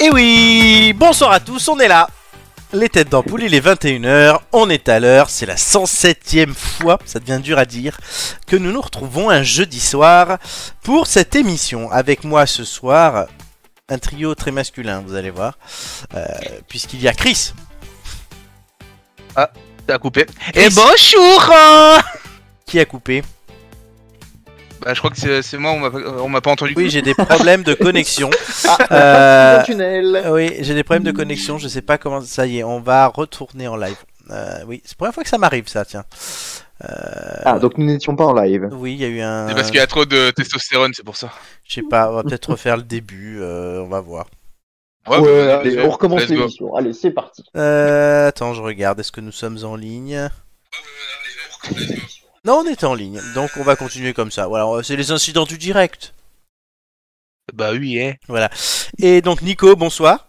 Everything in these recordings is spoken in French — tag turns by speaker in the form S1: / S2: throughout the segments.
S1: Eh Bonsoir à tous, on est là Les têtes d'ampoule, il est 21h, on est à l'heure, c'est la 107ème fois, ça devient dur à dire, que nous nous retrouvons un jeudi soir pour cette émission. Avec moi ce soir, un trio très masculin, vous allez voir, euh, puisqu'il y a Chris.
S2: T'as coupé.
S1: Chris
S2: Et bonjour euh.
S1: Qui a coupé
S2: Bah je crois que c'est c'est moi, on m'a pas- on m'a pas entendu.
S1: Oui, j'ai des problèmes de connexion.
S3: Dans
S1: Euh,
S3: le tunnel.
S1: Oui, j'ai des problèmes de connexion, je sais pas comment. Ça y est, on va retourner en live. Euh, oui, c'est la première fois que ça m'arrive, ça, tiens.
S3: Ah, donc nous n'étions pas en live.
S1: Oui, il y a eu un.
S2: C'est parce qu'il y a trop de testostérone, c'est pour ça.
S1: Je sais pas, on va peut-être refaire le début, euh, on va voir.
S2: Ouais,
S3: Ouais,
S2: bah,
S3: allez,
S2: let's
S3: on
S2: go.
S3: recommence
S2: Let's go.
S3: l'émission. Allez, c'est parti.
S1: Euh, attends, je regarde, est-ce que nous sommes en ligne Non, on est en ligne, donc on va continuer comme ça. Voilà, euh, c'est les incidents du direct.
S2: Bah oui, hein.
S1: Et donc, Nico, bonsoir.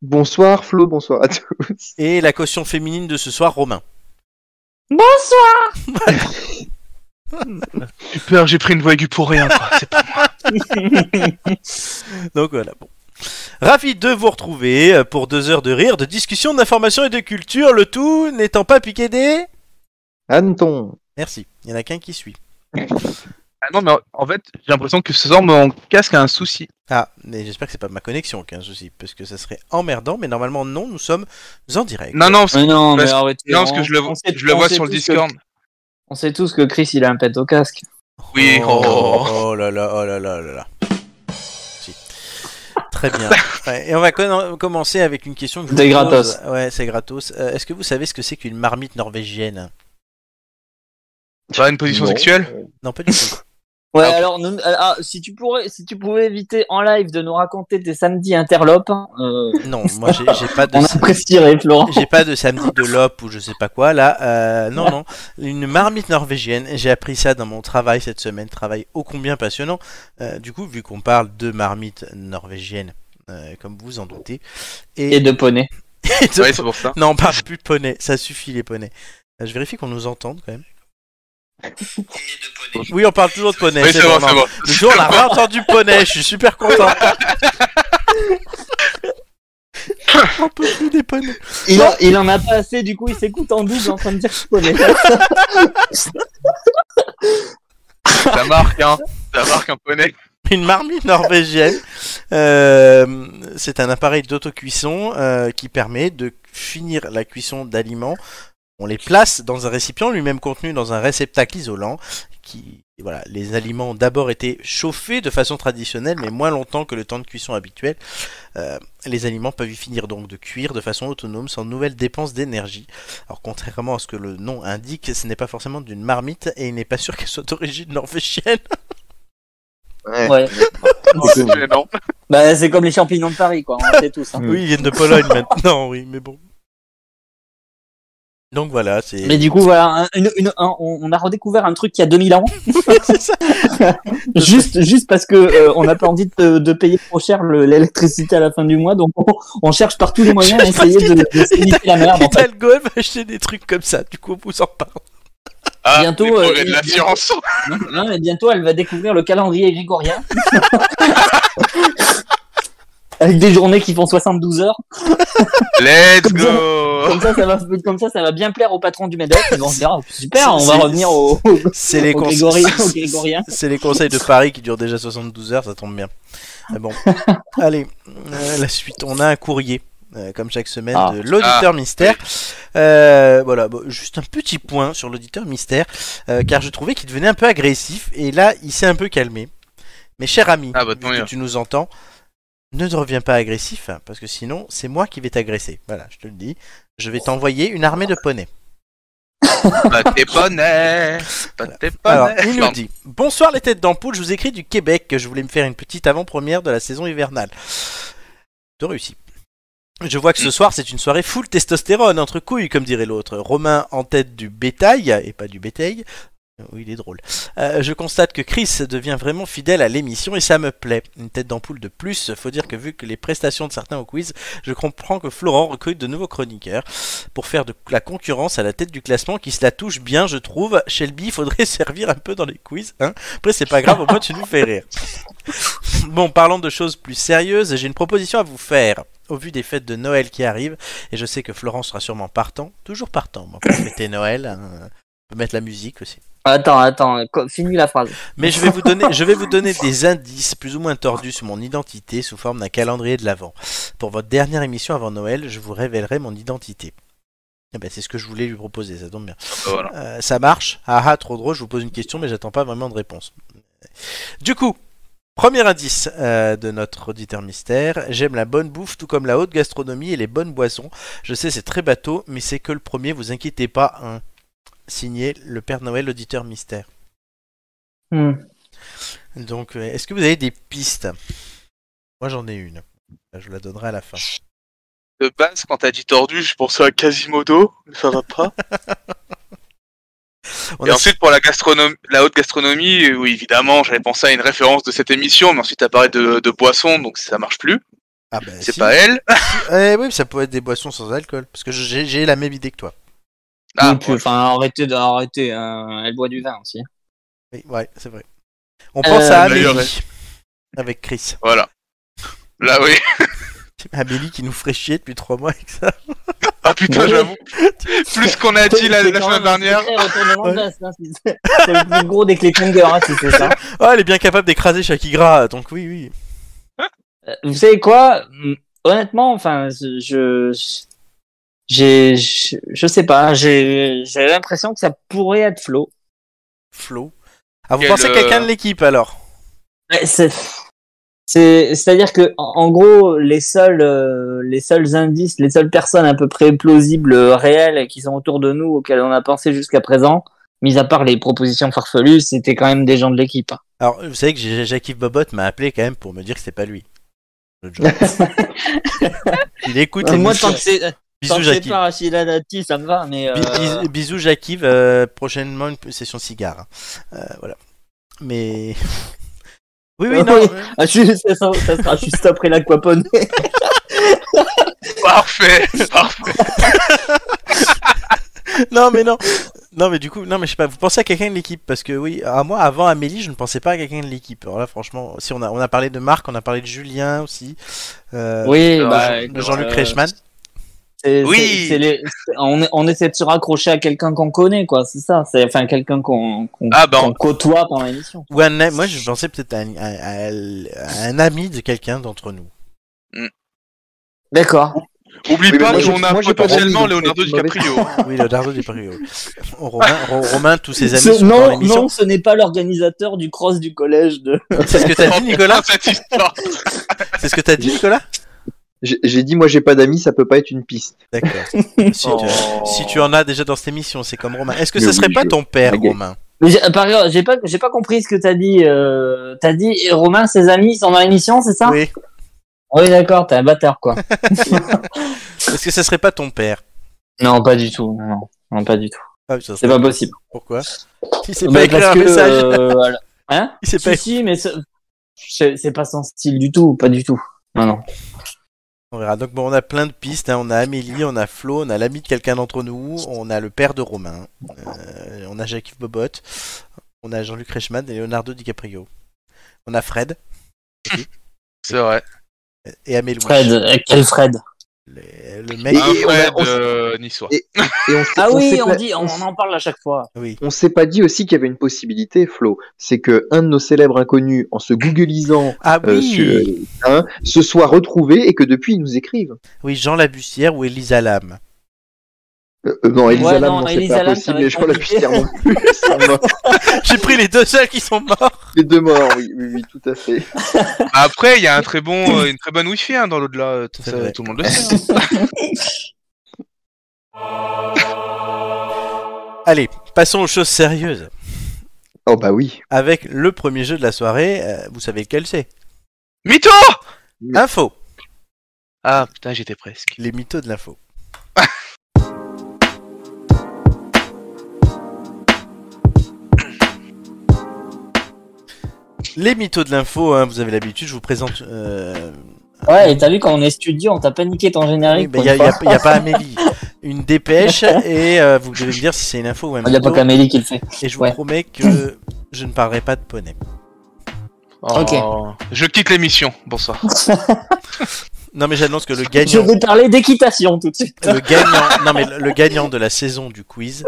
S3: Bonsoir Flo, bonsoir à tous.
S1: Et la caution féminine de ce soir, Romain.
S2: Super, j'ai pris une voix aiguë pour rien. quoi. C'est pas-
S1: Donc voilà, bon. Ravi de vous retrouver euh, pour deux heures de rire, de discussion, d'information et de culture, le tout n'étant pas piqué des...
S3: Anton.
S1: Merci, il y en a qu'un qui suit.
S2: Ah non, mais en- en fait, j'ai l'impression que ce genre mon casque a un souci.
S1: Ah, mais j'espère que c'est pas ma connexion qui a un souci, parce que ça serait emmerdant, mais normalement non, nous sommes en direct.
S2: Non, non, parce que,
S4: Mais non,
S2: parce
S4: mais
S2: que-
S4: arrêtez.
S2: non,
S4: on-
S2: parce que je le,
S4: on sait-
S2: je le
S4: on
S2: vois
S4: sait
S2: sur le
S4: tous
S2: Discord.
S4: que- on sait tous que Chris, il a un pet au casque.
S2: Oui,
S1: Oh,
S2: oh.
S1: oh là là, oh là là, oh là là. Si. Très bien. Ouais, et on va con- commencer avec une question que je vous
S4: C'est
S1: pose.
S4: gratos.
S1: Ouais, c'est gratos. Euh, Est-ce que vous savez ce que c'est qu'une marmite norvégienne
S2: Tu as une position
S3: Non.
S2: sexuelle
S1: Non, pas du tout.
S4: Ouais,
S2: Ah,
S4: alors, nous- ah, si tu pourrais, si tu pouvais éviter en live de nous raconter tes samedis interlopes, euh,
S1: Non, moi j'ai j'ai pas de...
S4: on apprécierait, Florent.
S1: J'ai pas de samedi de l'op ou je sais pas quoi là. Euh, non, non. Une marmite norvégienne. J'ai appris ça dans mon travail cette semaine. Travail ô combien passionnant. Euh, du coup, vu qu'on parle de marmite norvégienne, euh, comme vous vous en doutez. Et,
S4: Et de poney.
S1: et de-
S2: Ouais, c'est pour ça.
S1: Non, on parle plus de poney. Ça suffit les poneys. Euh, Je vérifie qu'on nous entende quand même. Oui, on parle toujours de poney.
S2: Oui,
S1: c'est
S2: c'est bon,
S1: bon,
S2: c'est
S1: non.
S2: bon.
S1: Le jour, on a réentendu poney. Je suis super content. on peut plus des poneys.
S4: Il, a- il en a pas assez, du coup, il s'écoute en double en train de dire poney.
S2: Ça marque, hein. Ça marque un poney.
S1: Une marmite norvégienne. Euh, c'est un appareil d'autocuisson euh, qui permet de finir la cuisson d'aliments. On les place dans un récipient lui-même contenu dans un réceptacle isolant. Qui, voilà, les aliments ont d'abord été chauffés de façon traditionnelle, mais moins longtemps que le temps de cuisson habituel. Euh, les aliments peuvent y finir donc de cuire de façon autonome sans nouvelles dépenses d'énergie. Alors contrairement à ce que le nom indique, ce n'est pas forcément d'une marmite et il n'est pas sûr qu'elle soit d'origine norvégienne.
S3: Ouais.
S4: Ouais.
S3: c'est connu.
S2: Non.
S4: Bah, c'est comme les champignons de Paris, quoi. On sait
S5: Mm.
S4: tous. hein.
S1: Oui, ils viennent de Pologne maintenant, oui, mais bon. Donc voilà, c'est.
S4: Mais du coup, voilà, un- une- une- un- on on a redécouvert un truc il y a 2000 ans,
S1: c'est ça.
S4: juste, juste parce que euh, on n'a pas envie de, de payer trop cher le- l'électricité à la fin du mois, donc on, on cherche par tous les moyens à
S1: Juste parce
S4: essayer de,
S1: qu'il
S4: de s'éviter la merde. en fait.
S1: Hidalgo elle va acheter des trucs comme ça, du coup, on vous en parle.
S2: Ah,
S4: Bientôt,
S2: les
S4: euh,
S2: progrès de
S4: il-
S2: la science.
S4: Non, non, mais bientôt, elle va découvrir le calendrier grégorien. Avec des journées qui font 72 heures.
S2: Let's
S4: Comme ça.
S1: Oh.
S4: Comme
S2: go.
S4: ça, ça va, comme ça, ça va bien plaire au patron du MEDEF. Ils vont se dire, Ah, super, on va
S1: C'est-
S4: revenir au, au,
S1: C'est les,
S4: au
S1: conse-
S4: grégorien, au grégorien.
S1: c'est les conseils de Paris qui durent déjà 72 heures, ça tombe bien. Ah bon. Allez, euh, la suite. On a un courrier. euh, comme chaque semaine,
S4: Ah.
S1: de l'auditeur mystère. Euh, voilà, bon, juste un petit point sur l'auditeur mystère, euh, car je trouvais qu'il devenait un peu agressif, et là, il s'est un peu calmé. Mais cher ami,
S2: Ah, bah,
S1: vu
S2: tant
S1: que
S2: mieux.
S1: tu nous entends, ne te reviens pas agressif, hein, parce que sinon, c'est moi qui vais t'agresser. Voilà, je te le dis. Je vais t'envoyer une armée de poneys.
S2: Pas tes poneys. Pas tes
S1: Alors,
S2: poneys.
S1: il nous
S2: Pardon.
S1: dit Bonsoir les têtes d'ampoule, je vous écris du Québec. Je voulais me faire une petite avant-première de la saison hivernale. De réussi. Je vois que ce soir, c'est une soirée full testostérone, entre couilles, comme dirait l'autre. Romain en tête du bétail, et pas du bétail. Oui, il est drôle. Euh, je constate que Chris devient vraiment fidèle à l'émission et ça me plaît. Une tête d'ampoule de plus, faut dire que vu que les prestations de certains au quiz, je comprends que Florent recrute de nouveaux chroniqueurs pour faire de la concurrence à la tête du classement qui se la touche bien, je trouve. Shelby, il faudrait servir un peu dans les quiz. Hein Après, c'est pas grave, au moins tu nous fais rire. Bon, parlant de choses plus sérieuses, j'ai une proposition à vous faire. au vu des fêtes de Noël qui arrivent. Et je sais que Florent sera sûrement partant, toujours partant, moi, pour fêter Noël. hein. On peut mettre la musique aussi.
S5: Attends, attends, co- finis la phrase.
S1: Mais je vais vous donner, je vais vous donner des indices plus ou moins tordus sur mon identité sous forme d'un calendrier de l'avant. Pour votre dernière émission avant Noël, je vous révélerai mon identité. Eh ben, c'est ce que je voulais lui proposer, ça tombe bien.
S2: Voilà.
S1: Euh, ça marche Ah ah, trop drôle, je vous pose une question, mais j'attends pas vraiment de réponse. Du coup, premier indice euh, de notre auditeur mystère j'aime la bonne bouffe, tout comme la haute gastronomie et les bonnes boissons. Je sais, c'est très bateau, mais c'est que le premier, vous inquiétez pas. hein. Signé le Père Noël, auditeur mystère.
S4: Hmm.
S1: Donc, euh, est-ce que vous avez des pistes Moi, j'en ai une. Je la donnerai à la fin.
S2: De base, quand t'as dit tordu, je pensais à Quasimodo, mais ça va pas.
S1: On
S2: et
S1: a-
S2: ensuite, pour la gastronomie, la haute gastronomie, euh, oui, évidemment, j'avais pensé à une référence de cette émission, mais ensuite, apparaît de, de boissons, donc ça marche plus.
S1: Ah, bah,
S2: C'est
S1: si.
S2: pas elle.
S1: Eh oui, ça peut être des boissons sans alcool, parce que j'ai j'ai la même idée que toi.
S2: Ah,
S5: Donc, euh, enfin, arrêtez d'arrêter. hein, Elle boit du vin aussi.
S1: Oui, ouais, c'est vrai. On pense
S5: Euh,
S1: à
S2: d'ailleurs,
S1: Amélie. Avec Chris.
S2: voilà. Là, oui.
S1: Amélie qui nous ferait chier depuis trois mois avec ça.
S2: Ah putain,
S4: Ouais.
S2: j'avoue. Plus qu'on a dit la,
S4: C'est
S2: la
S4: quand
S2: semaine
S4: même
S2: dernière.
S5: Après, retournement
S1: Ouais.
S5: de glace, hein, c'est- c'est-
S4: C'est le plus gros des cliffhangers, hein, si c'est ça.
S1: Ah, elle est bien capable d'écraser Shakira, donc oui, oui.
S5: Euh, Vous savez quoi Hum, Honnêtement, enfin, je- je. J'ai. Je je sais pas, j'ai j'ai l'impression que ça pourrait être Flo.
S1: Flo. Ah, vous
S2: Quel,
S1: pensez à quelqu'un
S2: euh,
S1: de l'équipe alors
S5: Ouais, c'est- C'est, c'est-à-dire que, en en gros, les seuls, euh, les seuls indices, les seules personnes à peu près plausibles, euh, réelles, qui sont autour de nous, auxquelles on a pensé jusqu'à présent, mis à part les propositions farfelues, c'était quand même des gens de l'équipe. hein.
S1: Alors, vous savez que j'ai- Jackie Bobot m'a appelé quand même pour me dire que c'est pas lui. L'autre jour. Il écoute
S5: Euh,
S1: les
S5: moi,
S1: missions.
S5: tant que c'est, tant
S1: Bisous,
S5: que c'est
S1: Jackie.
S5: pas Rachida Dati, ça me va, mais. euh,
S1: Bi- bis- Bisous, Jackie. euh, prochainement, une session cigare. hein. Euh, voilà. Mais. Oui, oui, non.
S5: Oui.
S1: euh,
S5: ah, je- ça, sera- ça sera juste après l'aquapone.
S2: Parfait. Parfait.
S1: non mais non non mais du coup non mais je sais pas vous pensez à quelqu'un de l'équipe parce que oui à moi avant Amélie je ne pensais pas à quelqu'un de l'équipe alors là franchement si on a on a parlé de Marc on a parlé de Julien aussi euh,
S5: oui,
S2: euh,
S5: bah,
S2: Jean-
S1: de
S5: écoute,
S1: Jean-Luc
S5: euh,
S1: Reichmann
S5: c'est-
S2: Oui.
S5: c'est- c'est les- c'est- on, on essaie de se raccrocher à quelqu'un qu'on connaît, quoi, c'est ça. C'est, enfin, quelqu'un qu'on, qu'on,
S2: Ah, bah,
S5: qu'on côtoie pendant l'émission.
S1: ou un a- moi je pensais peut-être à, un- à- à- à un ami de quelqu'un d'entre nous
S5: D'accord.
S2: Oublie
S3: Oui, mais
S2: pas
S3: moi,
S2: qu'on
S3: j'ai-
S2: a
S3: moi, j'ai pas
S2: potentiellement
S3: envie, donc
S2: Leonardo
S3: c'est mauvais.
S2: DiCaprio.
S1: oui le Dardo des Paris Romain, Ro- Romain tous ses amis
S5: Ce-
S1: sont dans
S5: non,
S1: l'émission
S5: Oh, non, ce n'est pas l'organisateur du cross du collège de.
S1: c'est ce que t'as dit Nicolas
S2: cette histoire.
S1: c'est ce que t'as dit Nicolas
S3: J'ai j'ai dit, moi, j'ai pas d'amis, ça peut pas être une piste.
S1: d'accord si,
S2: Oh.
S1: tu, si tu en as déjà dans cette émission c'est comme Romain est-ce que
S3: Mais
S1: ce serait
S3: oui,
S1: pas
S3: je-
S1: ton père
S3: Maggie.
S1: Romain
S5: Mais j'ai- par exemple, j'ai pas, j'ai pas compris ce que t'as dit. Euh, t'as dit eh, Romain, ses amis sont dans l'émission, c'est ça
S1: oui
S5: Oui, d'accord, t'es un bâtard, quoi.
S1: est-ce que ce serait pas ton père
S5: non, pas du tout. Non, non, non, pas du tout.
S1: Ah, ça
S5: C'est
S1: serait-
S5: pas possible.
S1: Pourquoi Il s'est
S5: Bah,
S1: pas écrit
S5: parce
S1: un
S5: que,
S1: message.
S5: euh, voilà. Hein
S1: Il s'est
S5: Si,
S1: pas
S5: si, mais ce- c'est c'est pas son style du tout, pas du tout. Non, non.
S1: On verra. Donc bon, on a plein de pistes. hein. On a Amélie, on a Flo, on a l'ami de quelqu'un d'entre nous, on a le père de Romain, euh, on a Jacques Bobot, on a Jean-Luc Reichmann et Leonardo DiCaprio. On a Fred
S2: C'est vrai.
S1: et Amélie.
S5: Fred, euh, quel Fred
S1: Le, le mec.
S3: Et-
S2: Un
S3: on a-
S2: Fred
S3: on-
S2: euh, niçois.
S3: Et on s'est-
S5: Ah oui,
S3: s'est
S5: on
S3: pas-
S5: dit, on
S3: on
S5: on en parle à chaque fois.
S1: Oui.
S3: On s'est pas dit aussi qu'il y avait une possibilité, Flo, c'est que un de nos célèbres inconnus, en se googlisant,
S1: Ah
S3: euh,
S1: oui.
S3: sur, euh, hein, se soit retrouvé et que depuis ils nous écrivent.
S1: Oui, Jean Labussière ou Elisa Lam.
S3: Euh, euh, non, Elisa
S5: Ouais,
S3: Lam,
S5: non,
S3: non, c'est
S5: Elisa
S3: pas
S5: Lam,
S3: possible,
S5: ça va être
S3: mais je crois la
S5: compliqué.
S3: pucière non plus. ça va.
S1: J'ai pris les deux seuls qui sont morts.
S3: Les deux morts, oui, oui, oui, tout à fait.
S2: Après, il y a un très bon, euh, une très bonne wifi hein, dans l'au-delà. euh, Tout,
S1: C'est
S2: ça,
S1: vrai.
S2: tout le monde le sait. hein.
S1: Allez, passons aux choses sérieuses.
S3: Oh bah oui.
S1: Avec le premier jeu de la soirée, euh, vous savez lequel c'est
S2: Mytho
S1: Info.
S2: Ah putain, j'étais presque.
S1: Les mythos de l'info. Les mythos de l'info, hein, vous avez l'habitude, je vous présente. euh,
S5: Ouais, et t'as vu, quand on est studio, on t'a paniqué ton
S1: oui,
S5: générique.
S1: mais il n'y a, y a- y a pas Amélie. Une dépêche et euh, vous devez me dire si c'est une info ou un
S5: Ah, Il n'y a pas
S1: mytho.
S5: qu'Amélie qui le fait.
S1: Et je vous
S5: ouais.
S1: promets que je ne parlerai pas de poney.
S5: Ok.
S2: Je quitte l'émission. Bonsoir.
S1: Non mais j'annonce que le
S5: Je
S1: gagnant,
S5: vais parler d'équitation tout de suite.
S1: le gagnant, non mais le le gagnant de la saison du quiz,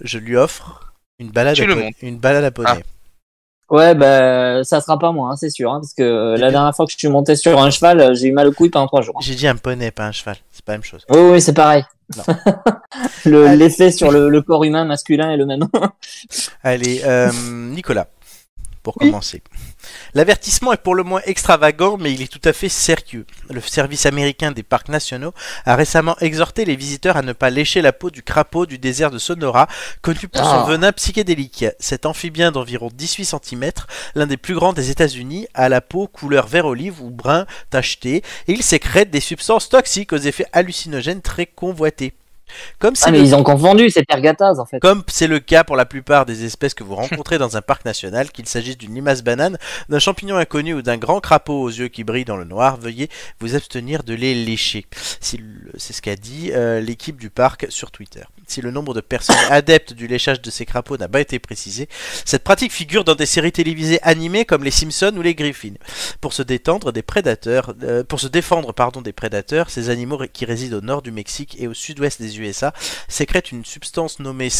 S1: je lui offre une balade,
S2: Tu
S1: à
S2: le Ah.
S1: poney-
S2: montes.
S1: une balade à poney.
S5: Ouais, bah, ça sera pas moi, hein, c'est sûr, hein, parce que euh, la dernière fois que je suis monté sur un cheval, euh, j'ai eu mal au couille pendant trois jours. hein.
S1: J'ai dit un poney, pas un cheval. C'est pas la même chose.
S5: Oui, oui, c'est pareil.
S1: Non.
S5: Le- L'effet sur le, le corps humain masculin est le même.
S1: Allez, euh, Nicolas, pour commencer. L'avertissement est pour le moins extravagant, mais il est tout à fait sérieux. Le service américain des parcs nationaux a récemment exhorté les visiteurs à ne pas lécher la peau du crapaud du désert de Sonora, connu pour son
S5: Ah.
S1: venin psychédélique. Cet amphibien d'environ 18 cm, l'un des plus grands des États-Unis, a la peau couleur vert olive ou brun tacheté, et il sécrète des substances toxiques aux effets hallucinogènes très convoités. Comme c'est
S5: Ah, mais
S1: le
S5: ils ont confondu, c'est Ergataz en fait.
S1: comme c'est le cas pour la plupart des espèces que vous rencontrez dans un parc national, qu'il s'agisse d'une limace banane, d'un champignon inconnu ou d'un grand crapaud aux yeux qui brillent dans le noir, veuillez vous abstenir de les lécher. Si le- C'est ce qu'a dit euh, l'équipe du parc sur Twitter. Si le nombre de personnes adeptes du léchage de ces crapauds n'a pas été précisé, cette pratique figure dans des séries télévisées animées comme les Simpsons ou les Griffins. Pour se détendre des prédateurs, euh, pour se défendre pardon des prédateurs, ces animaux ré- qui résident au nord du Mexique et au sud-ouest des USA sécrète une substance nommée E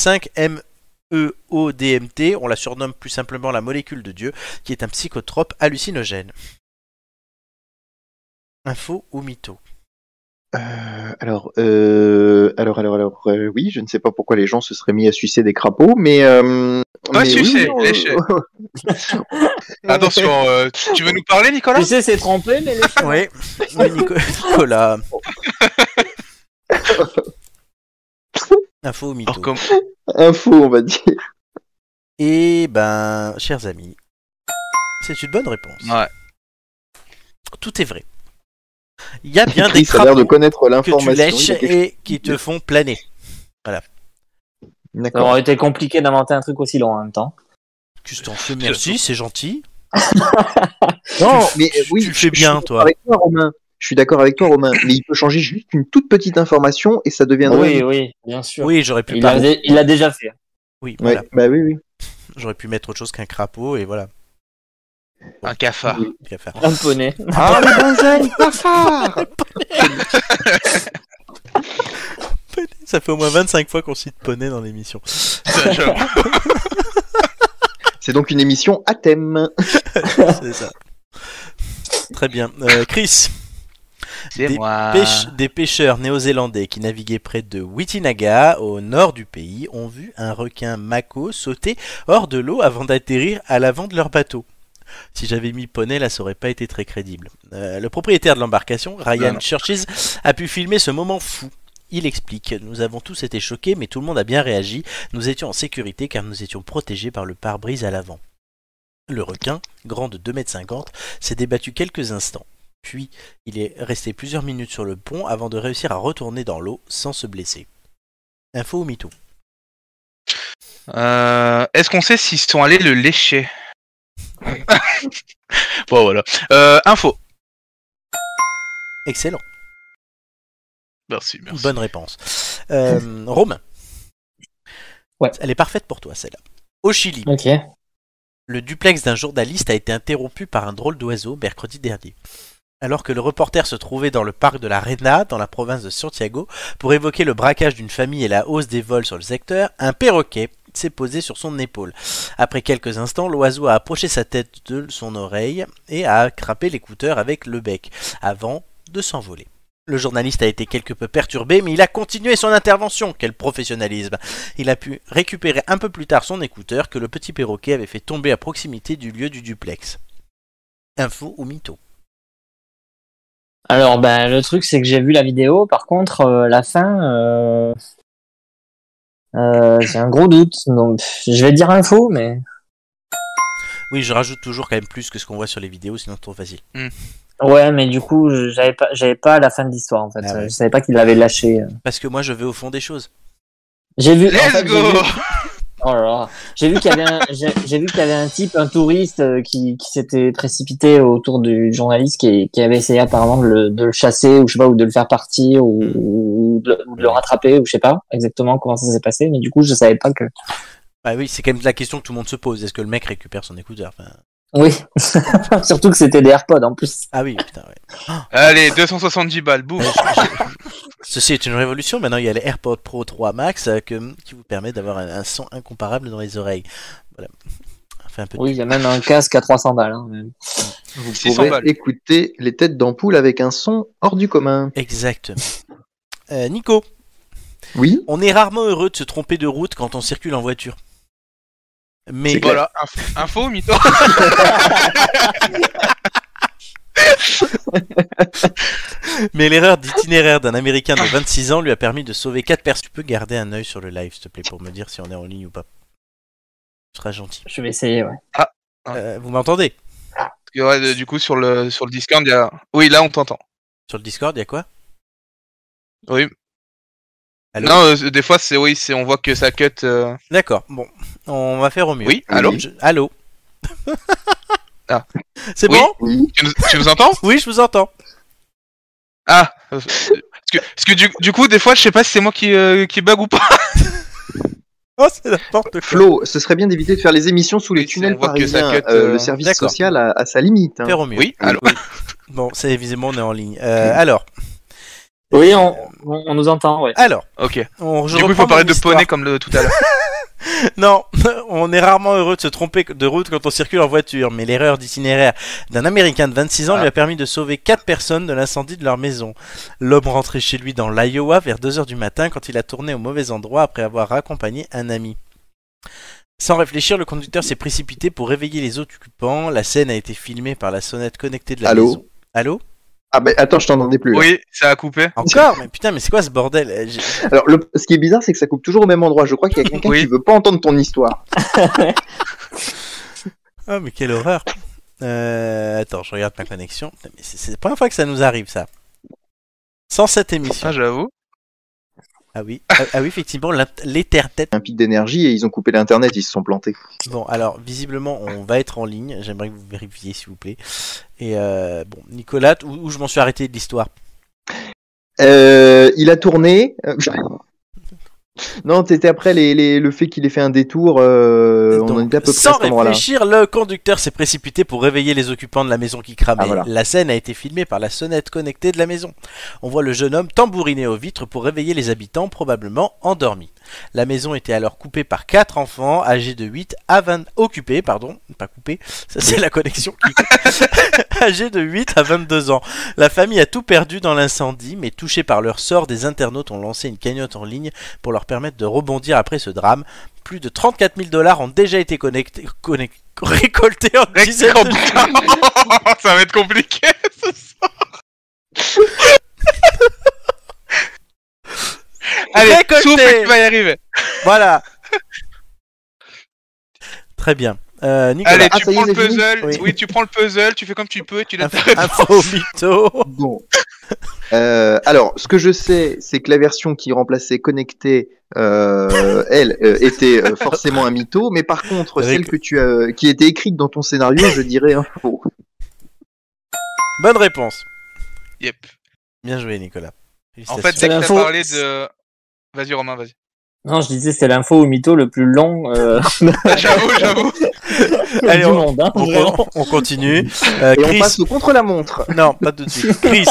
S1: 5-MeO-DMT, on la surnomme plus simplement la molécule de Dieu, qui est un psychotrope hallucinogène. Info ou mytho
S3: Euh, alors, euh, alors, alors, alors, euh, oui, je ne sais pas pourquoi les gens se seraient mis à sucer des crapauds, mais. Euh,
S2: Pas
S3: mais
S2: Ah,
S3: euh,
S2: sucer,
S3: on-
S2: lécher. Attention, euh, tu tu veux nous parler, Nicolas
S5: Tu sais, c'est trompé, mais les
S1: Oui, oui, Nico- Nicolas. Info ou mytho
S2: Alors, comme-
S3: Info, on va dire.
S1: Eh ben, chers amis, c'est une bonne réponse.
S2: Ouais.
S1: Tout est vrai. Il y a bien des
S3: Chris a l'air de
S1: crapauds
S3: connaître
S1: que tu
S3: l'information.
S1: lèches
S3: il a quelque-
S1: et qui te font planer.
S5: Ça
S3: D'accord.
S5: aurait été compliqué d'inventer un truc aussi long en même temps.
S1: Tu t'en fais merci, Ah, c'est gentil.
S3: Non,
S1: tu-
S3: mais euh,
S1: Oh, tu-
S3: oui,
S1: tu le fais
S3: je suis
S1: bien,
S3: d'accord
S1: toi.
S3: Avec toi, Romain. Je suis d'accord avec toi, Romain. Mais il peut changer juste une toute petite information et ça deviendrait.
S5: Oui, oui, bien sûr.
S1: Oui, j'aurais pu
S5: Il
S1: parler.
S5: l'a il l'a déjà fait. hein.
S1: Oui,
S3: Ouais,
S1: voilà.
S3: Bah oui, oui.
S1: J'aurais pu mettre autre chose qu'un crapaud et voilà.
S2: Un cafard.
S1: Qu'à faire.
S5: Un poney.
S3: Ah, le bonzel, cafard
S1: Ça fait au moins 25 fois qu'on cite poney dans l'émission.
S2: Ça, j'avoue.
S3: C'est donc une émission à thème.
S1: c'est ça. Très bien. Euh, Chris,
S2: C'est
S1: Des
S2: moi.
S1: pêche- des pêcheurs néo-zélandais qui naviguaient près de Witinaga, au nord du pays, ont vu un requin mako sauter hors de l'eau avant d'atterrir à l'avant de leur bateau. Si j'avais mis poney, là, ça aurait pas été très crédible. Euh, le propriétaire de l'embarcation, Ryan
S2: Non, non.
S1: Churches, a pu filmer ce moment fou. Il explique Nous avons tous été choqués, mais tout le monde a bien réagi. Nous étions en sécurité car nous étions protégés par le pare-brise à l'avant. Le requin, grand de 2,50 m, s'est débattu quelques instants. Puis, il est resté plusieurs minutes sur le pont avant de réussir à retourner dans l'eau sans se blesser. Info ou mytho
S2: Euh, Est-ce qu'on sait s'ils sont allés le lécher Bon, voilà. Euh, info.
S1: Excellent,
S2: Merci, merci.
S1: bonne réponse. Euh, Romain.
S5: Ouais.
S1: Elle est parfaite pour toi, celle-là. Au Chili,
S5: Ok.
S1: le duplex d'un journaliste a été interrompu par un drôle d'oiseau mercredi dernier. Alors que le reporter se trouvait dans le parc de la Rena, dans la province de Santiago, pour évoquer le braquage d'une famille et la hausse des vols sur le secteur, un perroquet s'est posé sur son épaule. Après quelques instants, l'oiseau a approché sa tête de son oreille et a attrapé l'écouteur avec le bec, avant de s'envoler. Le journaliste a été quelque peu perturbé, mais il a continué son intervention. Quel professionnalisme Il a pu récupérer un peu plus tard son écouteur que le petit perroquet avait fait tomber à proximité du lieu du duplex. Info ou mytho
S5: Alors, ben, le truc, c'est que j'ai vu la vidéo. Par contre, euh, la fin, euh... euh, j'ai un gros doute. Donc, pff, je vais dire info, mais
S1: Oui, je rajoute toujours quand même plus que ce qu'on voit sur les vidéos, sinon c'est trop facile.
S5: ouais, mais du coup, je- j'avais pas, j'avais pas la fin de l'histoire en fait.
S1: Ah ouais.
S5: Je savais pas qu'il l'avait lâché. euh.
S1: Parce que moi, je vais au fond des choses.
S5: J'ai vu. en
S2: Let's
S5: fait, j'ai
S2: go
S5: vu- Oh là là. J'ai vu qu'il y avait un, j'ai j'ai vu qu'il y avait un type, un touriste euh, qui, qui s'était précipité autour du journaliste qui, qui avait essayé apparemment de le, de le chasser ou je sais pas ou de le faire partir ou,
S1: Hmm.
S5: ou de, le- ou de le rattraper ou je sais pas exactement comment ça s'est passé mais du coup je savais pas que
S1: Ah Bah oui, c'est quand même la question que tout le monde se pose. Est-ce que le mec récupère son écouteur Enfin,
S5: Oui. Surtout que c'était des AirPods en plus.
S1: Ah oui, putain, ouais.
S2: Allez, 270 balles, boum.
S1: Ceci est une révolution. Maintenant, il y a les AirPods Pro 3 Max euh, que- qui vous permet d'avoir un, un son incomparable dans les oreilles. Voilà. Enfin, un peu de-
S5: Oui, il y a même un casque à 300 balles. hein, même.
S3: Vous
S2: 600
S3: pourrez
S2: balles.
S3: écouter les têtes d'ampoule avec un son hors du commun.
S1: Exactement. Euh, Nico,
S3: Oui
S1: on est rarement heureux de se tromper de route quand on circule en voiture. Mais
S3: C'est clair.
S2: Voilà, inf- info, mytho.
S1: Mais l'erreur d'itinéraire d'un Américain
S2: Ah.
S1: de 26 ans lui a permis de sauver 4 personnes. Tu peux garder un œil sur le live, s'il te plaît, pour me dire si on est en ligne ou pas. Ce sera gentil.
S5: Je vais essayer, ouais.
S2: Ah.
S1: Euh, vous m'entendez
S2: Il y aurait, euh, du coup, sur le, sur le Discord, il y a. Oui, là, on t'entend.
S1: Sur le Discord, il y a quoi
S2: Oui.
S1: Allô
S2: non, euh, des fois, c'est oui, c'est on voit que ça cut. euh,
S1: D'accord, bon. On va faire au mieux.
S2: Oui, allô
S1: Je- Allô
S2: Ah.
S1: C'est
S2: Oui.
S1: bon
S3: Oui
S2: Tu nous, tu nous entends
S1: Oui, je vous entends.
S2: Ah euh, Parce que, parce que du, du coup, des fois, je sais pas si c'est moi qui, euh, qui bug ou pas.
S1: Oh, c'est n'importe quoi.
S3: Flo, ce serait bien d'éviter de faire les émissions sous les
S2: Oui, si
S3: tunnels
S2: on voit que ça
S3: parisiens.
S2: cut,
S3: Euh,
S2: euh,
S3: le service
S1: d'accord.
S3: social a, a sa limite. hein.
S1: Faire au mieux.
S2: Oui, allô
S1: Bon, c'est évidemment, on est en ligne. Euh, alors,
S5: Oui,
S1: euh,
S5: on, on- on nous entend, ouais.
S1: alors,
S2: Ok.
S1: on je
S2: du coup, il
S1: reprends
S2: faut
S1: mon
S2: parler de
S1: histoire.
S2: poney comme le, tout à l'heure.
S1: Non, on est rarement heureux de se tromper de route quand on circule en voiture, mais l'erreur d'itinéraire d'un Américain de 26 ans
S2: Ah.
S1: lui a permis de sauver 4 personnes de l'incendie de leur maison. L'homme rentrait chez lui dans l'Iowa vers 2h du matin quand il a tourné au mauvais endroit après avoir accompagné un ami. Sans réfléchir, le conducteur s'est précipité pour réveiller les occupants. La scène a été filmée par la sonnette connectée de la
S3: Allô
S1: maison. Allô
S3: Ah bah attends, je t'entendais plus. là.
S2: oui, ça a coupé.
S1: Encore Mais putain, mais c'est quoi ce bordel Euh, j'ai-
S3: Alors le- ce qui est bizarre, c'est que ça coupe toujours au même endroit. Je crois qu'il y a quelqu'un
S2: Oui.
S3: qui veut pas entendre ton histoire.
S1: Ah, mais quelle horreur Euh, Attends, je regarde ma connexion. Putain, mais C'est c'est la première fois que ça nous arrive, ça. Sans cette émission.
S2: Ah, j'avoue.
S1: Ah oui, ah, ah oui effectivement, l'in- l'éther-tête.
S3: Un pic d'énergie et ils ont coupé l'internet, ils se sont plantés.
S1: Bon, alors, visiblement, on va être en ligne. J'aimerais que vous vérifiez, s'il vous plaît. Et euh, bon, Nicolas, où, où je m'en suis arrêté de l'histoire
S3: Euh, il a tourné. euh, Non, t'étais après les, les- le fait qu'il ait fait un détour. euh, on en
S1: Donc,
S3: était à peu près à
S1: Sans
S3: cet endroit-là.
S1: réfléchir, le conducteur s'est précipité pour réveiller les occupants de la maison qui cramait.
S3: Ah, voilà.
S1: La scène a été filmée par la sonnette connectée de la maison. On voit le jeune homme tambouriner aux vitres pour réveiller les habitants, probablement endormis. La maison était alors coupée par quatre enfants âgés de 8 à 20 occupés, pardon, pas coupés, ça c'est la connexion qui âgés de 8 à 22 ans. La famille a tout perdu dans l'incendie, mais touchés par leur sort, des internautes ont lancé une cagnotte en ligne pour leur permettre de rebondir après ce drame. Plus de 34 000 dollars ont déjà été connectés, connect- récoltés en
S2: Mec,
S1: dizaines
S2: oh,
S1: de
S2: putain, ça va être compliqué ce soir. Allez,
S1: Récoltez.
S2: souffle que tu vas y arriver.
S1: Voilà. Très bien. Euh, Nicolas,
S2: Allez,
S3: Ah,
S2: tu
S3: ça y est,
S2: prends le
S3: c'est fini
S2: puzzle.
S1: Oui. Ah,
S2: Oui. tu prends le puzzle, tu fais comme tu peux et tu la
S1: inf- info mytho.
S3: Bon. Euh, alors, ce que je sais, c'est que la version qui remplaçait Connecté, euh, elle, euh, était euh, forcément un mytho, mais par contre,
S1: Avec-
S3: celle que tu as, euh, qui était écrite dans ton scénario, je dirais un faux.
S1: Bonne réponse.
S2: Yep.
S1: Bien joué, Nicolas.
S2: En fait,
S1: Félicitations.
S2: dès que t'as
S5: L'info-
S2: parlé de. Vas-y, Romain, vas-y.
S5: Non, je disais, c'est l'info au mytho le plus long euh,
S2: J'avoue, j'avoue.
S1: Allez,
S5: du
S1: on-
S5: monde. Hein,
S1: on,
S5: vraiment.
S1: con- on continue. Euh,
S3: Et on
S1: Chris,
S3: passe au contre-la-montre.
S1: non, pas tout de suite. Chris,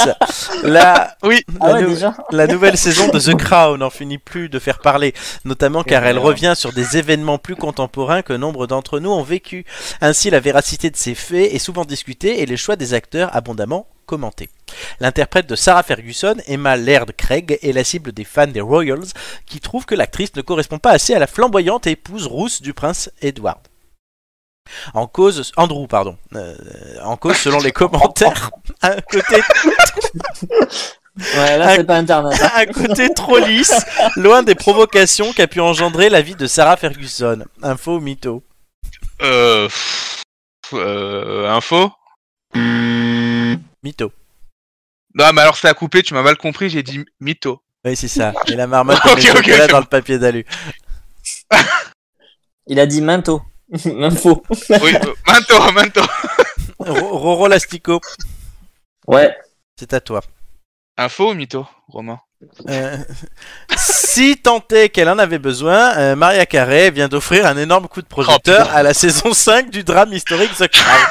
S1: la,
S2: Oui.
S5: Ah
S1: la,
S5: ouais,
S1: nou-
S5: déjà
S1: la nouvelle saison de The Crown n'en finit plus de faire parler, notamment car elle revient sur des événements plus contemporains que nombre d'entre nous ont vécu. Ainsi, la véracité de ces faits est souvent discutée et les choix des acteurs abondamment commentés. L'interprète de Sarah Ferguson, Emma Laird Craig, est la cible des fans des Royals qui trouvent que l'actrice ne correspond pas assez à la flamboyante épouse rousse du prince Edward. En cause, Andrew, pardon. Euh, en cause, selon les commentaires, un côté
S5: Ouais, là, c'est pas Internet. hein.
S1: un côté trop lisse, loin des provocations qu'a pu engendrer la vie de Sarah Ferguson. Info ou mytho
S2: Euh. pff, euh, info
S1: Mytho.
S2: Non, mais alors ça a coupé, tu m'as mal compris, j'ai dit mytho.
S1: Oui, c'est ça. Et la marmotte qui met
S2: Ok,
S1: le
S2: ok,
S1: chocolat
S2: c'est
S1: dans le papier d'alu.
S5: Il a dit Minto. Info.
S2: Oui, euh, manto, manto.
S1: Ro- Roro Lastico,
S5: Ouais.
S1: c'est à toi.
S2: Info ou mytho, Romain
S1: Euh, si tant est qu'elle en avait besoin, euh, Maria Carré vient d'offrir un énorme coup de
S2: Oh,
S1: projecteur à la saison 5 du drame historique The Crown.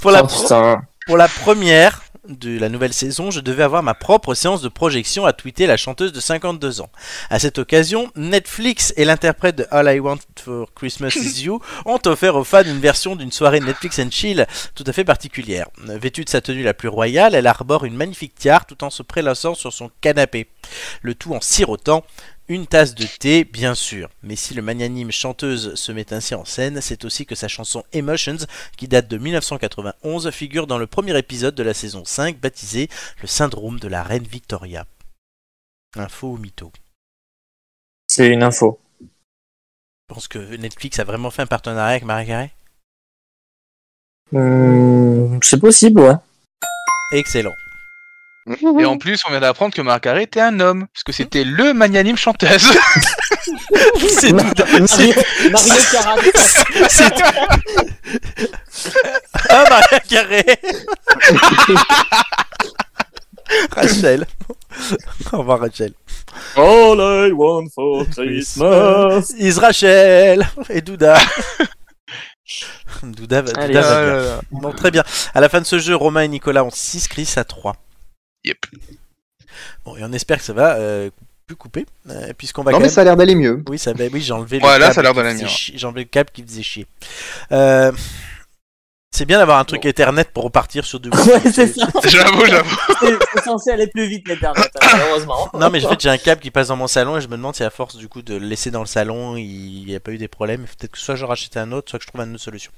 S1: Pour la,
S5: Oh,
S1: pro-
S5: putain.
S1: pour la première de la nouvelle saison, je devais avoir ma propre séance de projection à tweeter la chanteuse de 52 ans. À cette occasion, Netflix et l'interprète de All I Want for Christmas Is You ont offert aux fans une version d'une soirée Netflix and Chill tout à fait particulière. Vêtue de sa tenue la plus royale, elle arbore une magnifique tiare tout en se prélassant sur son canapé. Le tout en sirotant une tasse de thé, bien sûr. Mais si le magnanime chanteuse se met ainsi en scène, c'est aussi que sa chanson Emotions qui date de 1991, figure dans le premier épisode de la saison 5 baptisé Le syndrome de la reine Victoria. Info ou mytho
S5: C'est une info.
S1: Je pense que Netflix a vraiment fait un partenariat avec Marie Carré
S5: Hmm, c'est possible, ouais.
S1: Excellent.
S2: Et en plus, on vient d'apprendre que Marc Carré était un homme, puisque c'était le magnanime chanteuse.
S1: C'est
S5: Ma-
S1: tout.
S5: Mario, Mario Carré.
S1: C'est tout. ah, Maria Carré Rachel. Au revoir, Rachel.
S4: All I want for Christmas.
S1: Is Rachel et Douda. Douda va,
S5: Allez,
S2: Ah,
S1: Douda va
S5: euh,
S1: bien. Bon, très bien. À la fin de ce jeu, Romain et Nicolas ont 6, Chris à 3.
S2: Yep.
S1: Bon, et on espère que ça va euh, plus couper, euh, puisqu'on va
S3: Non,
S1: quand
S3: mais
S1: même...
S3: ça a l'air d'aller mieux.
S1: Oui, ça, ben oui j'ai enlevé, le
S2: Ouais, là,
S1: câble
S2: ça a l'air
S1: qui
S2: d'aller
S1: faisait
S2: mieux.
S1: chier- j'ai enlevé le câble qui faisait chier. Euh, C'est bien d'avoir un truc Ethernet pour repartir sur du...
S5: Ouais, c'est ça.
S2: J'avoue, j'avoue.
S5: C'est c'est censé aller plus vite, l'Internet, hein, malheureusement.
S1: Non, mais en fait, j'ai un câble qui passe dans mon salon et je me demande si à force du coup de le laisser dans le salon, il n'y a pas eu des problèmes. Peut-être que soit je rachète un autre, soit que je trouve une autre solution.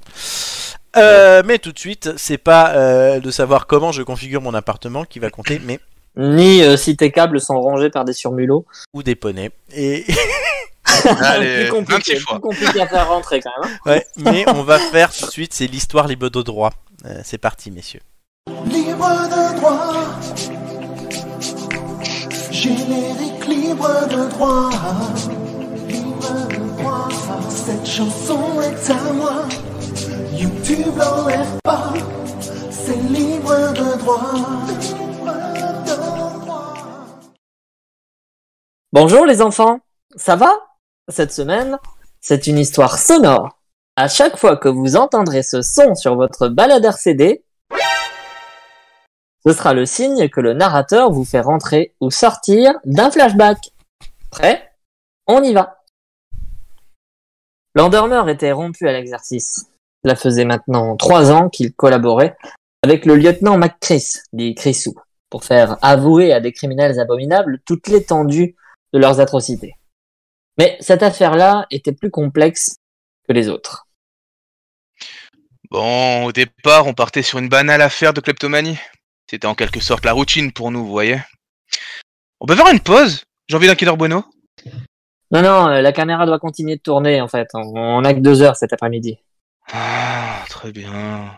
S1: Euh, Mais tout de suite, c'est pas euh, de savoir comment je configure mon appartement qui va compter, mais
S5: Ni euh, si tes câbles sont rangés par des surmulots.
S1: ou des poneys. Et
S2: Allez,
S5: plus compliqué,
S2: 26 fois.
S5: plus compliqué à faire rentrer quand même. hein.
S1: ouais, mais on va faire tout de suite, c'est l'histoire libre de droit. Euh, c'est parti, messieurs.
S6: Libre de droit. Générique libre de droit. Libre de droit. Cette chanson est à moi. YouTube l'enlève pas. C'est libre de droit. Libre de droit.
S5: Bonjour les enfants, ça va Cette semaine, c'est une histoire sonore. À chaque fois que vous entendrez ce son sur votre baladeur CD, ce sera le signe que le narrateur vous fait rentrer ou sortir d'un flashback. Prêt On y va. L'endormeur était rompu à l'exercice. Cela faisait maintenant trois ans qu'il collaborait avec le lieutenant McCris, dit Crissou, pour faire avouer à des criminels abominables toute l'étendue de leurs atrocités. Mais cette affaire-là était plus complexe que les autres.
S2: Bon, au départ, on partait sur une banale affaire de kleptomanie. C'était en quelque sorte la routine pour nous, vous voyez. On peut faire une pause J'ai envie d'un Kinder Bueno.
S5: Non, non, euh, la caméra doit continuer de tourner en fait. On- On a que deux heures cet après-midi.
S2: Ah, très bien.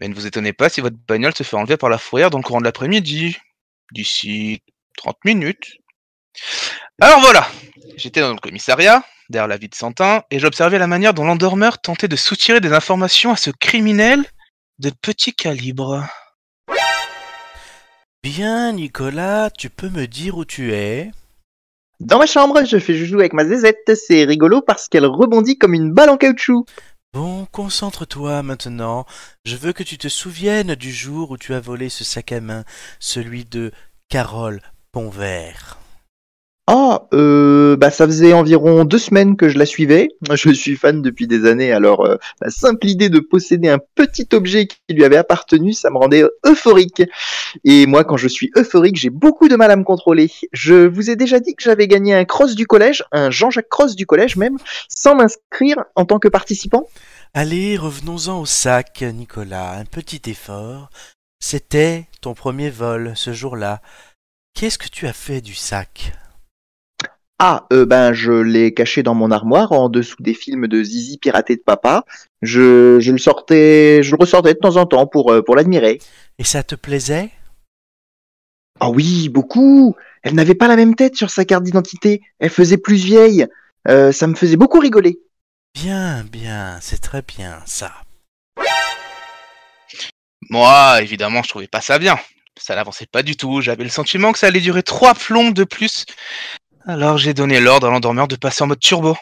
S2: Mais ne vous étonnez pas si votre bagnole se fait enlever par la fourrière dans le courant de l'après-midi. D'ici 30 minutes. Alors voilà, j'étais dans le commissariat, derrière la vie de Santin, et j'observais la manière dont l'endormeur tentait de soutirer des informations à ce criminel de petit calibre.
S1: Bien, Nicolas, tu peux me dire où tu es
S3: Dans ma chambre, je fais joujou avec ma zézette. C'est rigolo parce qu'elle rebondit comme une balle en caoutchouc.
S1: Bon, concentre-toi maintenant. Je veux que tu te souviennes du jour où tu as volé ce sac à main, celui de Carole Ponvert.
S3: Ah, euh, bah ça faisait environ deux semaines que je la suivais. Je suis fan depuis des années, alors euh, la simple idée de posséder un petit objet qui lui avait appartenu, ça me rendait euphorique. Et moi, quand je suis euphorique, j'ai beaucoup de mal à me contrôler. Je vous ai déjà dit que j'avais gagné un cross du collège, un Jean-Jacques Cross du collège même, sans m'inscrire en tant que participant.
S1: Allez, revenons-en au sac, Nicolas. Un petit effort. C'était ton premier vol ce jour-là. Qu'est-ce que tu as fait du sac
S3: Ah, euh, ben je l'ai caché dans mon armoire en dessous des films de Zizi piraté de papa. Je, je le sortais, je le ressortais de temps en temps pour euh, pour l'admirer.
S1: Et ça te plaisait
S3: Ah oui, beaucoup. Elle n'avait pas la même tête sur sa carte d'identité. Elle faisait plus vieille. Euh, ça me faisait beaucoup rigoler.
S1: Bien, bien, c'est très bien ça.
S2: Moi, évidemment, je trouvais pas ça bien. Ça n'avançait pas du tout. J'avais le sentiment que ça allait durer trois plombes de plus. Alors j'ai donné l'ordre à l'endormeur de passer en mode turbo.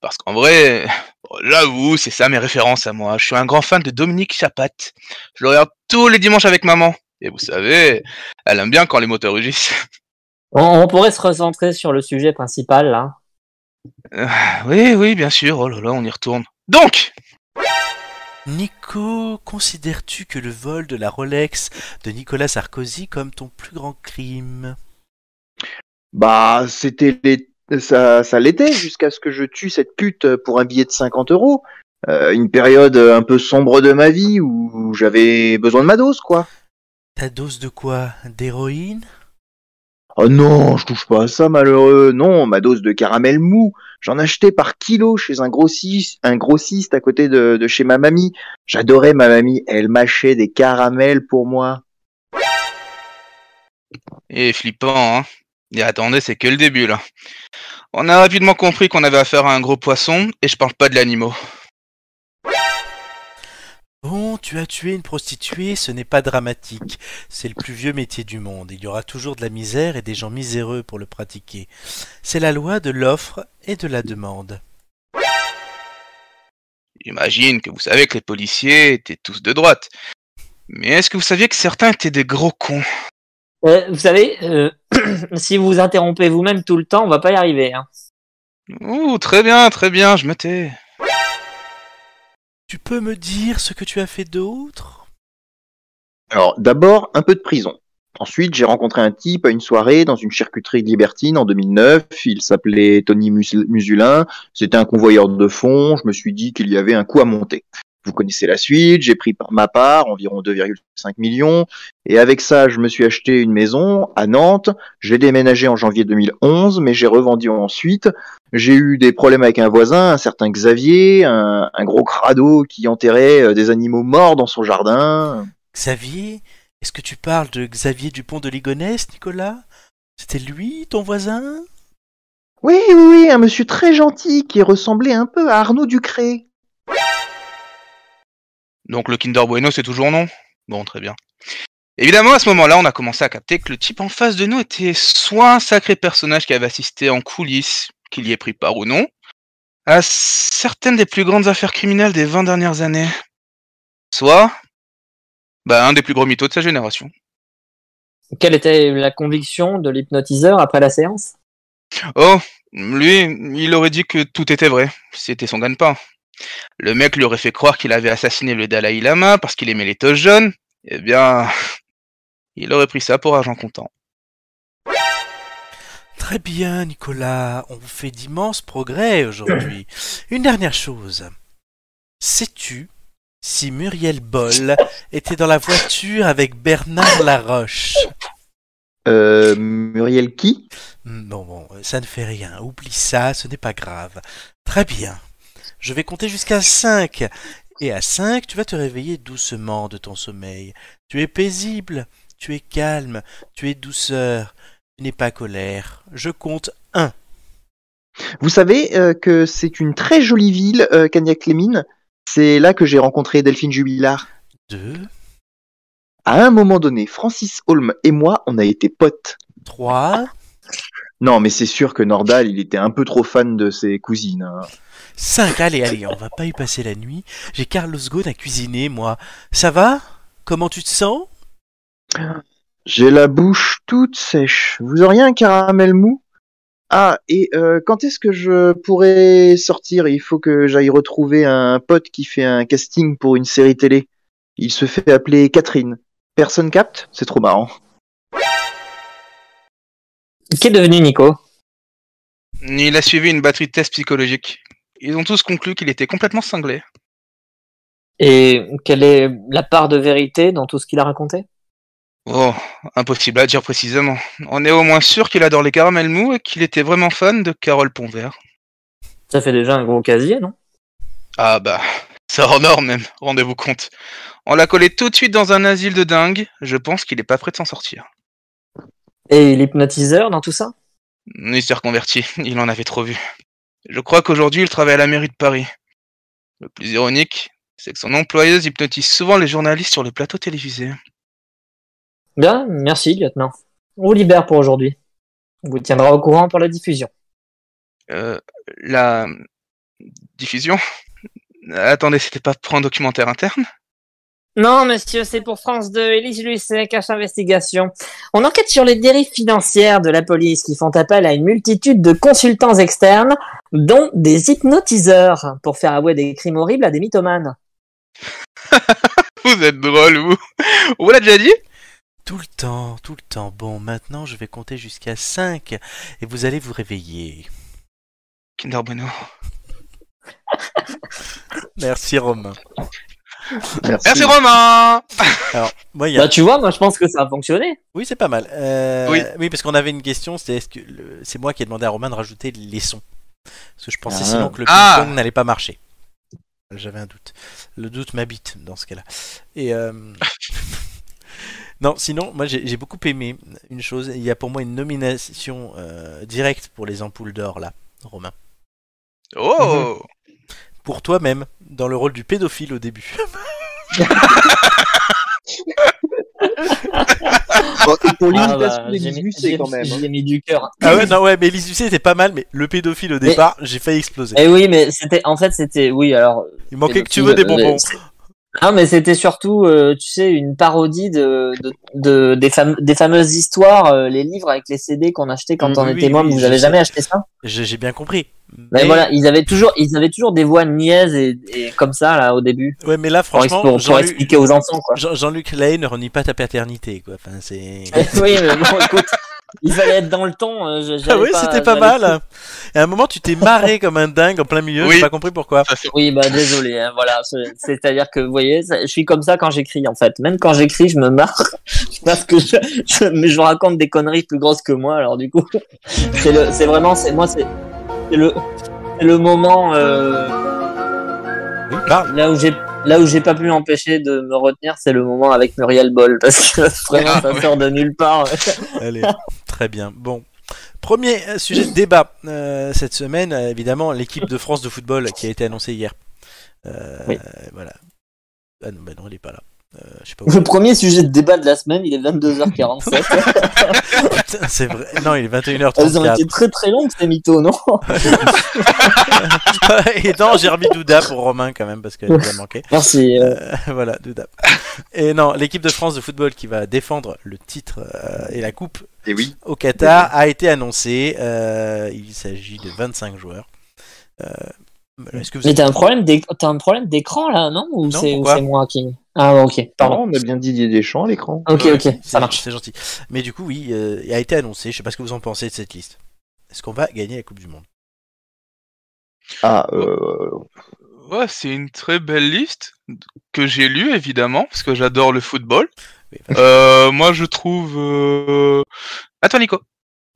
S2: Parce qu'en vrai, bon, j'avoue, c'est ça mes références à moi. Je suis un grand fan de Dominique Chapat. Je le regarde tous les dimanches avec maman. Et vous savez, elle aime bien quand les moteurs rugissent.
S5: On, on pourrait se recentrer sur le sujet principal, là.
S2: Oui, oui, bien sûr. Oh là là, on y retourne. Donc,
S1: Nico, considères-tu que le vol de la Rolex de Nicolas Sarkozy comme ton plus grand crime
S3: Bah, c'était les- ça, ça l'était jusqu'à ce que je tue cette pute pour un billet de 50 euros. Euh, une période un peu sombre de ma vie où j'avais besoin de ma dose, quoi.
S1: Ta dose de quoi D'héroïne
S3: Oh non, je touche pas à ça, malheureux. Non, ma dose de caramel mou. J'en achetais par kilo chez un grossiste, un grossiste à côté de, de chez ma mamie. J'adorais ma mamie. Elle mâchait des caramels pour moi.
S2: Et flippant, hein. Et attendez, c'est que le début là. On a rapidement compris qu'on avait affaire à un gros poisson, et je parle pas de l'animaux.
S1: Bon, tu as tué une prostituée, ce n'est pas dramatique. C'est le plus vieux métier du monde. Il y aura toujours de la misère et des gens miséreux pour le pratiquer. C'est la loi de l'offre et de la demande.
S2: J'imagine que vous savez que les policiers étaient tous de droite. Mais est-ce que vous saviez que certains étaient des gros cons
S5: Euh, vous savez, euh, si vous vous interrompez vous-même tout le temps, on va pas y arriver. hein.
S2: Ouh, très bien, très bien, je me tais.
S1: Tu peux me dire ce que tu as fait d'autre
S3: Alors, d'abord, un peu de prison. Ensuite, j'ai rencontré un type à une soirée dans une charcuterie libertine en 2009. Il s'appelait Tony Mus- Musulin. C'était un convoyeur de fonds. Je me suis dit qu'il y avait un coup à monter. Vous connaissez la suite. J'ai pris par- ma part, environ 2,5 millions. Et avec ça, je me suis acheté une maison à Nantes. J'ai déménagé en janvier 2011, mais j'ai revendu ensuite. J'ai eu des problèmes avec un voisin, un certain Xavier, un, un gros crado qui enterrait euh, des animaux morts dans son jardin.
S1: Xavier Est-ce que tu parles de Xavier Dupont de Ligonnès, Nicolas C'était lui, ton voisin
S3: Oui, oui, oui, un monsieur très gentil qui ressemblait un peu à Arnaud Ducré.
S2: Donc le Kinder Bueno, c'est toujours non Bon, très bien. Évidemment, à ce moment-là, on a commencé à capter que le type en face de nous était soit un sacré personnage qui avait assisté en coulisses, qu'il y ait pris part ou non, à certaines des plus grandes affaires criminelles des 20 dernières années, soit bah, un des plus gros mythos de sa génération.
S5: Quelle était la conviction de l'hypnotiseur après la séance
S2: Oh, lui, il aurait dit que tout était vrai. C'était son gagne-pain. Le mec lui aurait fait croire qu'il avait assassiné le Dalai Lama parce qu'il aimait les toches jaunes. Eh bien, il aurait pris ça pour argent comptant.
S1: Très bien, Nicolas, on fait d'immenses progrès aujourd'hui. Une dernière chose. Sais-tu si Muriel Boll était dans la voiture avec Bernard Laroche
S3: Euh, Muriel qui
S1: Hmm, Bon, bon, ça ne fait rien. Oublie ça, ce n'est pas grave. Très bien. Je vais compter jusqu'à 5. Et à 5, tu vas te réveiller doucement de ton sommeil. Tu es paisible, tu es calme, tu es douceur, tu n'es pas colère. Je compte
S3: Vous savez euh, que c'est une très jolie ville, euh, Cagnac-les-Mines. C'est là que j'ai rencontré Delphine Jubilard.
S1: 2,
S3: À un moment donné, Francis Holm et moi, on a été potes.
S1: 3,
S3: Non, mais c'est sûr que Nordal, il était un peu trop fan de ses cousines. hein.
S1: 5. Allez, allez, on va pas y passer la nuit. J'ai Carlos Ghosn à cuisiner, moi. Ça va Comment tu te sens
S3: J'ai la bouche toute sèche. Vous auriez un caramel mou Ah, et euh, quand est-ce que je pourrais sortir Il faut que j'aille retrouver un pote qui fait un casting pour une série télé. Il se fait appeler Catherine. Personne capte C'est trop marrant.
S5: Qu'est devenu Nico
S2: Il a suivi une batterie de tests psychologiques. Ils ont tous conclu qu'il était complètement cinglé.
S5: Et quelle est la part de vérité dans tout ce qu'il a raconté
S2: Oh, impossible à dire précisément. On est au moins sûr qu'il adore les caramels mous et qu'il était vraiment fan de Carole Ponvert.
S5: Ça fait déjà un gros casier, non
S2: Ah bah, ça en or même, rendez-vous compte. On l'a collé tout de suite dans un asile de dingue, je pense qu'il est pas prêt de s'en sortir.
S5: Et l'hypnotiseur dans tout ça
S2: Il s'est reconverti, il en avait trop vu. Je crois qu'aujourd'hui il travaille à la mairie de Paris. Le plus ironique, c'est que son employeuse hypnotise souvent les journalistes sur les plateaux télévisés.
S5: Bien, merci, lieutenant. On vous libère pour aujourd'hui. On vous tiendra au courant pour la diffusion.
S2: Euh, la diffusion Euh, Attendez, c'était pas pour un documentaire interne
S5: Non, monsieur, c'est pour France 2, Élise Lucet, Cache Investigation. On enquête sur les dérives financières de la police qui font appel à une multitude de consultants externes, dont des hypnotiseurs, pour faire avouer des crimes horribles à des mythomanes.
S2: Vous êtes drôle, vous On vous l'a déjà dit
S1: Tout le temps, tout le temps. Bon, maintenant je vais compter jusqu'à 5 et vous allez vous réveiller.
S2: Kinder Bueno.
S1: Merci Romain.
S2: Merci Romain
S1: Alors, moi, il y a-
S5: Bah, tu vois, moi, je pense que ça a fonctionné.
S1: Oui, c'est pas mal. Euh,
S2: Oui.
S1: parce qu'on avait une question, c'est est-ce que le- c'est moi qui ai demandé à Romain de rajouter les sons. Parce que je pensais
S3: Ah.
S1: sinon que le
S2: Ah.
S1: ping-pong n'allait pas marcher. J'avais un doute. Le doute m'habite dans ce cas-là. Et euh, non, sinon, moi j'ai j'ai beaucoup aimé une chose. Il y a pour moi une nomination euh, directe pour les ampoules d'or là, Romain.
S2: Oh
S1: Pour toi-même, dans le rôle du pédophile au début.
S3: Bon, et pour
S5: Ah,
S3: l'imitation
S5: bah,
S3: de
S5: j'ai mis-
S3: Lucet, quand même.
S5: j'ai-
S3: hein.
S5: J'ai mis du cœur.
S1: ah ouais, non ouais, mais Elise Lucet était pas mal, mais le pédophile au
S5: Mais-
S1: départ, j'ai failli exploser.
S5: Eh oui, mais c'était, en fait, c'était, oui, alors.
S1: Il manquait que tu veux des
S5: euh,
S1: bonbons.
S5: Non, mais c'était surtout, euh, tu sais, une parodie de, de, de- des, fam- des fameuses histoires, euh, les livres avec les CD qu'on achetait quand
S1: Oui,
S5: on
S1: Mm, oui,
S5: était môme.
S1: oui,
S5: vous
S1: je
S5: avez
S1: sais.
S5: jamais acheté ça
S1: J'ai j'ai bien compris.
S5: Mais Bah, voilà, ils avaient toujours, ils avaient toujours des voix niaises et, et comme ça là au début.
S1: Ouais, mais là,
S5: Pour,
S1: franchement,
S5: pour- pour
S1: Jean-Luc-
S5: expliquer aux enfants quoi.
S1: Jean- Jean-Luc Lay ne renie pas ta paternité, quoi. Enfin, c'est.
S5: oui, mais bon, écoute, il fallait être dans le ton. euh, je-
S1: Ah
S5: j'avais
S1: oui, c'était pas
S5: j'avais-
S1: mal. Et à un moment, tu t'es marré comme un dingue en plein milieu.
S2: Oui.
S1: J'ai pas compris pourquoi.
S2: Ça fait-
S5: Oui, bah désolé. hein, voilà, c'est- c'est-à-dire que vous voyez, ça- je suis comme ça quand j'écris en fait. Même quand j'écris, je me marre parce que je, je- mais je raconte des conneries plus grosses que moi. Alors du coup, c'est le, c'est vraiment, c'est moi, c'est c'est le, c'est le moment euh,
S1: Oui, parle.
S5: là où j'ai. Là où j'ai pas pu m'empêcher de me retenir, c'est le moment avec Muriel Boll, parce que vraiment
S2: Ah,
S5: ça
S2: oui.
S5: sort de nulle part.
S1: Allez, très bien. Bon. Premier euh, sujet de débat euh, cette semaine, euh, évidemment, l'équipe de France de football qui a été annoncée hier. Euh,
S5: Oui.
S1: Voilà. Ah non, bah non, elle est pas là. Euh, je sais pas où.
S5: Le premier sujet de débat de la semaine, il est 22h47.
S1: Putain, c'est vrai. Non, il est
S5: Elles ont
S1: 21h34.
S5: été très très longues ces mythos, non
S1: Et non, j'ai remis Douda pour Romain quand même parce qu'elle nous a manqué.
S5: Merci. euh,
S1: voilà, Douda. Et non, l'équipe de France de football qui va défendre le titre euh, et la coupe
S3: Et Eh oui.
S1: au Qatar a été annoncée. Euh, il s'agit de 25 joueurs. Euh, Est-ce que vous
S5: Mais t'as un problème d'éc- t'as un problème d'écran là, non Ou c'est ou
S1: pourquoi
S5: c'est moi qui Ah ouais, ok, pardon.
S3: Pardon, on a bien Didier Deschamps à l'écran.
S5: Ok,
S2: Ouais,
S5: ok,
S1: C'est-
S5: ça marche.
S1: C'est gentil. Mais du coup, oui, euh, il a été annoncé. Je sais pas ce que vous en pensez de cette liste. Est-ce qu'on va gagner la Coupe du Monde
S3: Ah, euh,
S2: Ouais, c'est une très belle liste que j'ai lue, évidemment, parce que j'adore le football.
S1: Oui,
S2: Euh, moi, je trouve... euh, Attends, Nico.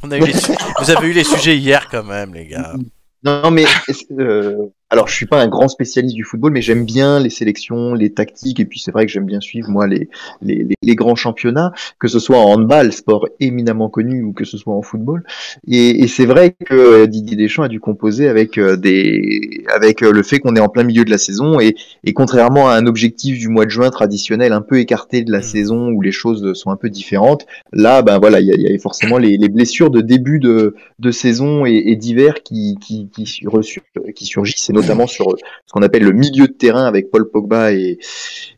S1: On a eu les su- Vous avez eu les sujets hier quand même, les gars.
S3: Mm. Non, mais euh, alors je suis pas un grand spécialiste du football, mais j'aime bien les sélections, les tactiques, et puis c'est vrai que j'aime bien suivre moi les, les, les- les grands championnats, que ce soit en handball, sport éminemment connu, ou que ce soit en football. Et, et c'est vrai que euh, Didier Deschamps a dû composer avec euh, des avec euh, le fait qu'on est en plein milieu de la saison et, et contrairement à un objectif du mois de juin traditionnel un peu écarté de la
S1: Mm.
S3: saison où les choses sont un peu différentes, là ben voilà il y, a- il y avait forcément les, les blessures de début de de saison et, et d'hiver qui, qui, qui, sur- qui surgissent, et notamment sur euh, ce qu'on appelle le milieu de terrain avec Paul Pogba et,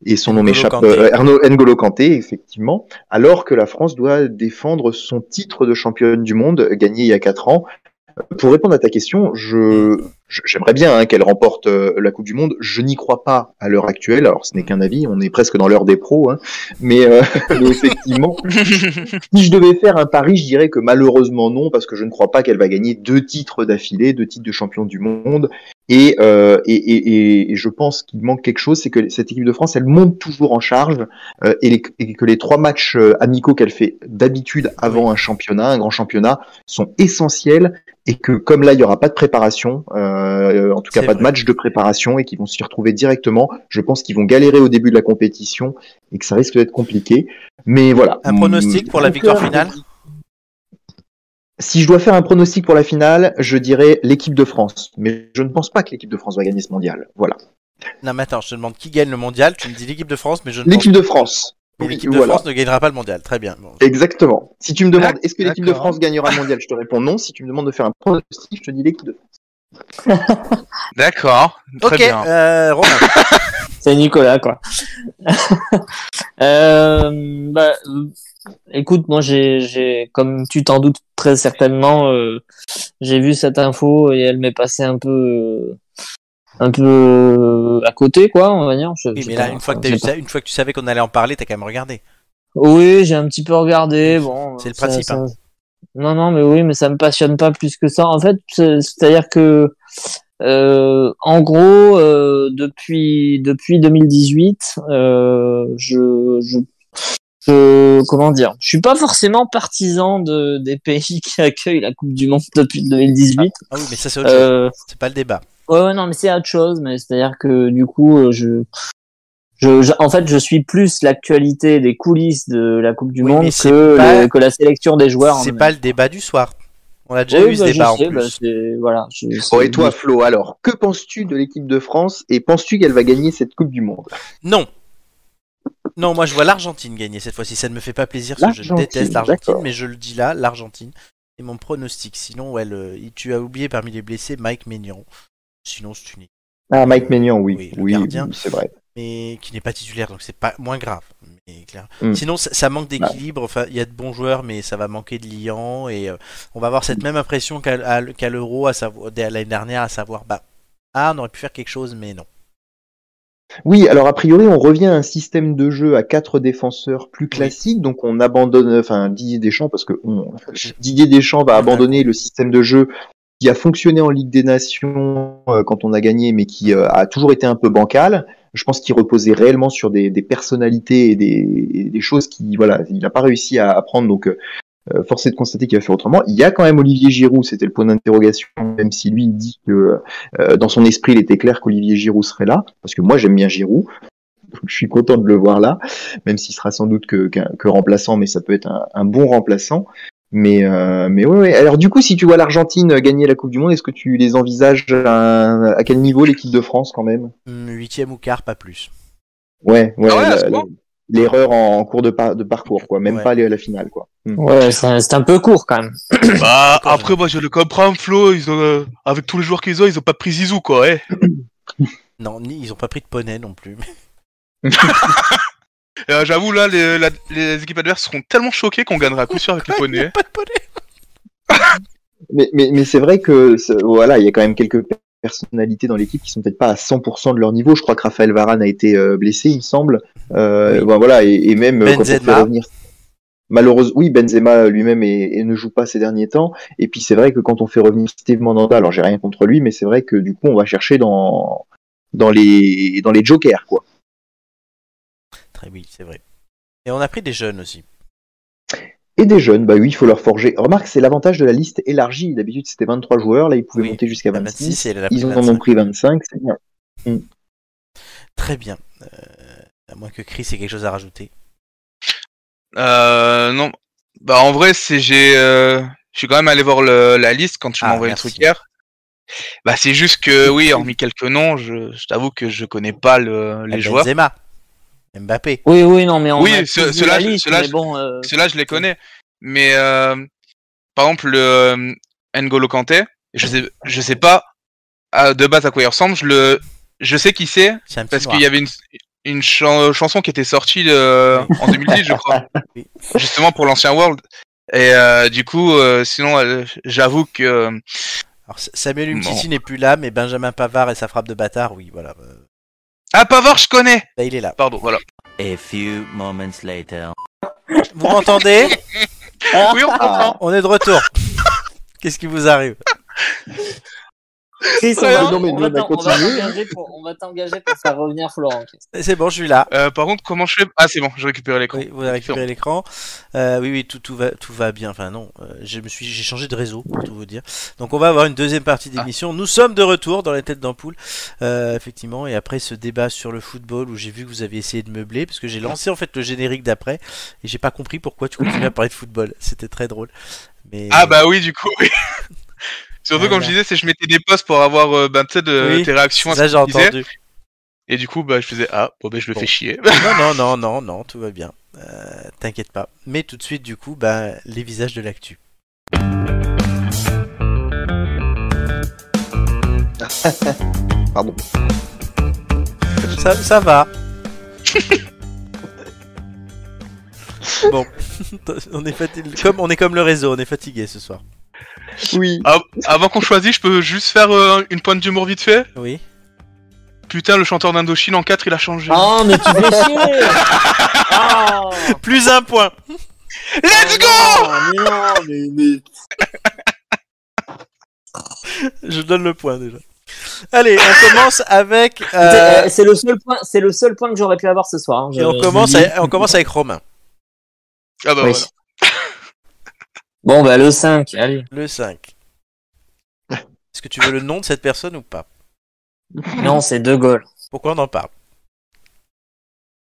S3: et son nom
S1: N'Golo
S3: m'échappe,
S1: Kanté.
S3: euh, Arnaud N'Golo Kanté, effectivement, alors que la France doit défendre son titre de championne du monde gagné il y a quatre ans. Pour répondre à ta question, je je- j'aimerais bien hein, qu'elle remporte euh, la Coupe du Monde. Je n'y crois pas à l'heure actuelle. Alors, ce n'est qu'un avis. On est presque dans l'heure des pros, hein. mais, euh, mais effectivement, si je devais faire un pari, je dirais que malheureusement non, parce que je ne crois pas qu'elle va gagner deux titres d'affilée, deux titres de champion du monde. Et, euh, et, et, et- et je pense qu'il manque quelque chose, c'est que cette équipe de France, elle monte toujours en charge, euh, et, les- et que les trois matchs euh, amicaux qu'elle fait d'habitude avant un championnat, un grand championnat, sont essentiels, et que comme là, il n'y aura pas de préparation, euh, en tout cas
S1: C'est
S3: pas de
S1: vrai.
S3: match de préparation, et qu'ils vont s'y retrouver directement, je pense qu'ils vont galérer au début de la compétition, et que ça risque d'être compliqué. Mais voilà.
S1: Un pronostic pour la victoire
S3: Mm.
S1: finale
S3: Si je dois faire un pronostic pour la finale, je dirais l'équipe de France. Mais je ne pense pas que l'équipe de France va gagner ce mondial. Voilà.
S1: Non, mais attends, je te demande qui gagne le mondial. Tu me dis l'équipe de France, mais je ne pense
S3: L'équipe de France.
S1: Mais
S3: Oui,
S1: l'équipe de
S3: voilà.
S1: France ne gagnera pas le mondial. Très bien. Bon.
S3: Exactement. Si tu me demandes, est-ce que
S2: D'accord.
S3: l'équipe de France gagnera le mondial Je te réponds non. Si tu me demandes de faire un pronostic, je te dis l'équipe de France.
S2: D'accord. Très
S1: Ok,
S2: bien.
S1: euh, Romain.
S5: C'est Nicolas, quoi. euh, bah, euh, écoute, moi, j'ai, j'ai, comme tu t'en doutes très certainement, euh, j'ai vu cette info et elle m'est passée un peu, euh, un peu euh, à côté, quoi, on va dire. Je-
S1: Oui,
S5: je
S1: mais
S5: sais
S1: là,
S5: pas,
S1: une fois que
S5: je
S1: t'as eu
S5: sais pas.
S1: ça, une fois que tu savais qu'on allait en parler, t'as quand même regardé.
S5: Oui, j'ai un petit peu regardé. Bon, euh,
S1: C'est le
S5: ça-
S1: principe, hein.
S5: ça- Non, non, mais oui, mais ça me passionne pas plus que ça. En fait, c'est- c'est-à-dire que, euh, en gros, euh, depuis depuis 2018, euh, je, je je- comment dire, je suis pas forcément partisan de des pays qui accueillent la Coupe du Monde depuis 2018.
S1: Ah oui, mais ça c'est autre chose.
S5: Euh,
S1: C'est pas le débat.
S5: Ouais, ouais, non, mais c'est autre chose, mais c'est-à-dire que du coup, euh, je, je, je- en fait, je suis plus l'actualité des coulisses de la Coupe du
S1: Oui,
S5: Monde
S1: mais c'est
S5: que,
S1: pas-
S5: le- que la sélection des joueurs. en
S1: C'est
S5: eux-mêmes.
S1: pas le débat du soir. On a déjà
S5: Oui,
S1: eu ce
S5: bah, je
S1: débat en
S5: sais,
S1: plus. Oh,
S5: bah, c'est- voilà, je-
S3: Bon,
S5: c'est-
S3: Oh, et toi, Flo, alors, que penses-tu de l'équipe de France et penses-tu qu'elle va gagner cette Coupe du Monde
S1: Non. Non, moi je vois l'Argentine gagner cette fois-ci. Ça ne me fait pas plaisir parce que je
S3: L'Argentine,
S1: déteste l'Argentine,
S3: d'accord.
S1: mais je le dis là, l'Argentine. C'est mon pronostic. Sinon, ouais, le- tu as oublié parmi les blessés Mike Maignan. Sinon, c'est une
S3: Ah, Mike Maignan,
S1: Oui,
S3: oui.
S1: le
S3: Oui,
S1: gardien.
S3: oui, c'est vrai.
S1: mais qui n'est pas titulaire, donc c'est pas moins grave. Mais clair.
S3: Mm.
S1: Sinon, ça, ça manque d'équilibre. Enfin, il y a de bons joueurs, mais ça va manquer de liant. Et euh, on va avoir cette même impression qu'à à- qu'à l'Euro, à savoir- dès l'année dernière, à savoir, bah, ah, on aurait pu faire quelque chose, mais non.
S3: Oui, alors a priori, on revient à un système de jeu à quatre défenseurs plus classique, donc on abandonne, enfin Didier Deschamps, parce que on- Didier Deschamps va abandonner le système de jeu qui a fonctionné en Ligue des Nations euh, quand on a gagné, mais qui euh, a toujours été un peu bancal. Je pense qu'il reposait réellement sur des, des personnalités et des, et des choses qui, voilà, il n'a pas réussi à apprendre, donc euh, force est de constater qu'il va faire autrement. Il y a quand même Olivier Giroud, c'était le point d'interrogation, même si lui il dit que euh, dans son esprit il était clair qu'Olivier Giroud serait là, parce que moi j'aime bien Giroud, donc je suis content de le voir là, même s'il sera sans doute que, qu'un- que remplaçant, mais ça peut être un, un bon remplaçant. Mais euh, mais ouais, ouais. Alors du coup, si tu vois l'Argentine gagner la Coupe du Monde, est-ce que tu les envisages à, à quel niveau l'équipe de France quand même
S1: Hum, Huitième ou quart, pas plus.
S3: Ouais, ouais.
S2: Ah ouais, à
S3: la-
S2: ce point
S3: la- L'erreur en, en cours de, par- de parcours, quoi. Même
S1: Ouais.
S3: pas les- la finale, quoi. Hmm.
S5: Ouais, c'est c'est un peu court quand même.
S1: Euh,
S2: Bah, après, moi, je le comprends, Flo. Ils ont, euh, avec tous les joueurs qu'ils ont, ils ont pas pris Zizou, quoi. Eh.
S1: Non, ni- ils ont pas pris de poney non plus.
S2: Euh, J'avoue, là, les, la- les équipes adverses seront tellement choquées qu'on gagnera à coup sûr avec les poneys.
S1: pas de poney.
S3: Mais, mais, mais c'est vrai que ce- voilà, il y a quand même quelques pe- personnalités dans l'équipe qui sont peut-être pas à 100% de leur niveau. Je crois que Raphaël Varane a été euh, blessé, il me semble. Euh,
S1: Oui.
S3: bon, voilà, et, et même euh, quand on
S1: Benzema.
S3: fait revenir- Malheureusement, oui, Benzema euh, lui-même est- et ne joue pas ces derniers temps. Et puis c'est vrai que quand on fait revenir Steve Mandanda, alors j'ai rien contre lui, mais c'est vrai que du coup on va chercher dans dans les dans les jokers quoi.
S1: Très oui, c'est vrai. Et on a pris des jeunes aussi.
S3: Et des jeunes, bah oui, il faut leur forger. Remarque, c'est l'avantage de la liste élargie. D'habitude c'était 23 joueurs, là ils pouvaient
S1: Oui,
S3: monter jusqu'à
S1: La
S3: 26.
S1: 26 et la
S3: Ils en
S1: 25.
S3: ont pris 25, c'est bien.
S1: Très bien. Euh, à moins que Chris ait quelque chose à rajouter.
S2: Euh, non. Bah, en vrai, c'est j'ai. euh, Je suis quand même allé voir le- la liste quand tu m'as
S1: Ah,
S2: envoyé le
S1: merci.
S2: truc hier. Bah, c'est juste que, oui, hormis quelques noms, je, je t'avoue que je connais pas le-
S1: Ah, ben,
S2: les joueurs.
S1: Benzema. Mbappé.
S5: Oui, oui, non, mais on
S2: Oui,
S5: a
S2: ce-
S5: tous vu
S2: cela,
S5: la liste,
S2: cela,
S5: mais bon, euh,
S2: Ceux-là, je les connais. Mais, euh, par exemple, le euh, N'Golo Kanté, je sais, je sais pas à- de base à quoi il ressemble. Je, le, je sais qui c'est
S1: C'est un petit
S2: parce
S1: noir.
S2: qu'il y avait une, une chan- chanson qui était sortie euh, en 2010, je crois.
S1: Oui.
S2: Justement pour l'ancien World. Et euh, du coup, euh, sinon, euh, j'avoue que. euh,
S1: Alors, S- Samuel
S2: Bon.
S1: Umtiti n'est plus là, mais Benjamin Pavard et sa frappe de bâtard, oui, voilà. euh,
S2: Ah, Pavard, je connais
S1: Là, il est là.
S2: Pardon, voilà.
S7: A few moments later.
S1: Vous m'entendez
S2: Oui, oh. on comprend.
S1: On est de retour. Qu'est-ce qui vous arrive
S5: Chris, on
S2: Ouais,
S5: va-
S2: non,
S3: mais
S5: on
S3: nous,
S5: va
S3: on a
S5: t'en- on va
S3: continué.
S5: t'engager pour- on va t'engager pour faire revenir Florent. Chris.
S1: Eh, C'est bon, je suis là.
S2: Euh, par contre, comment je fais Ah, c'est bon, j'ai récupéré l'écran.
S1: Oui, vous avez récupéré l'écran. Euh, oui, oui, tout, tout va, tout va bien. Enfin, non, euh, je me suis, j'ai changé de réseau pour tout vous dire. Donc, on va avoir une deuxième partie d'émission.
S2: Ah.
S1: Nous sommes de retour dans la tête d'ampoule, euh, effectivement. Et après ce débat sur le football, où j'ai vu que vous aviez essayé de meubler, parce que j'ai lancé en fait le générique d'après, et j'ai pas compris pourquoi tu continuais à parler de football. C'était très drôle. Mais
S2: Ah, bah oui, du coup, oui. Surtout, comme
S1: Voilà.
S2: je disais, c'est je mettais des posts pour avoir euh, ben, tu sais, de,
S1: Oui,
S2: tes réactions à ce
S1: ça j'ai
S2: que tu disais.
S1: entendu.
S2: Et du coup, bah, je faisais Ah, bon, ben, je me
S1: Bon.
S2: fais chier.
S1: Non, non, non, non, non, tout va bien. Euh, T'inquiète pas. Mais tout de suite, du coup, bah, les visages de l'actu.
S3: Pardon.
S1: Ça, ça va. bon, on est fatigué. Comme, on est comme le réseau, on est fatigué ce soir.
S3: Oui.
S2: Ah, avant qu'on choisisse, je peux juste faire euh, une pointe d'humour vite fait
S1: Oui.
S2: Putain, le chanteur d'Indochine en 4, il a changé.
S5: Oh, mais tu fais chier Ah
S1: Plus un point.
S2: Let's go
S5: Mais non, mais, mais...
S1: Je donne le point déjà. Allez, on commence avec. euh,
S5: C'est- euh, C'est le seul point, c'est le seul point que j'aurais pu avoir ce soir. hein, je-
S1: et on
S5: je
S1: commence,
S5: le dis.
S1: à- on commence avec Romain.
S2: Ah bah
S5: Oui.
S2: voilà.
S5: Bon bah le 5, allez.
S1: Le 5. Est-ce que tu veux le nom de cette personne ou pas
S5: Non, c'est De Gaulle.
S1: Pourquoi on en parle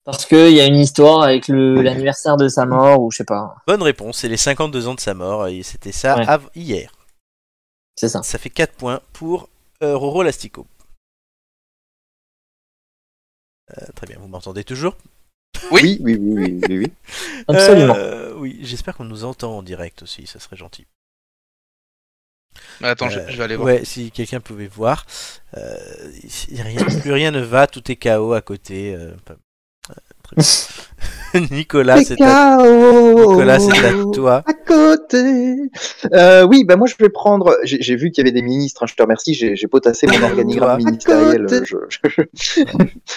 S5: Parce que il y a une histoire avec le l'anniversaire de sa mort ou je sais pas.
S1: Bonne réponse, c'est les 52 ans de sa mort. et C'était ça
S5: Ouais.
S1: av- hier.
S5: C'est ça.
S1: Ça fait 4 points pour euh, Roro Lastico. Euh, très bien, vous m'entendez toujours
S3: Oui, oui, oui, oui, oui, oui.
S5: Absolument.
S1: Euh, Oui, j'espère qu'on nous entend en direct aussi, ça serait gentil.
S2: Ah, Attends, je,
S1: Euh,
S2: je vais aller voir.
S1: Ouais, si quelqu'un pouvait voir. Euh, il- il- rien, plus rien ne va, tout est KO à côté. euh, pas- euh, très bien. Nicolas, c'est à...
S3: Cacao
S1: Nicolas, c'est à toi.
S3: à côté. Euh, oui, bah moi je vais prendre. J'ai j'ai vu qu'il y avait des ministres. hein, je te remercie. J'ai j'ai potassé mon
S1: À
S3: organigramme ministériel euh, je- je- je-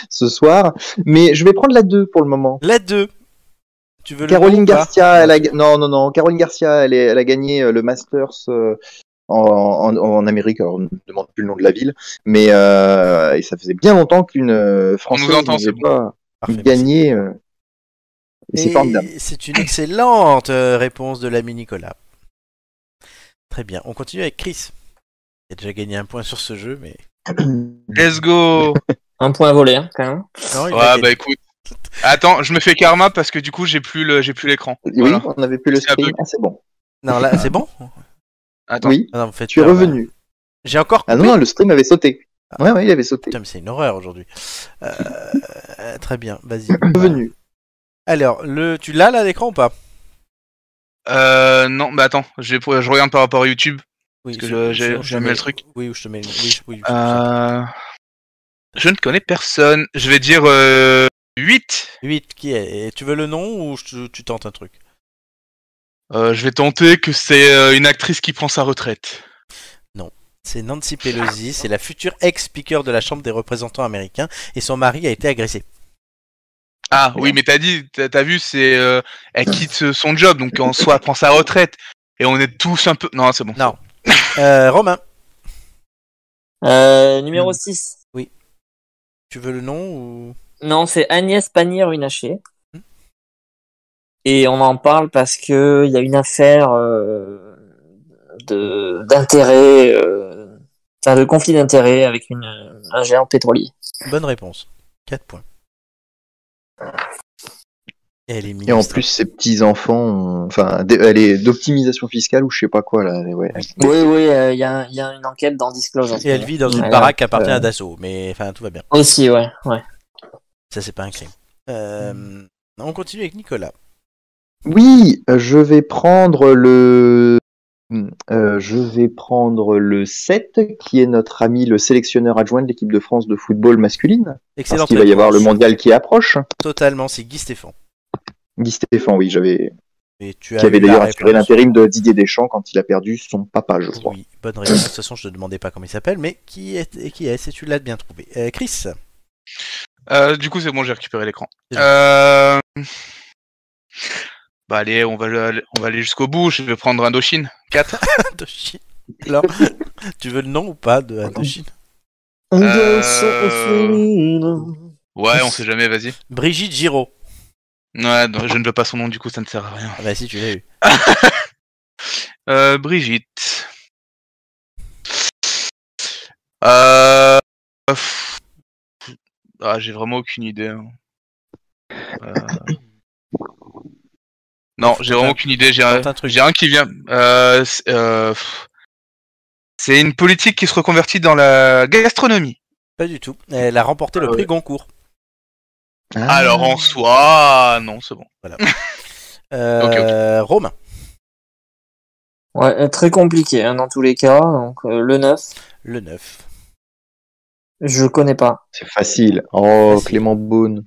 S3: ce soir, mais je vais prendre la 2 pour le moment.
S1: La 2. Tu veux le Ah, nom
S3: Caroline
S1: ou pas
S3: Garcia, elle a... non, non, non. Caroline Garcia, elle, est- elle a gagné euh, le Masters euh, en, en- en Amérique. Alors, on ne demande plus le nom de la ville, mais euh, et ça faisait bien longtemps qu'une euh, française
S2: entend,
S3: n'avait
S2: c'est bon.
S3: pas
S1: Parfait,
S3: gagné. euh, et
S1: merci.
S3: c'est formidable.
S1: Et C'est une excellente euh, réponse de l'ami Nicolas. Très bien, on continue avec Chris. Il a déjà gagné un point sur ce jeu, mais.
S2: Let's go
S5: Un point volé hein, quand même.
S1: Non, il va
S2: Ouais,
S1: gagner.
S2: bah écoute. Attends, je me fais karma parce que du coup, j'ai plus le, j'ai plus l'écran.
S3: Oui,
S2: Voilà.
S3: on n'avait plus le
S2: C'est un peu-
S3: stream. Ah, c'est bon.
S1: Non, là, c'est bon
S2: Attends.
S3: Oui,
S1: Ah non, vous faites
S3: tu es
S1: peur, là.
S3: revenu.
S1: J'ai encore.
S3: Ah non,
S1: coupé.
S3: non, le stream avait sauté. Ouais, ouais, il avait sauté.
S1: Putain, mais c'est une horreur aujourd'hui. Euh, euh, très bien, vas-y.
S3: Revenu.
S1: Alors, le, tu l'as là à l'écran ou pas
S2: Euh, non, bah attends, je, vais- je regarde par rapport à YouTube.
S1: Oui,
S2: Parce que
S1: je-
S2: je- j'ai-
S1: sinon, je
S2: j'ai
S1: te
S2: mis le truc.
S1: Oui, ou je te mets. Oui, je- oui, je-
S2: Euh... Je ne connais personne. Je vais dire euh... 8.
S1: 8, qui est Et Tu veux le nom ou je- tu tentes un truc
S2: Euh, je vais tenter que c'est euh, une actrice qui prend sa retraite.
S1: C'est Nancy Pelosi, c'est la future ex-speaker de la Chambre des représentants américains et son mari a été agressé.
S2: Ah oui, mais t'as dit, t'as t'as vu, c'est euh, elle quitte euh, son job, donc en soi elle prend sa retraite. Et on est tous un peu. Non, c'est bon.
S1: Non. Euh, Romain,
S5: Euh, numéro 6.
S1: tu veux le nom ou
S5: Non, c'est Agnès Pannier-Runacher. Et on en parle parce que il y a une affaire euh, de d'intérêt, euh, enfin de conflit d'intérêt avec une un géant pétrolier.
S1: Bonne réponse. 4 points. Et elle est
S3: Et en
S1: ministre.
S3: plus, ses petits-enfants, ont- enfin, d- elle est d'optimisation fiscale ou je sais pas quoi, là. mais Ouais.
S5: Oui, oui, euh, il y, a, il y a une enquête dans Disclose. en ce
S1: Et elle
S5: moment.
S1: vit dans une
S5: Ouais,
S1: baraque qui
S3: Euh.
S1: appartient à Dassault, mais enfin tout va bien.
S5: Aussi, ouais, ouais.
S1: Ça c'est pas un crime. Euh, On continue avec Nicolas.
S3: Oui, euh, je vais prendre le. euh, je vais prendre le 7, qui est notre ami le sélectionneur adjoint de l'équipe de France de football masculine.
S1: Excellent.
S3: Parce qu'il va y avoir le mondial qui approche.
S1: Totalement, c'est Guy Stéphane.
S3: Guy Stéphane, oui, j'avais,
S1: Et tu as
S3: qui avait
S1: eu la
S3: d'ailleurs assuré
S1: réponse.
S3: l'intérim de Didier Deschamps quand il a perdu son papa, je crois.
S1: Oui, bonne réponse. De toute façon, je te demandais pas comment il s'appelle, mais qui est et qui est Et tu l'as bien trouvé. Euh, Chris,
S2: Euh, du coup, c'est bon, j'ai récupéré l'écran.
S1: C'est bon.
S2: Euh... Bah allez, on va, le- on va aller jusqu'au bout. Je vais prendre Indochine. 4.
S1: Indochine. Alors, tu veux le nom ou pas de Indochine
S2: Ouais, on sait jamais, vas-y.
S1: Brigitte Giraud.
S2: Ouais, non, je ne veux pas son nom, du coup, ça ne sert à rien.
S1: Ah bah si, tu l'as eu.
S2: Euh, Brigitte. Euh... pff, Ah, j'ai vraiment aucune idée. hein. Euh, Non, j'ai vraiment aucune idée. J'ai un...
S1: Tente un truc.
S2: j'ai un qui vient. Euh, c'est- euh, pff, C'est une politique qui se reconvertit dans la gastronomie. Ah
S1: Pas du tout. Elle a remporté le prix Goncourt.
S3: Ah,
S2: Alors en soi, non, c'est bon.
S1: Euh, Romain.
S5: Ouais, euh, très compliqué hein, dans tous les cas. Donc euh, le 9,
S1: Le 9.
S5: je connais pas.
S3: C'est facile. Oh, Clément Beaune.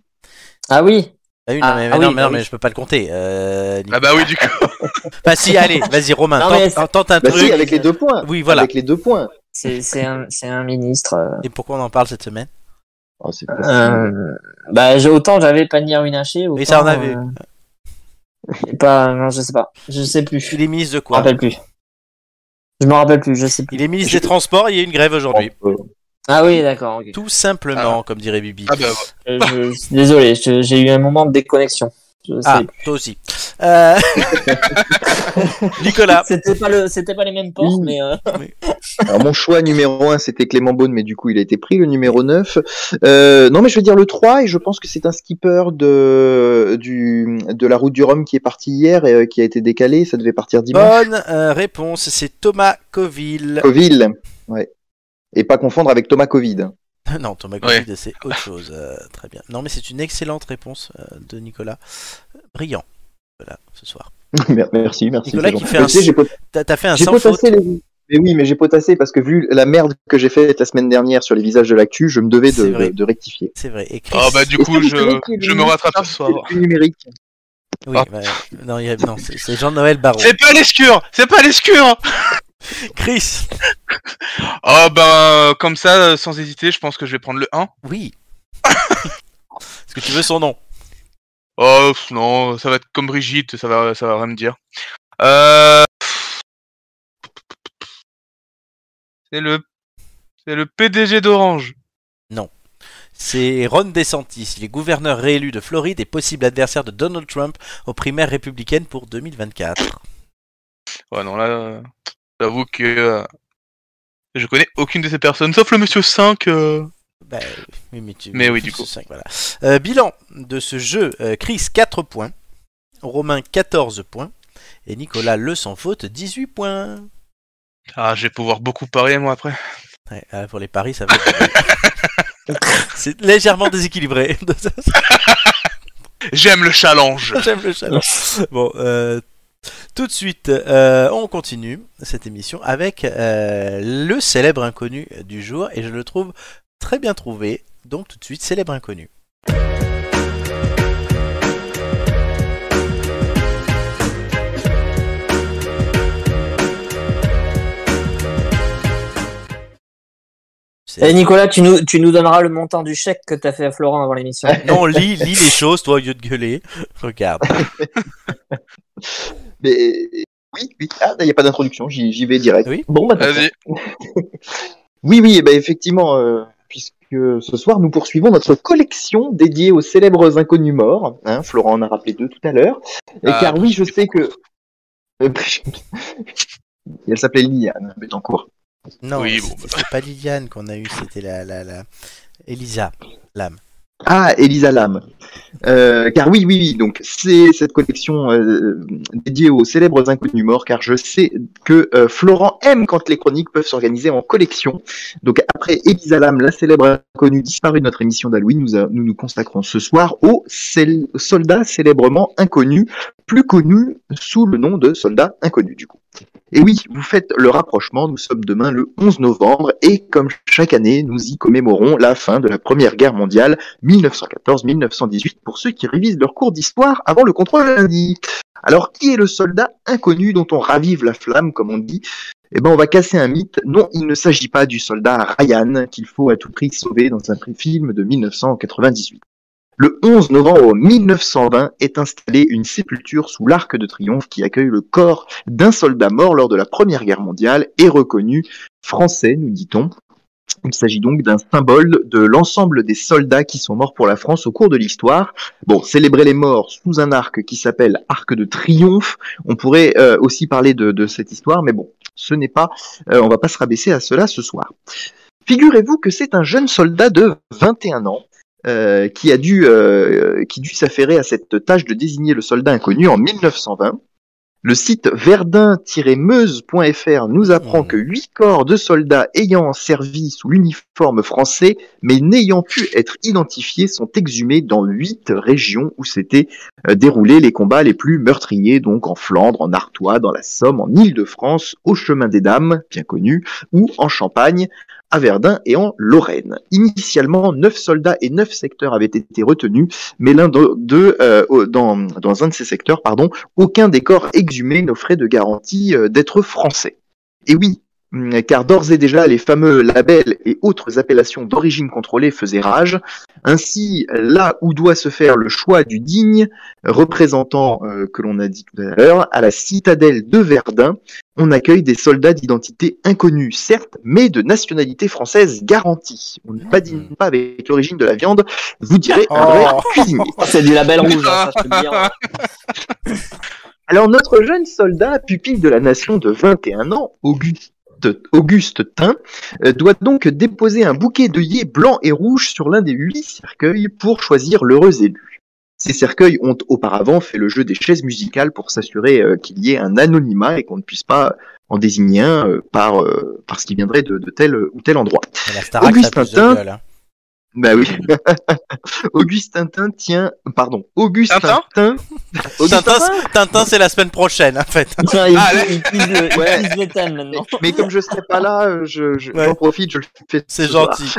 S5: Ah oui,
S1: Ah oui, non,
S5: Ah,
S1: mais,
S5: ah
S1: non,
S5: oui,
S1: mais,
S5: ah
S1: non, mais
S5: oui. Ah.
S1: je peux pas le compter. Euh,
S2: Ah bah oui, du coup.
S1: Bah si, allez, vas-y Romain,
S5: Non, mais c'est- hein.
S1: tente, tente un
S3: Bah
S1: truc.
S3: si, avec les deux points.
S1: Oui, voilà.
S3: Avec les deux points.
S5: c'est c'est un c'est un ministre. euh.
S1: Et pourquoi on en parle cette semaine
S3: Oh, c'est facile.
S5: Euh, bah j'ai- autant j'avais Pannier Runacher.
S1: Oui, Ah ça, on a vu.
S5: euh, Pas non, je sais pas. Je sais plus.
S1: Il est ministre de
S5: Je me
S2: Ah,
S1: quoi
S2: bah,
S5: rappelle plus. Je me rappelle plus. Je sais plus.
S1: Il est ministre des Transports, il y a une grève aujourd'hui.
S3: Euh,
S5: Ah oui, d'accord. ok.
S1: Tout simplement, comme dirait Bibi.
S2: Ah bah,
S5: Euh, je- Désolé, je- j'ai eu un moment de déconnexion. Je sais
S1: Ah, toi aussi. Euh, Nicolas.
S5: C'était pas le, c'était pas les mêmes ports, mais euh,
S3: Alors, mon choix numéro 1, c'était Clément Beaune, mais du coup, il a été pris, le numéro 9. Euh, non, mais je vais dire le 3, et je pense que c'est un skipper de, du, de la route du Rhum qui est parti hier et euh, qui a été décalé. Ça devait partir dimanche.
S1: Bonne euh, réponse, c'est Thomas Coville.
S3: Covid. Ouais. Et pas confondre avec Thomas Covid.
S1: non, Thomas
S2: Ouais.
S1: Coville, c'est autre chose. Euh, très bien. Non, mais c'est une excellente réponse euh, de Nicolas. Brillant, Nicolas, ce soir.
S3: Mer- merci, merci.
S1: Nicolas
S3: c'est
S1: qui
S3: gentil.
S1: fait un-
S3: Tu sais, j'ai pot-
S1: T'as t'as fait un
S3: j'ai
S1: Ah, sans faute.
S3: potassé les... Mais oui, mais j'ai potassé parce que vu la merde que j'ai faite la semaine dernière sur les visages de l'actu, je me devais
S1: C'est
S3: de,
S1: vrai.
S3: de- de rectifier.
S1: C'est vrai. Et Chris-
S2: Ah bah du coup,
S3: Est-ce que vous
S2: je,
S3: savez qu'il
S2: je
S3: est
S2: me rattrape ce
S3: C'est
S2: soir.
S3: le plus numérique.
S1: Oui, bah, non, il y a- non, c'est c'est Jean-Noël Barraud.
S2: C'est pas l'escure C'est pas l'escure
S1: Chris.
S2: Oh bah, comme ça, sans hésiter, je pense que je vais prendre le 1.
S1: Oui. Est-ce que tu veux son nom
S2: Oh pff, non, ça va être comme Brigitte, ça va, ça va rien me dire. Euh... pff. C'est le, c'est le PDG d'Orange.
S1: C'est Ron DeSantis. Il est gouverneur réélu de Floride et possible adversaire de Donald Trump aux primaires républicaines pour 2024.
S2: Ouais non là, euh, j'avoue que euh, je connais aucune de ces personnes, sauf le Monsieur 5. euh,
S1: Bah, oui, mais, tu-
S2: Mais oui, du coup.
S1: Cinq, voilà. Euh, bilan de ce jeu euh, Chris 4 points, Romain 14 points et Nicolas le sans faute 18 points.
S2: Ah, je vais pouvoir beaucoup parier moi après.
S1: Ouais, ah, pour les paris, ça va. être- C'est légèrement déséquilibré.
S2: J'aime le challenge.
S1: J'aime le challenge. Bon, euh, tout de suite, euh, on continue cette émission avec euh, le célèbre inconnu du jour et je le trouve très bien trouvé. Donc tout de suite, célèbre inconnu.
S5: eh, Nicolas, tu nous, tu nous donneras le montant du chèque que t'as fait à Florent avant l'émission.
S1: Non, lis, lis les choses, toi, au lieu de gueuler. Regarde.
S3: Mais oui, oui. Ah, il n'y a pas d'introduction, j'y j'y vais direct.
S1: Oui.
S3: Bon, bah,
S2: Vas-y.
S3: Oui, oui, eh ben effectivement, euh, puisque ce soir nous poursuivons notre collection dédiée aux célèbres inconnus morts. Hein, Florent en a rappelé deux tout à l'heure. Et
S2: Ah,
S3: car oui, je sais que. Euh, Elle s'appelait Liliane Bettencourt.
S1: Non,
S2: Oui,
S1: c'est-
S2: bon, bah.
S1: c'est pas Liliane qu'on a eu, c'était la, la, la... Elisa.
S3: Ah, Elisa Lam. Euh, car oui, oui, oui, donc c'est cette collection euh, dédiée aux célèbres inconnus morts, car je sais que euh, Florent aime quand les chroniques peuvent s'organiser en collection. Donc après Elisa Lam, la célèbre inconnue disparue de notre émission d'Halloween, nous, a- nous nous consacrons ce soir aux cél- soldats célèbrement inconnus, plus connus sous le nom de soldats inconnus du coup. Et oui, vous faites le rapprochement, nous sommes demain le 11 novembre, et comme chaque année, nous y commémorons la fin de la Première Guerre mondiale 1914-1918 pour ceux qui révisent leur cours d'histoire avant le contrôle lundi. Alors, qui est le soldat inconnu dont on ravive la flamme, comme on dit Eh ben, on va casser un mythe. Non, il ne s'agit pas du soldat Ryan qu'il faut à tout prix sauver dans un film de 1998. Le 11 novembre 1920 est installée une sépulture sous l'Arc de Triomphe qui accueille le corps d'un soldat mort lors de la Première Guerre mondiale et reconnu français, nous dit-on. Il s'agit donc d'un symbole de l'ensemble des soldats qui sont morts pour la France au cours de l'histoire. Bon, célébrer les morts sous un arc qui s'appelle Arc de Triomphe, on pourrait euh, aussi parler de, de cette histoire, mais bon, ce n'est pas, euh, on va pas se rabaisser à cela ce soir. Figurez-vous que c'est un jeune soldat de 21 ans euh, qui a dû, euh, qui dut s'affairer à cette tâche de désigner le soldat inconnu en 1920. Le site verdun-meuse.fr nous apprend
S1: Mmh.
S3: que huit corps de soldats ayant servi sous l'uniforme français, mais n'ayant pu être identifiés, sont exhumés dans huit régions où s'étaient euh, déroulés les combats les plus meurtriers, donc en Flandre, en Artois, dans la Somme, en Île-de-France, au Chemin des Dames, bien connu, ou en Champagne, à Verdun et en Lorraine. Initialement, neuf soldats et neuf secteurs avaient été retenus, mais l'un d'eux, d'eux, euh, au- dans, dans un de ces secteurs, pardon, aucun des corps exhumés n'offrait de garantie euh, d'être français. Et oui, hum, car d'ores et déjà, les fameux labels et autres appellations d'origine contrôlée faisaient rage. Ainsi, là où doit se faire le choix du digne représentant euh, que l'on a dit tout à l'heure, à la citadelle de Verdun, on accueille des soldats d'identité inconnue, certes, mais de nationalité française garantie. On ne badine pas avec l'origine de la viande, vous direz un vrai
S1: Oh.
S3: cuisinier.
S4: Oh, c'est du label rouge, hein, ça, je peux te dire.
S3: Alors notre jeune soldat, pupille de la nation de 21 ans, Auguste, Auguste Tin, euh, doit donc déposer un bouquet d'œillets blancs et rouges sur l'un des huit cercueils pour choisir l'heureux élu. Ces cercueils ont auparavant fait le jeu des chaises musicales pour s'assurer euh, qu'il y ait un anonymat et qu'on ne puisse pas en désigner un euh, par, euh, parce qu'il viendrait de, de tel ou tel endroit.
S1: La Starac, ça a
S3: Auguste
S1: plus de
S3: Tintin.
S1: gueule. hein.
S3: Bah oui. Augustin Tin tient... Pardon. Augustin Tin...
S1: Tintin, c'est- Tintin, c'est la semaine prochaine, en fait.
S4: Tiens, il-
S2: Ah, là.
S4: il utilise le- il
S3: Ouais.
S4: utilise le thème, maintenant.
S3: Mais comme je serai pas là, euh, je, je-
S1: Ouais.
S3: j'en profite, je le fais.
S1: C'est
S3: ce soir.
S1: gentil.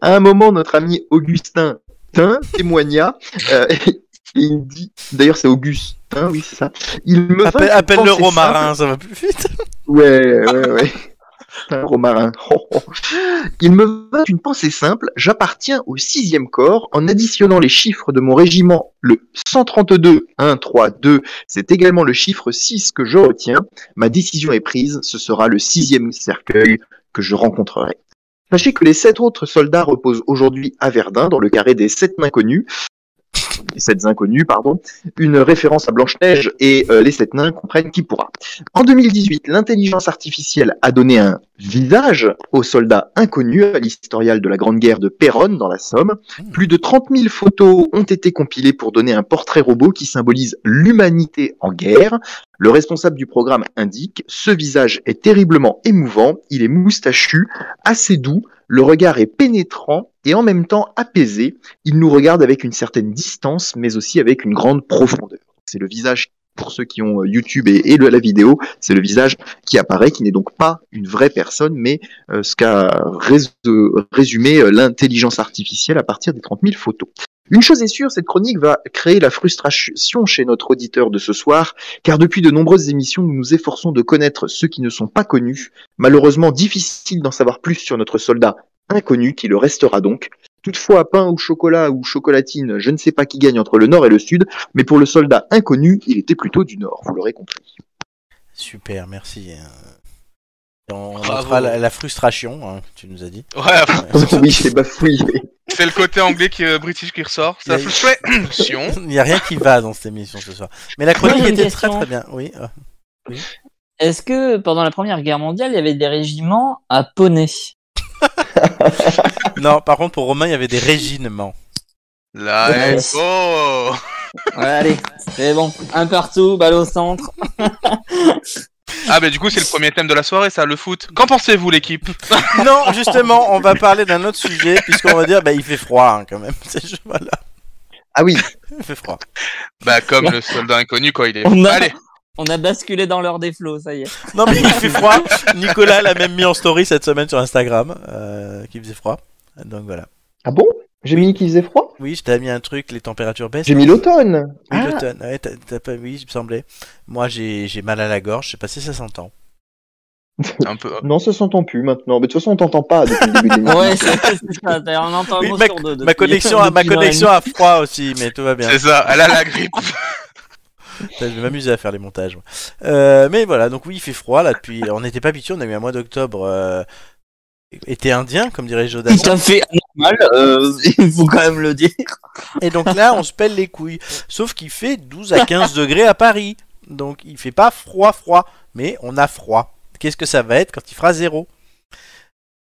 S3: À un moment, notre ami Augustin Tin témoigna. euh, et il dit, d'ailleurs, c'est Augustin, oui, c'est ça. Il me
S1: Appelle,
S3: vint une
S1: appelle le
S3: pensée simple.
S1: romarin, ça va plus vite.
S3: Ouais, ouais, ouais. Putain, Romarin. Oh, oh. Il me vint une pensée simple. J'appartiens au sixième corps. En additionnant les chiffres de mon régiment, le 132, 1, 3, 2, c'est également le chiffre 6 que je retiens. Ma décision est prise. Ce sera le sixième cercueil que je rencontrerai. Sachez que les sept autres soldats reposent aujourd'hui à Verdun, dans le carré des sept inconnus. Les sept inconnus, pardon. Une référence à Blanche-Neige et euh, les sept nains comprennent qui pourra. En 2018, l'intelligence artificielle a donné un visage aux soldats inconnus à l'historial de la Grande Guerre de Péronne dans la Somme. Plus de 30 000 photos ont été compilées pour donner un portrait robot qui symbolise l'humanité en guerre. Le responsable du programme indique Ce visage est terriblement émouvant, il est moustachu, assez doux, le regard est pénétrant et en même temps apaisé. Il nous regarde avec une certaine distance, mais aussi avec une grande profondeur. C'est le visage pour ceux qui ont euh, YouTube et, et le- la vidéo, c'est le visage qui apparaît, qui n'est donc pas une vraie personne, mais euh, ce qu'a rés- euh, résumé euh, l'intelligence artificielle à partir des 30 000 photos. Une chose est sûre, cette chronique va créer la frustration chez notre auditeur de ce soir, car depuis de nombreuses émissions, nous nous efforçons de connaître ceux qui ne sont pas connus. Malheureusement, difficile d'en savoir plus sur notre soldat inconnu, qui le restera donc. Toutefois, pain ou chocolat ou chocolatine, je ne sais pas qui gagne entre le nord et le sud, mais pour le soldat inconnu, il était plutôt du Nord, vous l'aurez compris.
S1: Super, merci. Euh, On
S2: Bravo.
S1: notera la, la frustration, hein, tu nous as dit.
S2: Ouais,
S3: oui, j'ai bafouillé.
S2: c'est le côté anglais qui, euh, british qui ressort. Ça
S1: Il y a-
S2: fait Sion.
S1: Il n'y a rien qui va dans cette émission ce soir. Mais la chronique
S5: Moi, j'ai une
S1: était très
S5: question.
S1: très bien. Oui. euh,
S5: Est-ce que pendant la Première Guerre mondiale, il y avait des régiments à poney
S1: Non, par contre, pour Romain, il y avait des réginements.
S2: Là,
S5: Nice.
S2: oh
S5: Ouais, allez, c'est bon. Un partout, balle au centre.
S2: Ah, bah du coup, c'est le premier thème de la soirée, ça, le foot. Qu'en pensez-vous, l'équipe
S1: Non, justement, on va parler d'un autre sujet, puisqu'on va dire, bah, il fait froid hein, quand même. C'est- je- voilà,
S3: Ah oui,
S1: il fait froid.
S2: Bah, comme le soldat inconnu, quoi, il est.
S5: On a-
S2: Allez
S5: On a basculé dans l'heure des flots, ça y est.
S1: Non, mais il fait froid. Nicolas l'a même mis en story cette semaine sur Instagram, euh, qu'il faisait froid. Donc voilà.
S3: ah bon J'ai mis qu'il faisait froid
S1: Oui, je t'ai mis un truc, les températures baissent.
S3: J'ai mis l'automne
S1: Oui,
S3: Ah.
S1: l'automne. Ouais, t'as- t'as pas... oui, il me semblait. Moi, j'ai j'ai mal à la gorge, je sais pas si ça s'entend.
S2: Un peu.
S3: Non, ça s'entend plus maintenant. Mais de toute façon, on t'entend pas depuis le début de l'émission.
S5: Ouais, c'est c'est ça. d'ailleurs, On entend un
S1: Oui,
S5: mot
S1: ma,
S5: sur deux.
S1: ma connexion, à, ma connexion à froid aussi, mais tout va bien.
S2: C'est ça, elle a la grippe.
S1: Putain, Je vais m'amuser à faire les montages. moi. Euh, mais voilà, donc oui, il fait froid là depuis. On n'était pas habitué, on a eu un mois d'octobre. euh, été indien, comme dirait Jodan.
S5: Tout à fait anormal, euh, il faut quand même le dire.
S1: Et donc là, on se pèle les couilles. Sauf qu'il fait 12 à 15 degrés à Paris. Donc il fait pas froid, froid, mais on a froid. Qu'est-ce que ça va être quand il fera zéro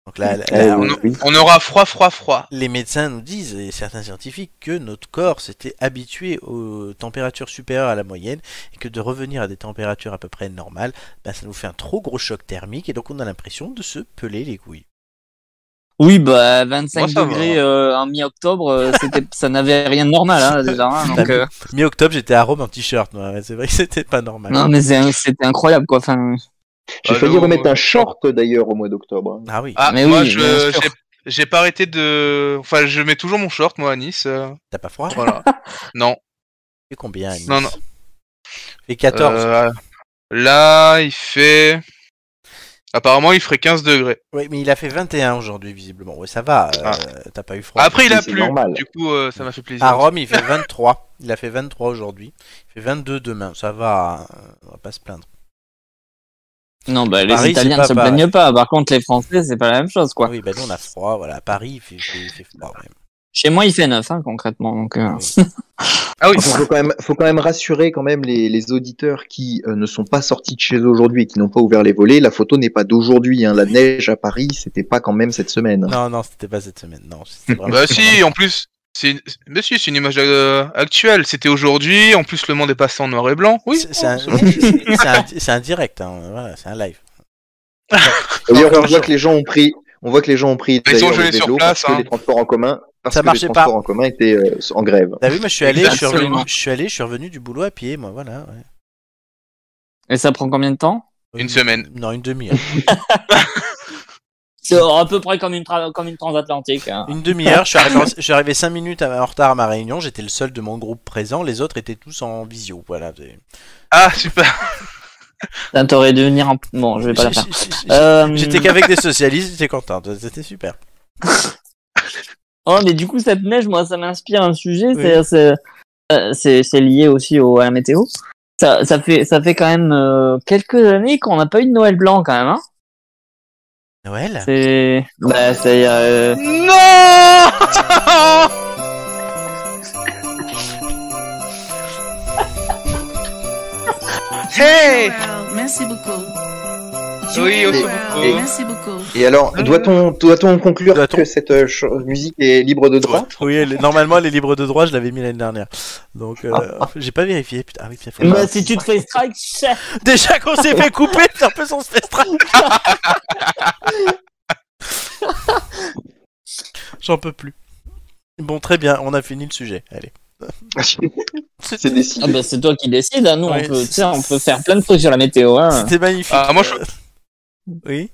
S1: Donc là, là,
S3: Euh,
S1: là, on-
S3: oui.
S2: On aura froid, froid, froid.
S1: les médecins nous disent, et certains scientifiques, que notre corps s'était habitué aux températures supérieures à la moyenne, et que de revenir à des températures à peu près normales, bah, ça nous fait un trop gros choc thermique, et donc on a l'impression de se peler les couilles.
S5: Oui, bah 25
S2: Moi, ça va.
S5: degrés euh, en mi-octobre, euh, c'était, ça n'avait rien de normal hein, déjà. hein, donc, euh,
S1: Mi-octobre, j'étais à Rome en t-shirt, moi, ouais, c'est vrai que c'était pas normal.
S5: non, mais c'est- c'était incroyable quoi. Enfin,
S3: J'ai
S2: Allô
S3: failli remettre un short d'ailleurs au mois d'octobre.
S1: Ah oui,
S2: Euh, Ah,
S5: Mais
S2: moi,
S5: oui,
S2: je,
S5: bien sûr.
S2: j'ai- j'ai pas arrêté de. Enfin, je mets toujours mon short, moi, à Nice. euh,
S1: t'as pas froid
S2: Voilà. non,
S1: Fait combien à Nice
S2: non, non.
S1: Fait 14.
S2: Euh, là, il fait. Apparemment, il ferait 15 degrés.
S1: Oui, mais il a fait 21 aujourd'hui, visiblement. Ouais, ça va, euh, t'as pas eu froid.
S2: Ah. Après, il a
S3: c'est
S2: plu.
S3: normal.
S2: Du coup, euh, ça m'a fait plaisir.
S1: À Rome, il fait 23. Il a fait 23 aujourd'hui. Il fait 22 demain. Ça va, euh, on va pas se plaindre.
S5: non, bah les
S1: Paris, c'est
S5: Italiens
S1: pas
S5: ne se
S1: pareil.
S5: plaignent pas. Par contre, les Français, c'est pas la même chose quoi.
S1: Oui, ben nous, on a froid. Voilà, à Paris, il fait, il fait- il fait froid. ouais.
S5: Chez moi, il fait 9 hein, concrètement. Donc, euh,
S2: Ah oui,
S3: Il faut quand même, faut quand même rassurer quand même les, les auditeurs qui euh, ne sont pas sortis de chez eux aujourd'hui et qui n'ont pas ouvert les volets. La photo n'est pas d'aujourd'hui. Hein. La neige à Paris, c'était pas quand même cette semaine.
S2: Ah,
S1: Non, non, c'était pas cette semaine. Non, c'était vraiment-
S2: Bah si, en plus, c'est une... mais si, c'est une image euh, actuelle. C'était aujourd'hui. En plus, le monde est passé en noir et blanc. Oui.
S1: C'est c'est un,
S2: c'est bon.
S1: c'est un- c'est un direct, hein, voilà, c'est un live.
S3: D'ailleurs, on
S2: bien
S3: voit
S2: sûr.
S3: que les gens ont pris, on voit que les gens ont pris
S2: Ils sont
S3: d'ailleurs,
S2: gelés
S3: le
S2: sur
S3: vélo
S2: place,
S3: parce que
S2: hein.
S3: les transports en commun, parce
S1: Ça
S3: que les
S1: marchait pas.
S3: transports en commun étaient euh, en grève.
S1: T'as vu, moi je suis allé, je suis revenu,
S5: Absolument.
S1: je suis allé, je suis revenu du boulot à pied, moi, voilà. ouais.
S5: et ça prend combien de temps
S2: Une semaine.
S1: Non, une demi-heure.
S5: C'est à peu près comme une, tra- comme une transatlantique. hein.
S1: Une demi-heure. Je suis arrivé, en- je suis arrivé cinq minutes à- en retard à ma réunion. J'étais le seul de mon groupe présent. Les autres étaient tous en visio, voilà. c'est-
S2: Ah super.
S5: Putain, T'aurais dû venir en. Bon, je vais pas la
S1: J-
S5: faire.
S1: j- j-
S5: Euh,
S1: J'étais qu'avec des socialistes, j'étais content, c'était super.
S5: Oh, mais du coup, cette neige, moi, ça m'inspire un sujet. c'est- C'est euh, c'est- c'est lié aussi au, à la météo. Ça, ça, fait, ça fait quand même euh, quelques années qu'on n'a pas eu de Noël blanc, quand même. Hein
S1: Noël
S5: c'est. Bah, c'est. euh,
S2: Non. hey.
S8: Wow, Merci beaucoup.
S2: Oui, aussi
S8: Wow,
S2: beaucoup.
S8: Merci beaucoup.
S3: Et alors, doit-on, doit-on conclure
S1: Doit-on
S3: que cette euh, ch- musique est libre de droit
S1: Oui, elle est- normalement elle est libre de droit, je l'avais mis l'année dernière. Donc euh, j'ai pas vérifié, putain. Ah oui, putain, faut
S5: bah,
S1: pas-
S5: si tu te fais strike, chef
S1: Déjà qu'on s'est fait couper, c'est un peu son stress. J'en peux plus. Bon, très bien, on a fini le sujet. Allez.
S3: C'est décidé.
S5: ah bah, C'est toi qui décides. Hein. Nous,
S1: Ouais,
S5: on, peut,
S1: c'est-
S5: tu sais, on peut faire plein de trucs sur la météo. Hein.
S1: C'était magnifique.
S2: Ah, moi, je-
S1: Oui.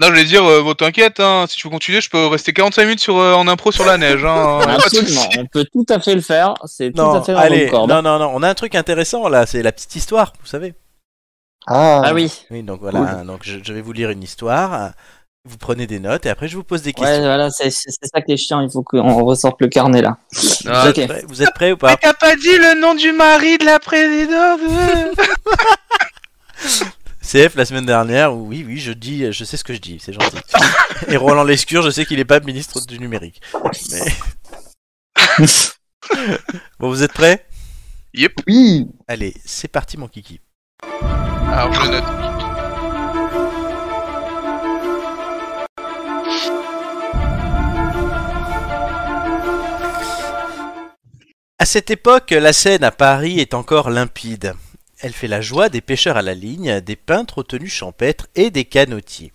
S2: Non, je vais dire, euh, bon, t'inquiète, hein, si tu veux continuer, je peux rester 45 minutes sur, euh, en impro sur la neige.
S5: Oh,
S2: Hein, pas de
S5: Absolument,
S2: soucis.
S5: on peut tout à fait le faire. C'est tout
S1: Non,
S5: à hein. fait dans
S1: allez.
S5: notre corde.
S1: Non, non, non. On a un truc intéressant là. C'est la petite histoire, vous savez.
S3: Ah,
S5: Ah oui,
S1: Oui, donc voilà. Donc je, je vais vous lire une histoire. Vous prenez des notes et après je vous pose des
S5: ouais,
S1: questions.
S5: voilà, c'est c'est ça qui est chiant. Il faut qu'on ressorte le carnet là.
S2: Ah,
S1: vous,
S5: ok.
S1: êtes prêts, vous êtes prêts ou
S2: Mais
S1: pas
S2: t'as pas dit le nom du mari de la présidente
S1: CF la semaine dernière. où Oui, oui, je dis, je sais ce que je dis. C'est gentil. et Roland Lescure, je sais qu'il est pas ministre du numérique. Mais... Bon, vous êtes prêts
S3: oui.
S1: Allez, c'est parti mon kiki.
S2: Alors, je note.
S1: À cette époque, la Seine à Paris est encore limpide. Elle fait la joie des pêcheurs à la ligne, des peintres aux tenues champêtres et des canotiers.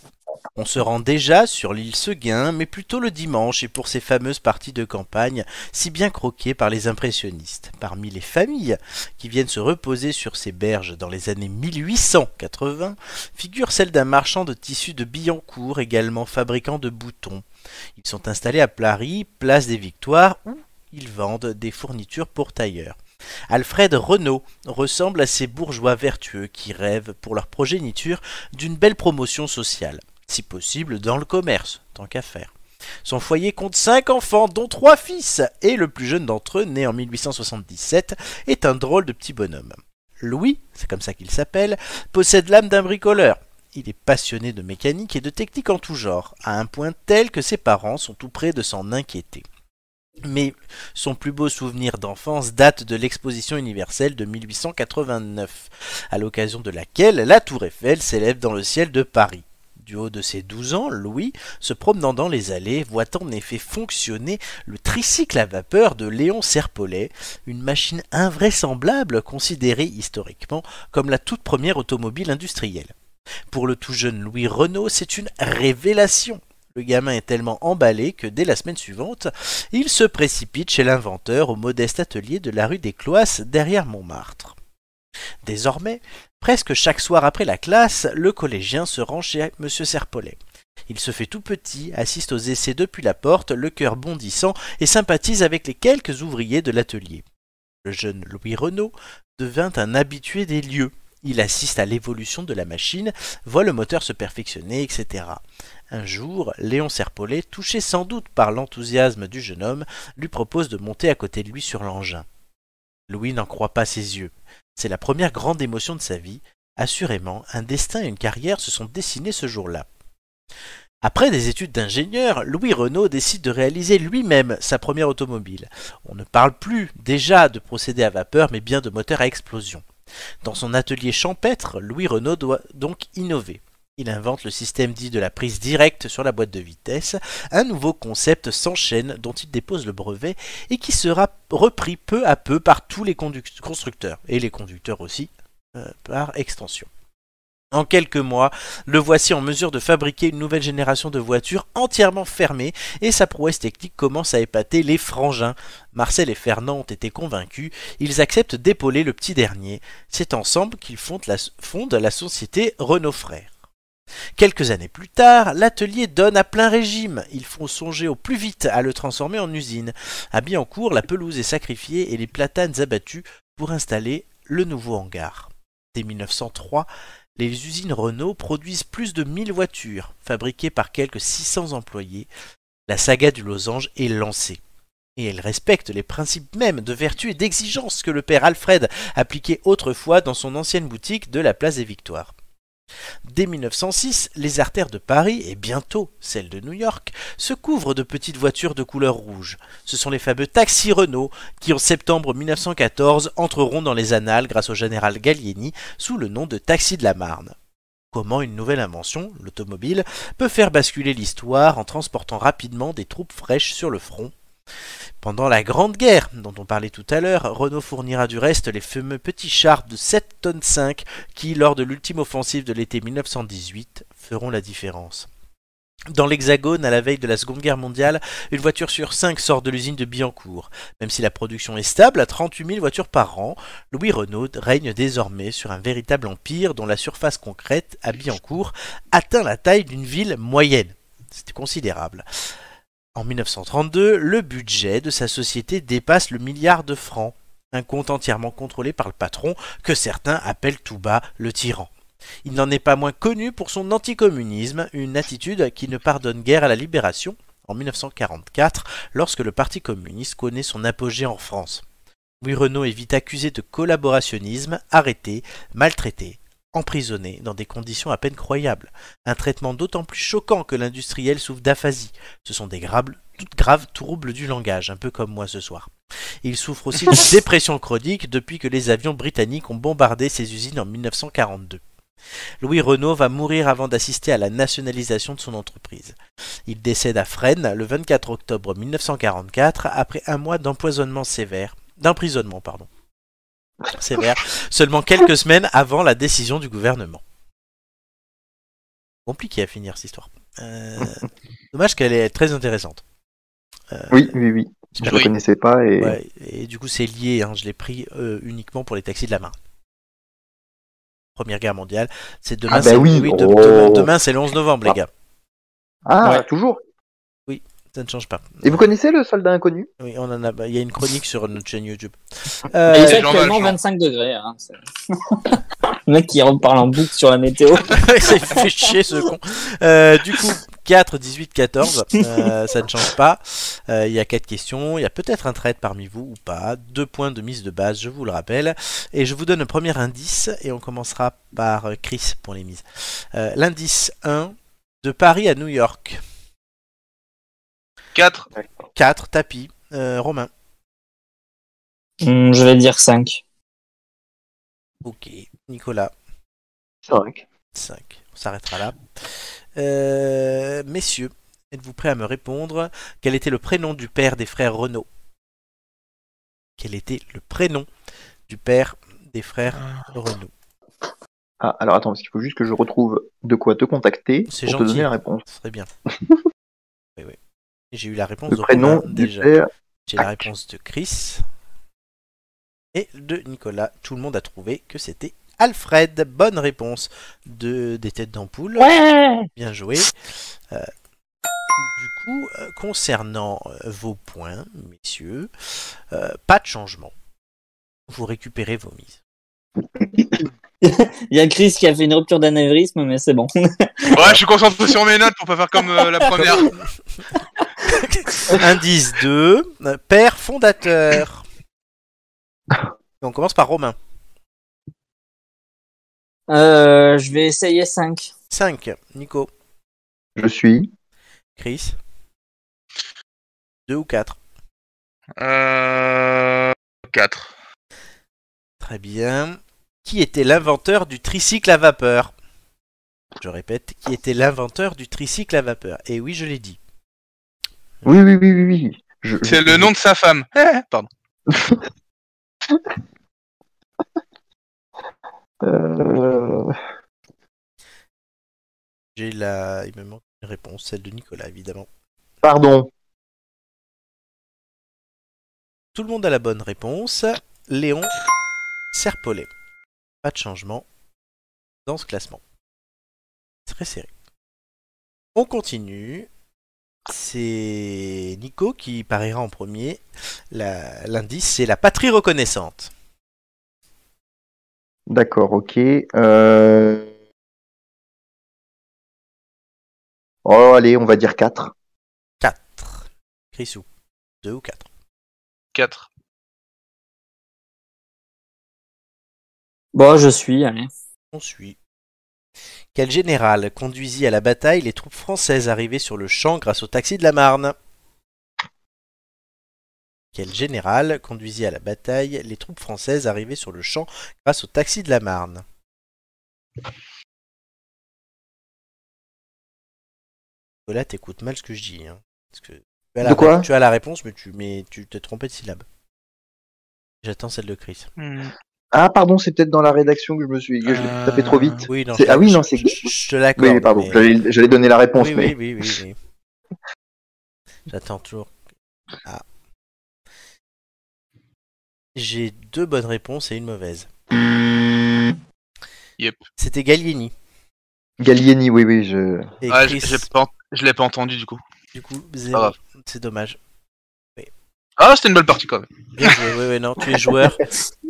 S1: On se rend déjà sur l'île Seguin, mais plutôt le dimanche et pour ces fameuses parties de campagne si bien croquées par les impressionnistes. Parmi les familles qui viennent se reposer sur ces berges dans les années 1880, figure celle d'un marchand de tissus de Billancourt, également fabricant de boutons. Ils sont installés à Paris, place des Victoires, où ils vendent des fournitures pour tailleurs. Alfred Renault ressemble à ces bourgeois vertueux qui rêvent pour leur progéniture d'une belle promotion sociale, si possible dans le commerce, tant qu'à faire. Son foyer compte cinq enfants, dont trois fils, et le plus jeune d'entre eux, né en 1877, est un drôle de petit bonhomme. Louis, c'est comme ça qu'il s'appelle, possède l'âme d'un bricoleur. Il est passionné de mécanique et de technique en tout genre, à un point tel que ses parents sont tout près de s'en inquiéter. Mais son plus beau souvenir d'enfance date de l'exposition universelle de 1889, à l'occasion de laquelle la tour Eiffel s'élève dans le ciel de Paris. Du haut de ses 12 ans, Louis, se promenant dans les allées, voit en effet fonctionner le tricycle à vapeur de Léon Serpollet, une machine invraisemblable considérée historiquement comme la toute première automobile industrielle. Pour le tout jeune Louis Renault, c'est une révélation. Le gamin est tellement emballé que dès la semaine suivante, il se précipite chez l'inventeur au modeste atelier de la rue des Cloisses derrière Montmartre. Désormais, presque chaque soir après la classe, le collégien se rend chez M. Serpollet. Il se fait tout petit, assiste aux essais depuis la porte, le cœur bondissant, et sympathise avec les quelques ouvriers de l'atelier. Le jeune Louis Renault devint un habitué des lieux. Il assiste à l'évolution de la machine, voit le moteur se perfectionner, etc. Un jour, Léon Serpollet, touché sans doute par l'enthousiasme du jeune homme, lui propose de monter à côté de lui sur l'engin. Louis n'en croit pas ses yeux. C'est la première grande émotion de sa vie. Assurément, un destin et une carrière se sont dessinés ce jour-là. Après des études d'ingénieur, Louis Renault décide de réaliser lui-même sa première automobile. On ne parle plus déjà de procédé à vapeur, mais bien de moteur à explosion. Dans son atelier champêtre, Louis Renault doit donc innover. Il invente le système dit de la prise directe sur la boîte de vitesse, un nouveau concept sans chaîne dont il dépose le brevet et qui sera repris peu à peu par tous les conduc- constructeurs, et les conducteurs aussi, euh, par extension. En quelques mois, le voici en mesure de fabriquer une nouvelle génération de voitures entièrement fermées et sa prouesse technique commence à épater les frangins. Marcel et Fernand ont été convaincus, ils acceptent d'épauler le petit dernier. C'est ensemble qu'ils fondent la, fondent la société Renault Frères. Quelques années plus tard, l'atelier donne à plein régime. Ils font songer au plus vite à le transformer en usine. À Billancourt, la pelouse est sacrifiée et les platanes abattues pour installer le nouveau hangar. Dès 1903, les usines Renault produisent plus de 1000 voitures, fabriquées par quelques 600 employés. La saga du losange est lancée. Et elle respecte les principes mêmes de vertu et d'exigence que le père Alfred appliquait autrefois dans son ancienne boutique de la Place des Victoires. Dès 1906, les artères de Paris et bientôt celles de New York se couvrent de petites voitures de couleur rouge. Ce sont les fameux taxis Renault qui en septembre 1914 entreront dans les annales grâce au général Gallieni sous le nom de taxi de la Marne. Comment une nouvelle invention, l'automobile, peut faire basculer l'histoire en transportant rapidement des troupes fraîches sur le front pendant la Grande Guerre, dont on parlait tout à l'heure, Renault fournira du reste les fameux petits chars de 7 tonnes 5 qui, lors de l'ultime offensive de l'été 1918, feront la différence. Dans l'Hexagone, à la veille de la Seconde Guerre mondiale, une voiture sur cinq sort de l'usine de Billancourt. Même si la production est stable à 38 000 voitures par an, Louis Renault règne désormais sur un véritable empire dont la surface concrète à Billancourt atteint la taille d'une ville moyenne. C'était considérable. En 1932, le budget de sa société dépasse le milliard de francs, un compte entièrement contrôlé par le patron que certains appellent tout bas le tyran. Il n'en est pas moins connu pour son anticommunisme, une attitude qui ne pardonne guère à la libération en 1944 lorsque le Parti communiste connaît son apogée en France. Louis Renault est vite accusé de collaborationnisme, arrêté, maltraité emprisonné dans des conditions à peine croyables. Un traitement d'autant plus choquant que l'industriel souffre d'aphasie. Ce sont des graves, toutes graves troubles du langage, un peu comme moi ce soir. Il souffre aussi de dépression chronique depuis que les avions britanniques ont bombardé ses usines en 1942. Louis Renault va mourir avant d'assister à la nationalisation de son entreprise. Il décède à Fresnes le 24 octobre 1944 après un mois d'empoisonnement sévère, d'emprisonnement pardon sévère, seulement quelques semaines avant la décision du gouvernement. Compliqué à finir cette histoire. Euh, dommage qu'elle est très intéressante. Euh,
S3: Oui, oui, oui. Je ne
S2: Oui.
S3: connaissais pas et
S1: ouais, et du coup, c'est lié. hein, je l'ai pris euh, uniquement pour les taxis de la Marne. Première guerre mondiale. C'est demain.
S3: Ah bah
S1: c'est-
S3: oui,
S1: de-
S3: oh.
S1: demain, demain, c'est le 11 novembre, les
S3: Ah.
S1: gars.
S3: ah
S4: Ouais.
S3: toujours.
S1: Ça ne change pas.
S3: Et vous connaissez le soldat inconnu
S1: Oui, on en a. bah, Il y a une chronique sur notre chaîne YouTube.
S5: Il
S1: Euh,
S5: fait
S2: gens valent,
S5: actuellement 25 degrés. Hein. c'est- le mec qui reparle en boucle sur la météo.
S1: Il s'est fait chier ce con. Euh, du coup, 4, 18, 14, euh, ça ne change pas. Euh, Il y a 4 questions. Il y a peut-être un trait parmi vous ou pas. Deux points de mise de base, je vous le rappelle. Et je vous donne le premier indice et on commencera par euh, Chris pour les mises. Euh, L'indice 1, de Paris à New York.
S2: 4,
S1: 4, tapis. Euh, Romain.
S5: Hum, je vais dire 5.
S1: Ok. Nicolas,
S3: 5.
S1: 5. On s'arrêtera là. Euh, messieurs, êtes-vous prêts à me répondre Quel était le prénom du père des frères Renault Quel était le prénom du père des frères Renault
S3: Ah, alors attends, parce qu'il faut juste que je retrouve de quoi te contacter
S1: C'est
S3: pour te
S1: gentil.
S3: donner la réponse.
S1: Ce serait bien. oui, oui. J'ai eu la réponse
S3: Le
S1: de
S3: prénom
S1: Romain,
S3: du
S1: déjà.
S3: père.
S1: J'ai la
S3: Tac.
S1: réponse de Chris et de Nicolas. Tout le monde a trouvé que c'était Alfred. Bonne réponse de des têtes d'ampoule. Bien joué. Euh, du coup, euh, concernant euh, vos points, messieurs, euh, pas de changement. Vous récupérez vos mises.
S5: Il y a Chris qui a fait une rupture d'anévrisme, mais c'est bon.
S2: Ouais, je suis concentré sur mes notes pour pas faire comme euh, la première.
S1: Indice 2, euh, père fondateur. On commence par Romain.
S5: Euh, je vais essayer 5.
S1: 5, Nico,
S3: Je suis.
S1: Chris. 2 ou 4
S2: Euh... 4.
S1: Très bien. Qui était l'inventeur du tricycle à vapeur Je répète, qui était l'inventeur du tricycle à vapeur Et oui, je l'ai dit.
S3: Oui, oui, oui, oui, oui. Je-
S2: C'est
S3: je-
S2: le nom de sa femme. Eh, pardon.
S3: Euh,
S1: J'ai la... Il me manque une réponse, celle de Nicolas, évidemment.
S3: Pardon.
S1: Tout le monde a la bonne réponse. Léon Serpollet. Pas de changement dans ce classement. Très serré. On continue. C'est Nico qui parira en premier. La- L'indice, c'est la patrie reconnaissante.
S3: D'accord, ok. Euh... Oh, allez, on va dire 4.
S1: 4. Chrisou. 2 ou 4.
S2: 4.
S5: Bon, je suis, allez.
S1: On suit. Quel général conduisit à la bataille les troupes françaises arrivées sur le champ grâce au taxi de la Marne Quel général conduisit à la bataille les troupes françaises arrivées sur le champ grâce au taxi de la Marne Nicolas, t'écoutes mal ce que je dis. hein. Parce que tu, as la
S3: De quoi
S1: tu as la réponse, mais tu mais tu t'es trompé de syllabe. J'attends celle de Chris.
S2: Hmm.
S3: Ah, pardon, c'est peut-être dans la rédaction que je me suis. que je l'ai
S2: Euh,
S3: tapé trop vite.
S1: Oui, non,
S3: C'est-
S1: je-
S3: ah oui, non,
S1: je-
S3: c'est-
S1: Je, je te l'accorde.
S3: Oui, pardon,
S1: mais-
S3: j'allais j'allais donner la réponse,
S1: oui,
S3: mais.
S1: oui, oui, oui, oui. J'attends toujours. Ah. J'ai deux bonnes réponses et une mauvaise.
S2: Yep.
S1: C'était Gallieni.
S3: Gallieni, oui, oui, je.
S1: Et
S2: Ah, je
S1: Chris,
S2: je l'ai pas, en- je l'ai pas entendu du coup.
S1: du coup, zéro.
S2: grave.
S1: C'est dommage.
S2: Ah, c'était une belle partie quand même.
S1: Bien joué, ouais, ouais, non, tu es joueur.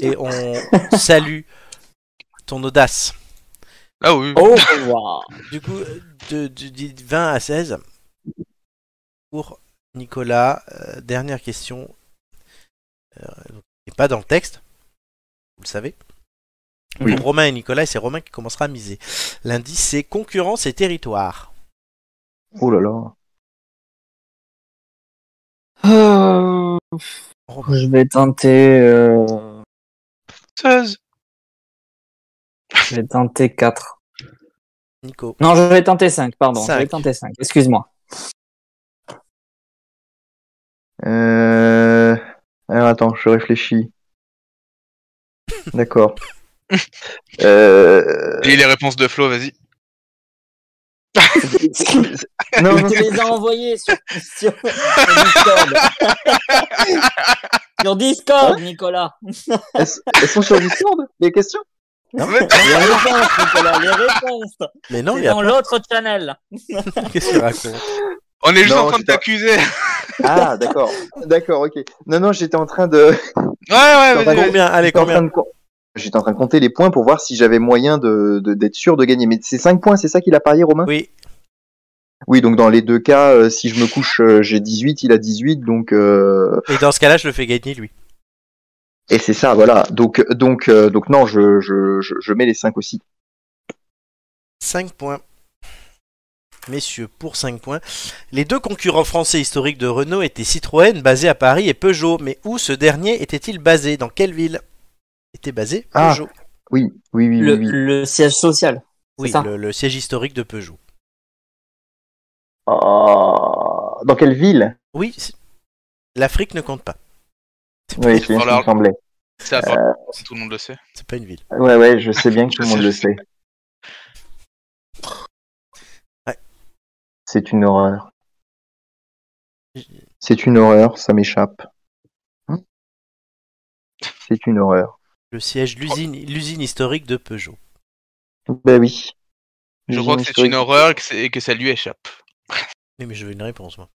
S1: Et on salue ton audace.
S2: Ah oui.
S5: Oh, wow.
S1: Du coup, euh, de, de- de 20 à 16. Pour Nicolas, euh, dernière question. Euh, donc, qui n'est pas dans le texte, vous le savez.
S3: Oui.
S1: Pour Romain et Nicolas, et c'est Romain qui commencera à miser. L'indice, c'est concurrence et territoire.
S3: Oh là là.
S5: Euh,
S1: Romain,
S5: Je vais tenter. Euh...
S2: 16.
S5: Je vais tenter 4.
S1: Nico,
S5: Non, je vais tenter 5, pardon. Je vais
S1: Cinq.
S5: tenter 5, excuse-moi.
S3: Euh... Alors attends, je réfléchis. D'accord. Euh...
S2: J'ai les réponses de Flo, vas-y.
S3: Non,
S5: Il
S3: non,
S5: te les a envoyés sur, sur- sur Discord. sur Discord, Nicolas.
S3: elles, elles sont sur Discord, les questions
S5: Les réponses, Nicolas, les réponses.
S1: mais non,
S5: C'est
S1: il y a
S5: dans l'autre channel.
S1: pas- qu'est-ce que tu racontes
S2: On est juste
S3: Non,
S2: en train de
S3: c'est pas-
S2: t'accuser.
S3: Ah, d'accord. D'accord, ok. Non, non, j'étais en train de...
S2: Ouais, ouais, vas-y,
S3: Pardon.
S2: vas-y.
S1: Combien Allez,
S3: J'étais en train
S1: combien
S3: de co- J'étais en train de compter les points pour voir si j'avais moyen de de- d'être sûr de gagner. Mais c'est 5 points, c'est ça qu'il a parié, Romain
S1: Oui,
S3: Oui, donc dans les deux cas, euh, si je me couche, euh, j'ai 18, il a 18, donc... Euh...
S1: et dans ce cas-là, je le fais gagner, lui.
S3: Et c'est ça, voilà. Donc, donc, euh, donc non, je, je, je, je mets les 5 aussi.
S1: 5 points. Messieurs, pour 5 points. Les deux concurrents français historiques de Renault étaient Citroën, basé à Paris, et Peugeot. Mais où ce dernier était-il basé Dans quelle ville était basé
S3: Ah,
S1: Peugeot
S3: Oui, oui, oui,
S5: Le,
S3: oui. oui.
S5: le siège social.
S1: Oui,
S5: ça.
S1: le, le siège historique de Peugeot.
S3: Ah, dans quelle ville
S1: Oui, c'est- l'Afrique ne compte pas. C'est pas,
S3: Oui, c'est bien ce qui me semblait.
S2: C'est à part- tout le monde le sait.
S1: c'est pas une ville.
S3: Ouais, ouais, je sais bien que tout le monde le sait.
S1: Ouais.
S3: C'est une horreur. C'est une horreur, ça m'échappe. Hein C'est une horreur.
S1: Le siège, de l'usine, l'usine historique de Peugeot.
S3: Ben oui.
S2: Je crois que c'est une horreur et que, c'est- et que ça lui échappe.
S1: Oui, mais je veux une réponse, moi.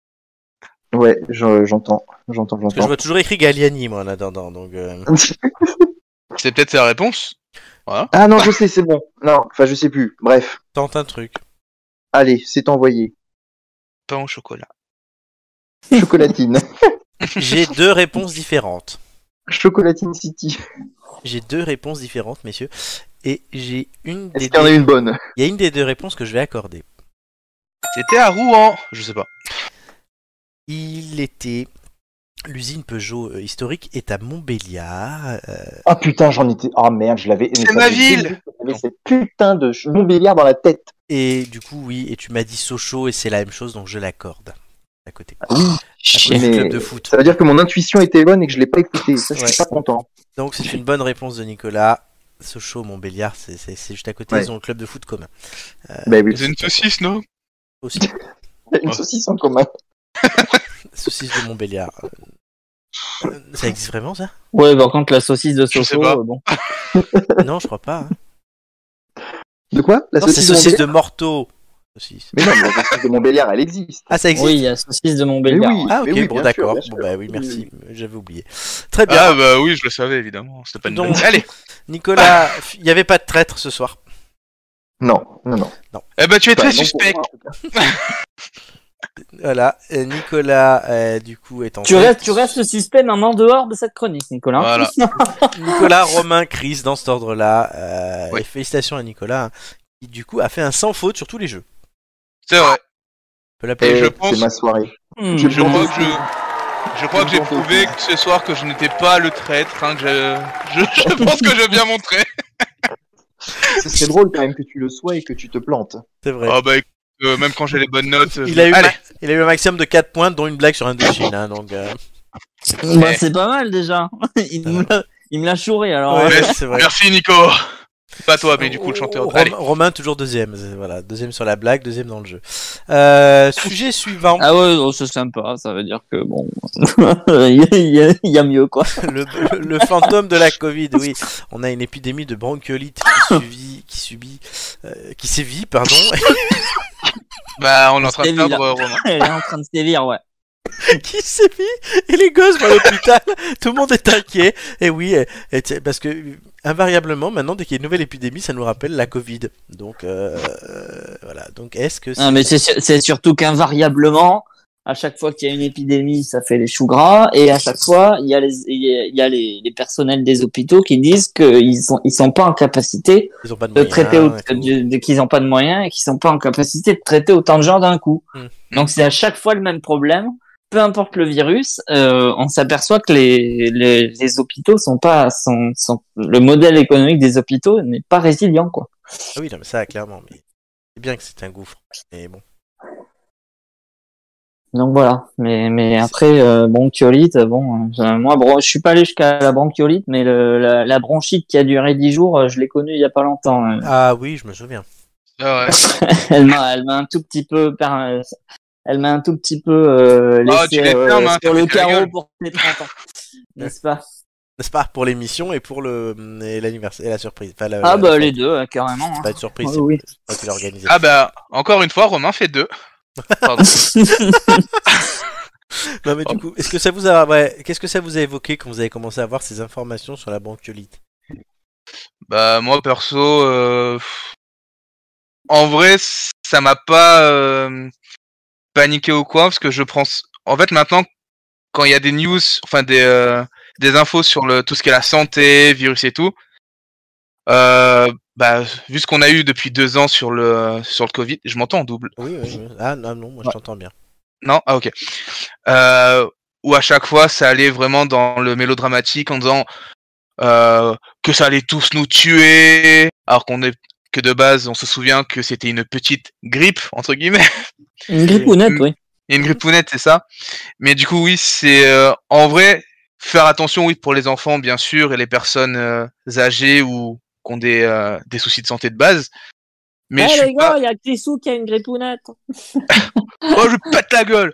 S3: Ouais, je- j'entends, j'entends,
S1: Parce que je
S3: j'entends.
S1: vois toujours écrit Galliani, moi, en attendant. Donc, euh,
S2: C'est peut-être sa réponse.
S3: ah non, je sais, c'est bon. Non, enfin, je sais plus. Bref,
S1: tente un truc.
S3: allez, c'est envoyé.
S2: Pain au chocolat.
S3: Chocolatine.
S1: J'ai deux réponses différentes.
S3: Chocolatine City.
S1: J'ai deux réponses différentes, messieurs. Et j'ai une
S3: Est-ce
S1: des Euh,
S3: qu'il y en a
S1: deux-
S3: une bonne
S1: Il y a une des deux réponses que je vais accorder.
S2: C'était à Rouen. Je sais pas.
S1: Il était. L'usine Peugeot euh, historique est à Montbéliard. euh,
S3: Ah putain, j'en étais. Ah merde, je l'avais. mais
S2: C'est
S3: ça
S2: ma
S3: faisait
S2: ville
S3: deux minutes que J'avais cette putain de ch- Montbéliard dans la tête.
S1: et du coup, oui, et tu m'as dit Sochaux, et c'est la même chose, donc je l'accorde. À côté. À
S3: Ah, Oui,
S1: côté du
S3: mais
S1: club de foot.
S3: ça veut dire que mon intuition était bonne et que je l'ai pas écoutée. Ça, je suis
S1: Ouais.
S3: pas content.
S1: Donc c'est une bonne réponse de Nicolas. Sochaux, Montbéliard, c'est- c'est c'est juste à côté,
S3: Ouais.
S1: ils ont le club de foot commun. Euh,
S3: Bah oui,
S2: C'est une saucisse, non
S1: Aussi,
S3: une saucisse en commun.
S1: saucisse de Montbéliard. Euh, Ça existe vraiment ça
S5: Ouais, par contre, la saucisse de
S2: Je sais
S5: Soso,
S2: pas.
S5: euh, bon.
S1: Non, je crois pas. hein.
S3: De quoi La
S1: Non, c'est
S3: Bah, saucisse de
S1: saucisse
S3: Montbéliard
S1: de Morteau. Saucisse.
S3: Mais non, mais la saucisse de Montbéliard, elle existe.
S1: Ah, ça existe
S5: Oui, il y a saucisse de
S3: Mais
S5: Montbéliard.
S3: oui,
S1: Ah, ok,
S3: mais oui,
S1: bon,
S3: bien sûr,
S1: d'accord.
S3: bien sûr.
S1: Bon, bah oui, merci.
S3: Oui,
S1: J'avais oublié. Très bien.
S2: Ah bah oui, je le savais évidemment. C'était pas une
S1: Donc-
S2: blague. Allez.
S1: Nicolas, il n'y avait pas de traître ce soir.
S3: Non, non, non.
S2: Eh bah tu es
S3: Enfin,
S2: très
S3: non,
S2: suspect.
S3: pour moi, en tout cas.
S1: Voilà. Euh, Nicolas, euh, du coup, est en
S5: Tu
S1: tête.
S5: restes, tu restes le suspect, mais en dehors de cette chronique, Nicolas.
S2: Voilà.
S1: Nicolas, Romain, Chris, dans cet ordre-là. Euh,
S2: Oui.
S1: et Félicitations à Nicolas, hein, qui, du coup, a fait un sans faute sur tous les jeux.
S2: C'est vrai.
S1: On peut l'appeler
S2: Et
S3: Eh,
S2: je
S3: C'est
S2: pense-
S3: ma soirée.
S5: Hmm.
S3: Je-
S2: Je crois que je. Je crois
S3: Je
S2: que j'ai
S3: m'en fous.
S2: prouvé que ce soir que je n'étais pas le traître. hein, que je... je- je pense que j'ai bien montré.
S3: Ce serait drôle quand même que tu le sois et que tu te plantes.
S1: C'est vrai.
S2: Ah bah écoute, euh, même quand j'ai les bonnes notes.
S1: Il
S2: je-
S1: a, eu
S2: Allez.
S1: ma- il a eu un maximum de 4 points, dont une blague sur Indochine. Hein, donc, euh,
S5: Bah, c'est pas mal déjà. il, me l'a- il me l'a chouré alors.
S1: ouais,
S2: ouais.
S1: c'est vrai.
S2: Merci Nico. Pas toi, mais du coup le chanteur.
S1: Rom-
S2: Allez.
S1: Romain, toujours deuxième. c'est- Voilà, deuxième sur la blague, deuxième dans le jeu. Euh, sujet suivant.
S5: Ah ouais, oh, c'est sympa, ça veut dire que bon, il y, a- il y a mieux quoi.
S1: le, le fantôme de la Covid, oui. On a une épidémie de bronchiolite qui, subit, qui subit, euh, qui sévit, pardon,
S2: Bah on est en train de
S5: Stéphie,
S2: perdre euh, Romain.
S5: Elle est en train de sévir, ouais.
S1: qui sévit. Et les gosses vont à l'hôpital. Tout le monde est inquiet. Et oui, et- et tiens, parce que euh, invariablement, maintenant, dès qu'il y a une nouvelle épidémie, ça nous rappelle la Covid. Donc euh, euh, voilà. Donc est-ce que
S5: Non, mais c'est sur- c'est surtout qu'invariablement, à chaque fois qu'il y a une épidémie, ça fait les choux gras, et à chaque fois, il y a les, il y a, il y a les, les personnels des hôpitaux qui disent qu'ils sont, ils sont pas en capacité
S1: ils ont pas de,
S5: de
S1: moyens,
S5: traiter, au-
S1: et tout
S5: de- de- qu'ils n'ont pas de moyens et qu'ils sont pas en capacité de traiter autant de gens d'un coup.
S1: Hmm.
S5: Donc c'est à chaque fois le même problème. Peu importe le virus, euh, on s'aperçoit que les, les, les hôpitaux sont pas, sont, sont, le modèle économique des hôpitaux n'est pas résilient, quoi.
S1: Ah oui, non, mais ça clairement. Mais c'est bien que c'est un gouffre. Mais bon.
S5: Donc voilà, mais mais après euh, bronchiolite, bon, euh, moi bron- je suis pas allé jusqu'à la bronchiolite, mais le, la, la bronchite qui a duré 10 jours, euh, je l'ai connue il y a pas longtemps. euh.
S1: Ah oui, je me souviens.
S2: Ah ouais.
S5: Elle m'a elle m'a un tout petit peu per- euh, elle m'a un tout petit peu euh,
S2: Ah,
S5: laissé
S2: tu les
S5: euh,
S2: fermes, hein,
S5: sur
S2: t'as
S5: le
S2: pété la
S5: carreau
S2: gueule.
S5: pour les 30 ans. N'est-ce pas
S1: N'est-ce pas pour l'émission et pour le et l'anniversaire et la surprise. Enfin, la-
S5: Ah
S1: la-
S5: bah les deux euh, carrément. hein.
S1: Pas de surprise,
S5: Ouais,
S1: c'est
S5: oui.
S1: toi qui l'as organisé.
S2: Ah bah encore une fois Romain fait deux.
S1: Non mais
S2: oh.
S1: du coup, est-ce que ça vous a, ouais, qu'est-ce que ça vous a évoqué quand vous avez commencé à avoir ces informations sur la bronchiolite
S2: Bah moi perso, euh, pff, en vrai ça m'a pas euh, paniqué ou quoi parce que je pense. En fait maintenant quand il y a des news, enfin des euh, des infos sur le tout ce qui est la santé, virus et tout, euh, bah vu ce qu'on a eu depuis deux ans sur le sur le Covid, je m'entends en double.
S1: Oui, oui, oui. Ah non, non, moi je t'entends bien.
S2: Non, ah ok. Euh, où à chaque fois, ça allait vraiment dans le mélodramatique en disant euh, que ça allait tous nous tuer, alors qu'on est que de base, on se souvient que c'était une petite grippe, entre guillemets.
S5: Une grippounette,
S2: Mm,
S5: oui.
S2: Il y a une grippounette, c'est ça. Mais du coup, oui, c'est euh, en vrai faire attention, oui, pour les enfants, bien sûr, et les personnes euh, âgées ou qui ont des, euh, des soucis de santé de base. Mais je suis pas...
S5: Eh, il y a Chrisou qui a une grippounette.
S2: oh, je pète la gueule.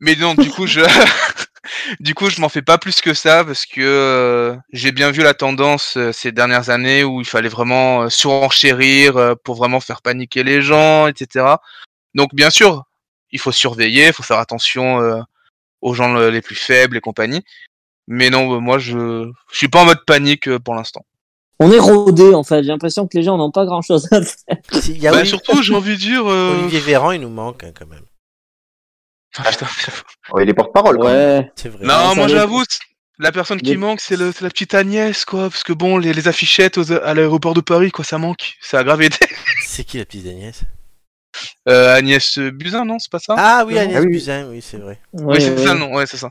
S2: Mais non, du coup, je, du coup, je m'en fais pas plus que ça parce que euh, j'ai bien vu la tendance euh, ces dernières années où il fallait vraiment euh, surenchérir euh, pour vraiment faire paniquer les gens, etc. Donc, bien sûr, il faut surveiller, il faut faire attention euh, aux gens euh, les plus faibles et compagnie. Mais non, euh, moi, je, je suis pas en mode panique euh, pour l'instant.
S5: On est rodé, en fait. J'ai l'impression que les gens n'ont pas grand chose à faire.
S1: Il y a
S2: Bah,
S1: Oli-
S2: surtout, j'ai envie de dire. euh,
S1: Olivier Véran, il nous manque hein, quand même.
S2: putain, putain.
S3: Oh, il est porte-parole, quoi.
S5: Ouais.
S1: C'est vrai.
S2: Non,
S5: ça
S2: moi
S5: dépend.
S2: j'avoue, c- la personne qui
S5: Des-
S2: manque, c'est le- c'est la petite Agnès, quoi. Parce que bon, les, les affichettes aux- à l'aéroport de Paris, quoi, ça manque. Ça a grave aidé.
S1: C'est qui la petite Agnès
S2: Euh, Agnès Buzyn, non, c'est pas ça
S1: Ah oui, Agnès
S3: Ah oui.
S1: Buzyn, oui, c'est vrai.
S5: Ouais,
S2: Oui, c'est
S5: ouais.
S2: ça, non, ouais, c'est ça.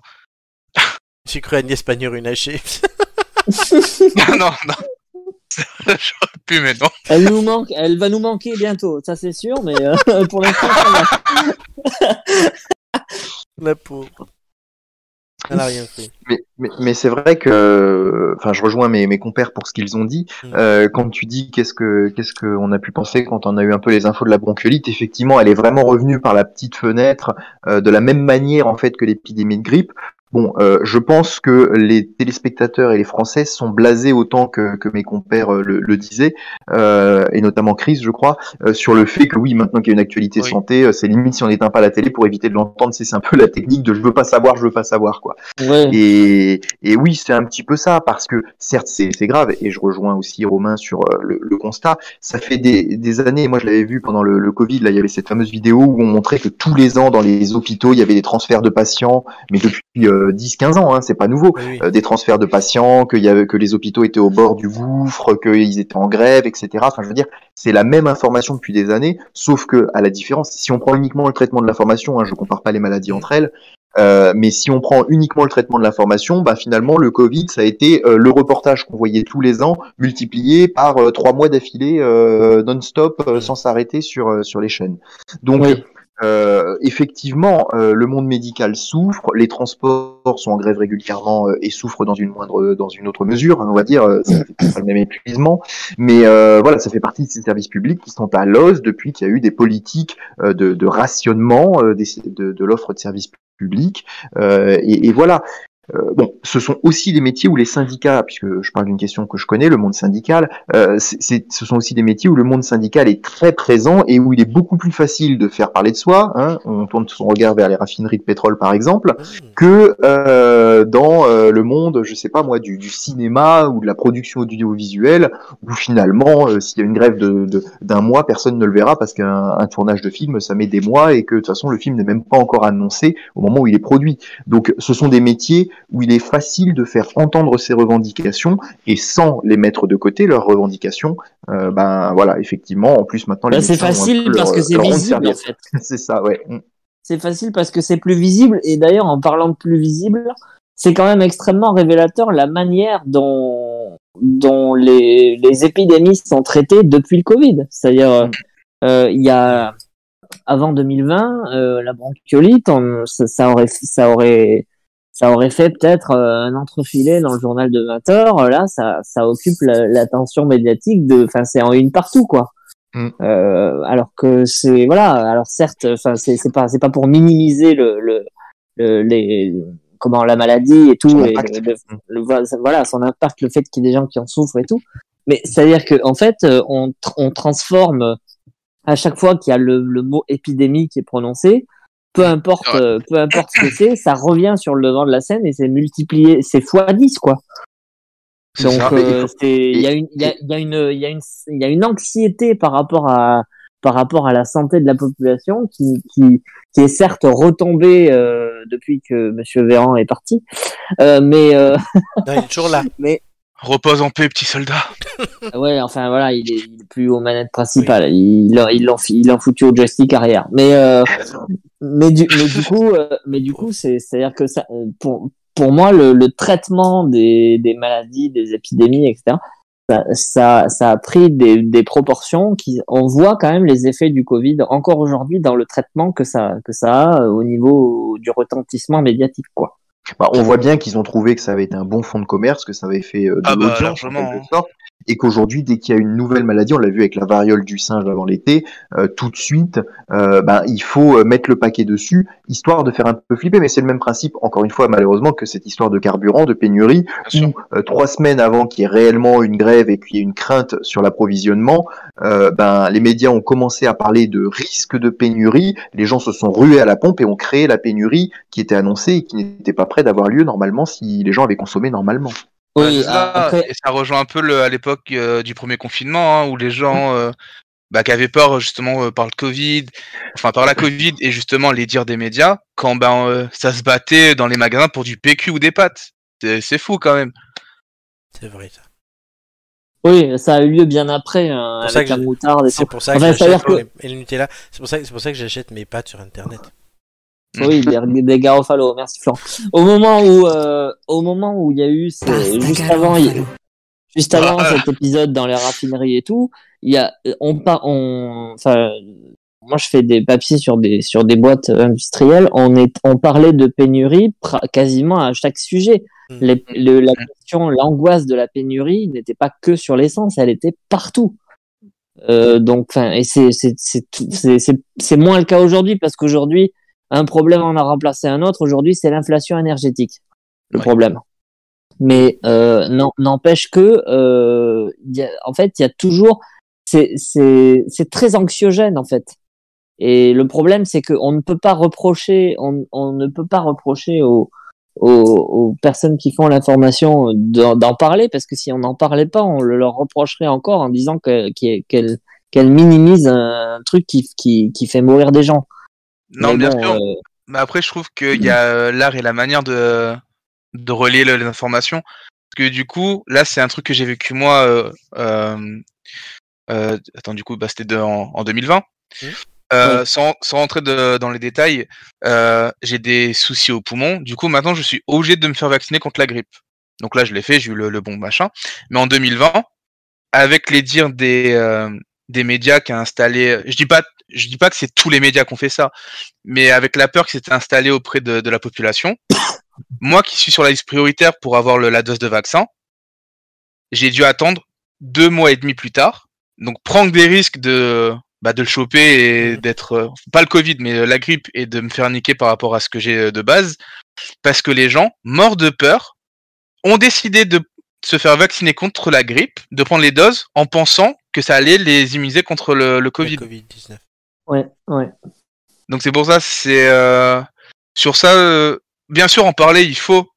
S1: J'ai cru Agnès Pannier-Runacher.
S2: non, Ah, non, non. J'aurais pu, mais non.
S5: Elle nous manque, elle va nous manquer bientôt, ça c'est sûr, mais euh, pour l'instant, ça va.
S1: la pauvre. Elle a rien fait.
S3: Mais, mais, mais c'est vrai que, enfin, je rejoins mes, mes compères pour ce qu'ils ont dit.
S1: Mm.
S3: Euh, quand tu dis qu'est-ce que qu'est-ce qu'on a pu penser quand on a eu un peu les infos de la bronchiolite, effectivement, elle est vraiment revenue par la petite fenêtre euh, de la même manière en fait que l'épidémie de grippe. Bon, euh, je pense que les téléspectateurs et les Français sont blasés autant que, que mes compères euh, le, le disaient, euh, et notamment Chris, je crois, euh, sur le fait que oui, maintenant qu'il y a une actualité
S2: Oui.
S3: santé, euh, c'est limite si on n'éteint pas la télé pour éviter de l'entendre, c'est c'est un peu la technique de je veux pas savoir, je veux pas savoir, quoi.
S5: Ouais.
S3: Et, et oui, c'est un petit peu ça, parce que certes, c'est c'est grave, et je rejoins aussi Romain sur euh, le, le constat. Ça fait des, des années, moi je l'avais vu pendant le, le Covid, là, il y avait cette fameuse vidéo où on montrait que tous les ans, dans les hôpitaux, il y avait des transferts de patients, mais depuis euh, 10-15 ans, hein, c'est pas nouveau.
S1: Oui, oui.
S3: Euh, des transferts de patients, que, y avait, que les hôpitaux étaient au bord du gouffre, qu'ils étaient en grève, etc. Enfin, je veux dire, c'est la même information depuis des années, sauf que, à la différence, si on prend uniquement le traitement de l'information, hein, je compare pas les maladies entre elles, euh, mais si on prend uniquement le traitement de l'information, bah finalement le Covid ça a été euh, le reportage qu'on voyait tous les ans multiplié par euh, trois mois d'affilée euh, non-stop euh, sans s'arrêter sur euh, sur les chaînes. Donc
S5: Oui.
S3: euh, effectivement, euh, le monde médical souffre, les transports sont en grève régulièrement euh, et souffrent dans une moindre, dans une autre mesure, hein, on va dire, euh, ça fait pas le même épuisement, mais euh, voilà, ça fait partie de ces services publics qui sont à l'os depuis qu'il y a eu des politiques euh, de, de rationnement euh, des- de, de l'offre de services publics, euh, et, et voilà. Euh, bon, ce sont aussi des métiers où les syndicats, puisque je parle d'une question que je connais, le monde syndical, euh, c'est- c'est- ce sont aussi des métiers où le monde syndical est très présent et où il est beaucoup plus facile de faire parler de soi. hein, on tourne son regard vers les raffineries de pétrole, par exemple,
S1: Mmh.
S3: que euh, dans euh, le monde, je sais pas moi, du, du cinéma ou de la production audiovisuelle, où finalement, euh, s'il y a une grève de- de- d'un mois, personne ne le verra parce qu'un un tournage de film, ça met des mois et que de toute façon, le film n'est même pas encore annoncé au moment où il est produit. Donc, ce sont des métiers où il est facile de faire entendre ses revendications et sans les mettre de côté, leurs revendications, euh, ben voilà, effectivement, en plus maintenant, les
S5: Bah, c'est
S3: médecins ont un
S5: facile
S3: peu
S5: parce
S3: leur-
S5: que c'est
S3: euh, leur rond de
S5: visible en
S3: serviette.
S5: fait.
S3: c'est ça, ouais.
S5: C'est facile parce que c'est plus visible et d'ailleurs en parlant de plus visible, c'est quand même extrêmement révélateur la manière dont dont les, les épidémies sont traitées depuis le Covid. C'est-à-dire euh, euh, il y a avant 2020 euh, la bronchiolite on- ça, ça aurait ça aurait ça aurait fait peut-être euh, un entrefilet dans le journal de 20 heures. Là, ça, ça occupe la- l'attention médiatique de, enfin, c'est en une partout, quoi.
S3: Mm.
S5: Euh, alors que c'est voilà, alors certes, enfin, c'est c'est pas c'est pas pour minimiser le, le, le- les comment la maladie et tout,
S3: Son
S5: et
S3: impact.
S5: le- le- le- voilà son impact, le fait qu'il y ait des gens qui en souffrent et tout. Mais c'est-à-dire que en fait, euh, on, tr- on transforme euh, à chaque fois qu'il y a le, le mot épidémie qui est prononcé, peu importe,
S2: Ouais.
S5: euh, peu importe ce que c'est, ça revient sur le devant de la scène et c'est multiplié, c'est fois 10 quoi.
S2: C'est
S5: Donc
S2: ça.
S3: mais il
S5: euh,
S3: faut-
S5: c'est il y a une il y a, il y a une il y a une il y a une anxiété par rapport à par rapport à la santé de la population qui qui qui est certes retombée euh, depuis que monsieur Véran est parti euh, mais euh,
S1: Non, il est toujours là.
S2: Repose en paix, petit soldat.
S5: ouais enfin voilà il est, il est plus aux manettes principales il il il l'ont fi- il l'ont foutu au joystick arrière mais euh, mais du mais du coup euh, mais du coup c'est c'est à dire que ça euh, pour pour moi le, le traitement des des maladies des épidémies etc ça, ça, ça a pris des, des proportions qui, on voit quand même les effets du Covid encore aujourd'hui dans le traitement que ça, que ça a euh, au niveau du retentissement médiatique, quoi.
S3: Bah, on voit bien qu'ils ont trouvé que ça avait été un bon fonds de commerce, que ça avait fait euh, de
S2: Ah bah,
S3: l'audience en
S2: largement,
S3: quelque sorte, et qu'aujourd'hui, dès qu'il y a une nouvelle maladie, on l'a vu avec la variole du singe avant l'été, euh, tout de suite, euh, bah, il faut euh, mettre le paquet dessus, histoire de faire un peu flipper. Mais c'est le même principe, encore une fois, malheureusement, que cette histoire de carburant, de pénurie,
S2: bien sûr.
S3: où euh, trois semaines avant qu'il y ait réellement une grève et qu'il y ait une crainte sur l'approvisionnement, euh, ben, les médias ont commencé à parler de risque de pénurie, les gens se sont rués à la pompe et ont créé la pénurie qui était annoncée et qui n'était pas près d'avoir lieu normalement si les gens avaient consommé normalement.
S2: Bah, ça,
S1: ah,
S2: et ça rejoint un peu le- à l'époque euh, du premier confinement hein, où les gens euh, bah, qui avaient peur justement euh, par le Covid, enfin par la Covid et justement les dires des médias, quand ben euh, ça se battait dans les magasins pour du PQ ou des pâtes. C'est c'est fou quand même.
S1: C'est vrai. ça.
S5: Oui, ça a eu lieu bien après, hein,
S1: pour ça
S5: avec
S1: que
S5: la
S1: je-
S5: moutarde et
S1: C'est
S5: tout.
S1: pour ça que
S5: Enfin,
S1: j'achète
S5: c'est-à-dire que-
S1: les- et le Nutella. C'est pour ça que c'est pour ça que j'achète mes pâtes sur internet.
S5: Oui, des, des Garofalo, merci Florent. Au moment où, euh, au moment où il y a eu, ce- juste avant, il- juste avant
S2: Ah.
S5: cet épisode dans les raffineries et tout, il y a, euh, on par, on, enfin, moi je fais des papiers sur des sur des boîtes industrielles. On est, on parlait de pénurie pra- quasiment à chaque sujet.
S1: Mm.
S5: Les- le- la question, l'angoisse de la pénurie n'était pas que sur l'essence, elle était partout. Euh, donc, enfin, et c'est c'est c'est tout- c'est c'est c'est moins le cas aujourd'hui parce qu'aujourd'hui un problème en a remplacé un autre. Aujourd'hui, c'est l'inflation énergétique le
S2: Ouais.
S5: problème. Mais euh, n'en- n'empêche que, euh, il y a- en fait, il y a toujours, c'est- c'est c'est très anxiogène en fait. Et le problème, c'est qu'on ne peut pas reprocher, on, on ne peut pas reprocher aux, aux, aux personnes qui font l'information d'en d'en parler, parce que si on n'en parlait pas, on le leur reprocherait encore en disant que- qu'elles qu'elles qu'elles minimisent un truc qui, qui, qui fait mourir des gens.
S2: Non,
S5: Mais
S2: bien
S5: bon,
S2: sûr.
S5: euh,
S2: Mais après, je trouve qu'il y a euh, l'art et la manière de, de relier le- les informations. Parce que du coup, là, c'est un truc que j'ai vécu moi. euh, euh, euh, attends, du coup, bah, c'était de- en, en 2020.
S1: Mhm.
S2: Euh, sans, sans rentrer de- dans les détails, euh, j'ai des soucis au poumon. Du coup, maintenant, je suis obligé de me faire vacciner contre la grippe. Donc là, je l'ai fait, j'ai eu le, le bon machin. Mais en 2020, avec les dires des, euh, des médias qui a installé, je dis pas, je dis pas que c'est tous les médias qui ont fait ça, mais avec la peur qui s'était installée auprès de, de la population, moi qui suis sur la liste prioritaire pour avoir le- la dose de vaccin, j'ai dû attendre deux mois et demi plus tard. Donc prendre des risques de, bah, de le choper et d'être, euh, pas le Covid, mais euh, la grippe et de me faire niquer par rapport à ce que j'ai euh, de base, parce que les gens, morts de peur, ont décidé de se faire vacciner contre la grippe, de prendre les doses en pensant que ça allait les immuniser contre le- le
S1: Le
S2: Covid.
S1: Covid-19.
S5: ouais, ouais.
S2: Donc c'est pour ça, c'est euh, sur ça, euh, bien sûr en parler il faut,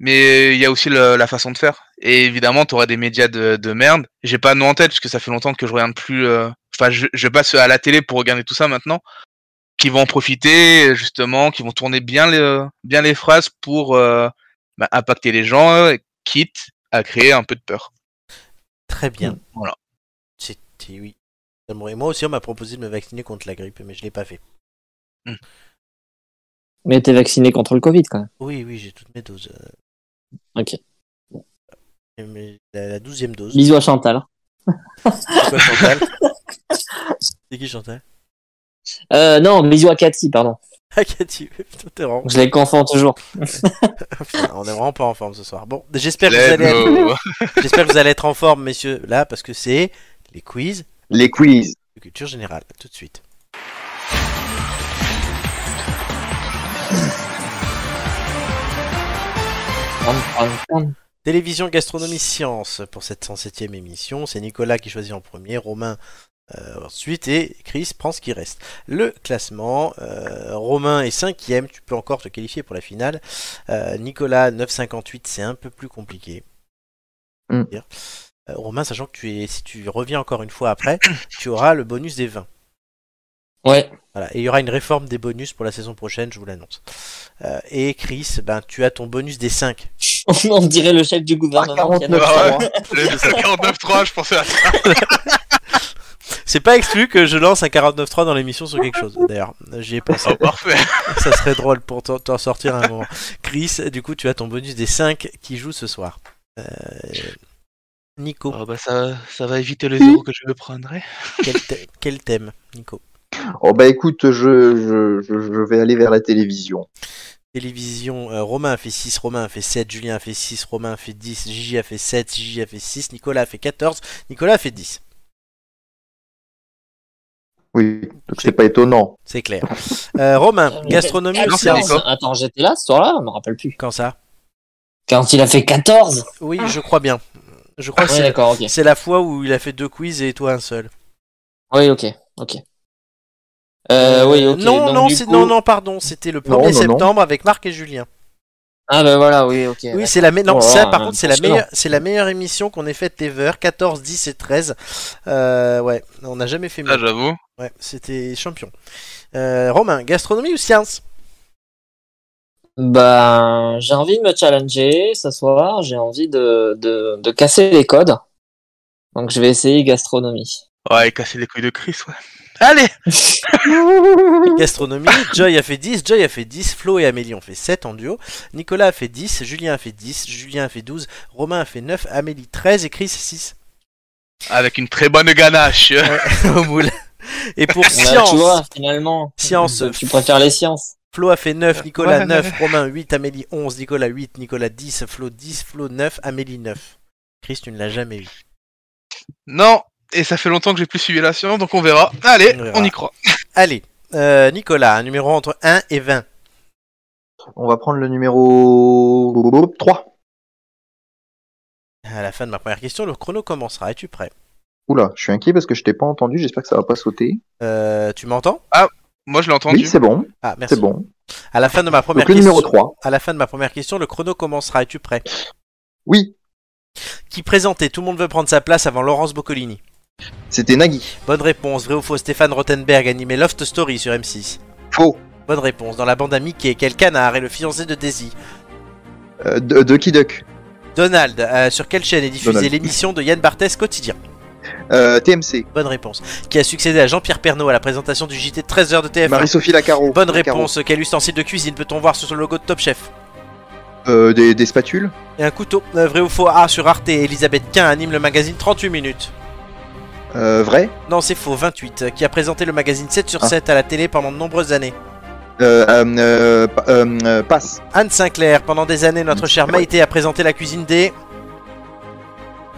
S2: mais il y a aussi le- la façon de faire. Et évidemment, tu auras des médias de, de merde. J'ai pas de nom en tête parce que ça fait longtemps que je regarde plus. euh, Enfin, je, je passe à la télé pour regarder tout ça maintenant. Qui vont en profiter justement, qui vont tourner bien les bien les phrases pour euh, bah, impacter les gens, euh, quitte à créer un peu de peur.
S1: Très
S5: Mm.
S1: bien.
S2: Voilà.
S1: C'était oui. Et moi aussi, on m'a proposé de me vacciner contre la grippe, mais je l'ai pas fait.
S5: Mais t'es vacciné contre le Covid quand même.
S1: Oui, oui, j'ai toutes mes doses. euh,
S5: Ok.
S1: et mes- La la douzième dose.
S5: Bisous à Chantal.
S1: C'est quoi, Chantal C'est qui Chantal
S5: Euh, non, bisous à Cathy, pardon.
S1: Ah, Cathy, putain, t'es vraiment-
S5: Je les confonds toujours.
S1: Putain, On est vraiment pas en forme ce soir. Bon, j'espère que, vous allez être... j'espère que vous allez être en forme, messieurs, là, parce que c'est les quiz
S3: Les quiz.
S1: de culture générale. À Tout de suite. Télévision, gastronomie, sciences pour cette 107e émission. C'est Nicolas qui choisit en premier, Romain euh, ensuite et Chris prend ce qui reste. Le classement, euh, Romain est 5e, tu peux encore te qualifier pour la finale. Euh, Nicolas 9,58, c'est un peu plus compliqué.
S3: Mm.
S1: Dire. Euh, Romain, sachant que tu es, si tu reviens encore une fois après, tu auras le bonus des 20.
S5: Ouais.
S1: Voilà. Et il y aura une réforme des bonus pour la saison prochaine, je vous l'annonce. Euh, et Chris, ben, tu as ton bonus des 5.
S5: On dirait le chef du gouvernement. qui a-
S3: 49.
S2: Ah ouais. Le 49.3, je pensais à ça.
S1: C'est pas exclu que je lance un 49.3 dans l'émission sur quelque chose, d'ailleurs. J'y ai pensé.
S2: Oh, parfait.
S1: Ça serait drôle pour t'en t'en sortir un moment. Chris, du coup, tu as ton bonus des 5 qui jouent ce soir. Euh, Nico,
S2: Ah bah ça, ça va éviter les euros que je me prendrai.
S1: quel, thè- quel thème, Nico
S3: Oh bah écoute, je, je, je, je vais aller vers la télévision.
S1: Télévision, euh, Romain a fait 6, Romain a fait 7, Julien a fait 6, Romain a fait 10, Gigi a fait 7, Gigi a fait 6, Nicolas a fait 14, Nicolas a fait 10.
S3: Oui, donc c'est pas étonnant.
S1: C'est clair. Euh, Romain,
S5: Euh,
S1: gastronomie ou
S5: Attends,
S2: c'est
S1: science
S2: Nico.
S5: Attends, j'étais là ce soir-là, je me rappelle plus.
S1: Quand ça
S5: Quand il a fait 14
S1: Oui, je crois bien. Je crois que
S5: Oui,
S1: Ah, c'est-
S5: d'accord, ok.
S1: c'est la fois où il a fait deux quiz et toi un seul.
S5: Oui, ok, ok. Euh, oui, ok.
S1: non,
S5: donc,
S1: non,
S5: du
S1: c'est-
S5: coup-
S1: non, non, pardon, c'était le 1er
S3: Non, non, non.
S1: septembre avec Marc et Julien.
S5: Ah ben voilà, oui, ok.
S1: Oui, c'est la, me- non,
S5: Oh,
S1: ça,
S5: ah,
S1: par contre, c'est la,
S5: impressionnant.
S1: meilleure, c'est la meilleure émission qu'on ait faite ever. 14, 10 et 13. Euh, ouais, on n'a jamais fait mieux.
S2: Ah, j'avoue.
S1: Ouais, c'était champion. Euh, Romain, gastronomie ou science
S5: Ben, j'ai envie de me challenger ce soir, j'ai envie de, de, de casser les codes. Donc je vais essayer gastronomie.
S2: Ouais, casser les couilles de Chris, ouais. Allez
S1: Gastronomie, Joy a fait 10, Joy a fait 10, Flo et Amélie ont fait 7 en duo, Nicolas a fait 10, Julien a fait 10, Julien a fait 12, Romain a fait 9, Amélie 13 et Chris 6.
S2: Avec une très bonne ganache.
S1: Au moule. Et pour
S5: Bah,
S1: science,
S5: tu vois, finalement.
S1: Science.
S5: Tu préfères les sciences.
S1: Flo a fait 9, Nicolas
S2: Ouais.
S1: 9, Romain 8, Amélie 11, Nicolas 8, Nicolas 10, Flo 10, Flo 9, Amélie 9. Chris, tu ne l'as jamais eu.
S2: Non, et ça fait longtemps que j'ai plus suivi la science, donc on verra. Allez,
S1: On verra.
S2: on y croit.
S1: Allez, euh, Nicolas, un numéro entre 1 et 20.
S3: On va prendre le numéro 3.
S1: À la fin de ma première question, le chrono commencera. Es-tu prêt
S3: Oula, je suis inquiet parce que je t'ai pas entendu, j'espère que ça va pas sauter.
S1: Euh, Tu m'entends
S2: Moi, je l'ai entendu.
S3: Oui, c'est bon,
S1: Ah, merci. Oh,
S3: c'est bon.
S1: À la fin de ma première
S3: Donc le
S1: question.
S3: numéro 3.
S1: À la fin de ma première question, le chrono commencera. Es-tu prêt
S3: Oui,
S1: Qui présentait Tout le monde veut prendre sa place avant Laurence Boccolini
S3: c'était Nagui.
S1: Bonne réponse. Vrai ou faux Stéphane Rothenberg animait Loft Story sur M6.
S3: Faux.
S1: Bonne réponse. Dans la bande à Mickey, quel canard est le fiancé de Daisy
S3: Euh, de, de Key Duck.
S1: Donald, euh, sur quelle chaîne est diffusée
S3: Donald.
S1: l'émission de Yann Barthès Quotidien
S3: Euh, TMC.
S1: Bonne réponse. Qui a succédé à Jean-Pierre Pernaud à la présentation du JT de 13h de TF1
S3: Marie-Sophie Lacaro.
S1: Bonne
S3: Lacaro.
S1: réponse. Quel ustensile de cuisine peut-on voir sur le logo de Top Chef
S3: Euh, des, des spatules.
S1: Et un couteau. Euh, vrai ou faux Ah, sur Arte, Elisabeth Quint anime le magazine 38 minutes.
S3: Euh, vrai.
S1: Non, c'est faux, 28, euh, qui a présenté le magazine 7 sur
S3: Ah.
S1: 7 à la télé pendant de nombreuses années.
S3: Euh, euh, euh, pa- euh, euh, passe.
S1: Anne Sinclair, pendant des années, notre chère
S3: Mm. Ah Ouais.
S1: Maïté a présenté la cuisine des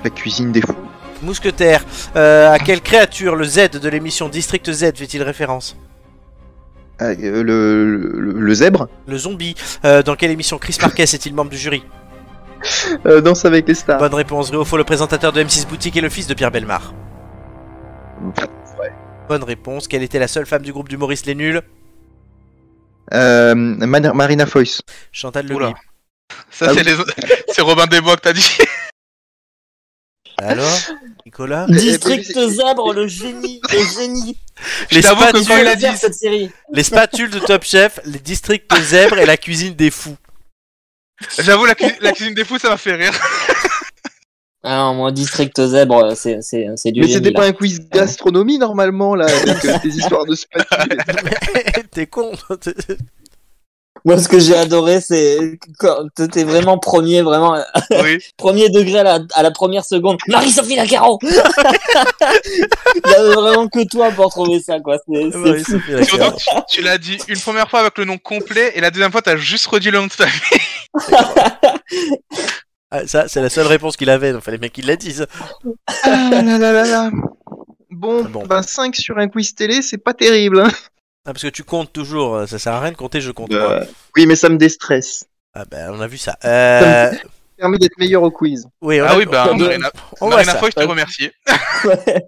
S3: La cuisine des fous.
S1: mousquetaires. Euh, à quelle créature le Z de l'émission District Z fait-il référence
S3: Ah, euh, le, le, le zèbre.
S1: Le zombie. Euh, dans quelle émission Chris Marquez est-il membre du jury
S3: Euh, danse avec les stars.
S1: Bonne réponse, vrai ou faux, le présentateur de M6 Boutique est le fils de Pierre Belmar.
S3: Vrai.
S1: Bonne réponse, quelle était la seule femme du groupe d'humoristes Les Nuls
S3: Euh, Man- Marina Foyce.
S1: Chantal
S2: Oula.
S1: Lelui.
S2: Ça,
S3: Ah
S2: c'est les... c'est Robin Desbois que t'as dit.
S1: Alors Nicolas
S5: District
S3: euh,
S5: Zèbre, le génie, le génie.
S1: Les
S2: Je t'avoue que
S1: spatules,
S2: quand il a
S5: la
S2: dit
S5: dire cette série.
S1: les spatules de Top Chef, les districts de zèbres et la cuisine des fous.
S2: J'avoue, la, cu- la cuisine des fous, ça m'a fait rire.
S5: Ah non, moi, District Zèbre, c'est, c'est, c'est du
S3: Mais
S5: génie.
S3: c'était pas
S5: Là.
S3: un quiz gastronomie normalement là, avec euh, des histoires de spatules.
S1: T'es con
S5: hein. Moi, ce que j'ai adoré, c'est quand t'es vraiment premier, vraiment
S2: Oui.
S5: premier degré à la, à la première seconde. Marie-Sophie Lacaro Il n'y avait vraiment que toi pour trouver ça, quoi. C'est, c'est
S1: Ouais,
S5: fou.
S1: ça fait la
S2: Surtout, tu, tu l'as dit une première fois avec le nom complet, et la deuxième fois, t'as juste redit le nom de ta vie.
S1: Ah, ça, c'est la seule réponse qu'il avait, donc fallait bien qu'il la dise.
S3: Ah là là là là. Bon,
S1: Bon.
S3: ben 5 sur un quiz télé, c'est pas terrible. hein.
S1: Ah, parce que tu comptes toujours, euh, ça sert à rien de compter, je compte.
S2: Bah
S1: moi.
S3: Oui, mais ça me déstresse.
S1: Ah ben, on a vu ça. Euh,
S3: Ça permet d'être meilleur au quiz.
S1: Oui, on
S2: Ah
S1: a-
S2: oui, bah,
S1: on-
S2: Marina,
S1: on voit
S2: Marina
S1: ça.
S2: Foy, je te remercie.
S5: Ouais.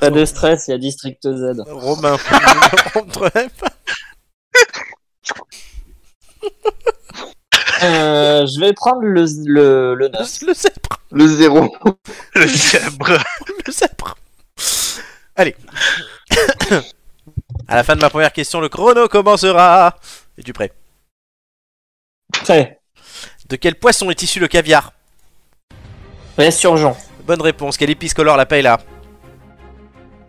S5: Pas de stress, il y a District Z.
S1: Romain, Entre-
S5: Euh, je vais prendre le, le, le 9.
S1: le zèbre,
S3: Le zéro.
S2: Le zèbre.
S1: le zèbre. Allez. à la fin de ma première question, le chrono commencera. Es-tu prêt
S5: Prêt.
S1: De quel poisson est issu le caviar
S5: Ressurgent.
S1: Bonne réponse. Quelle épice colore la paella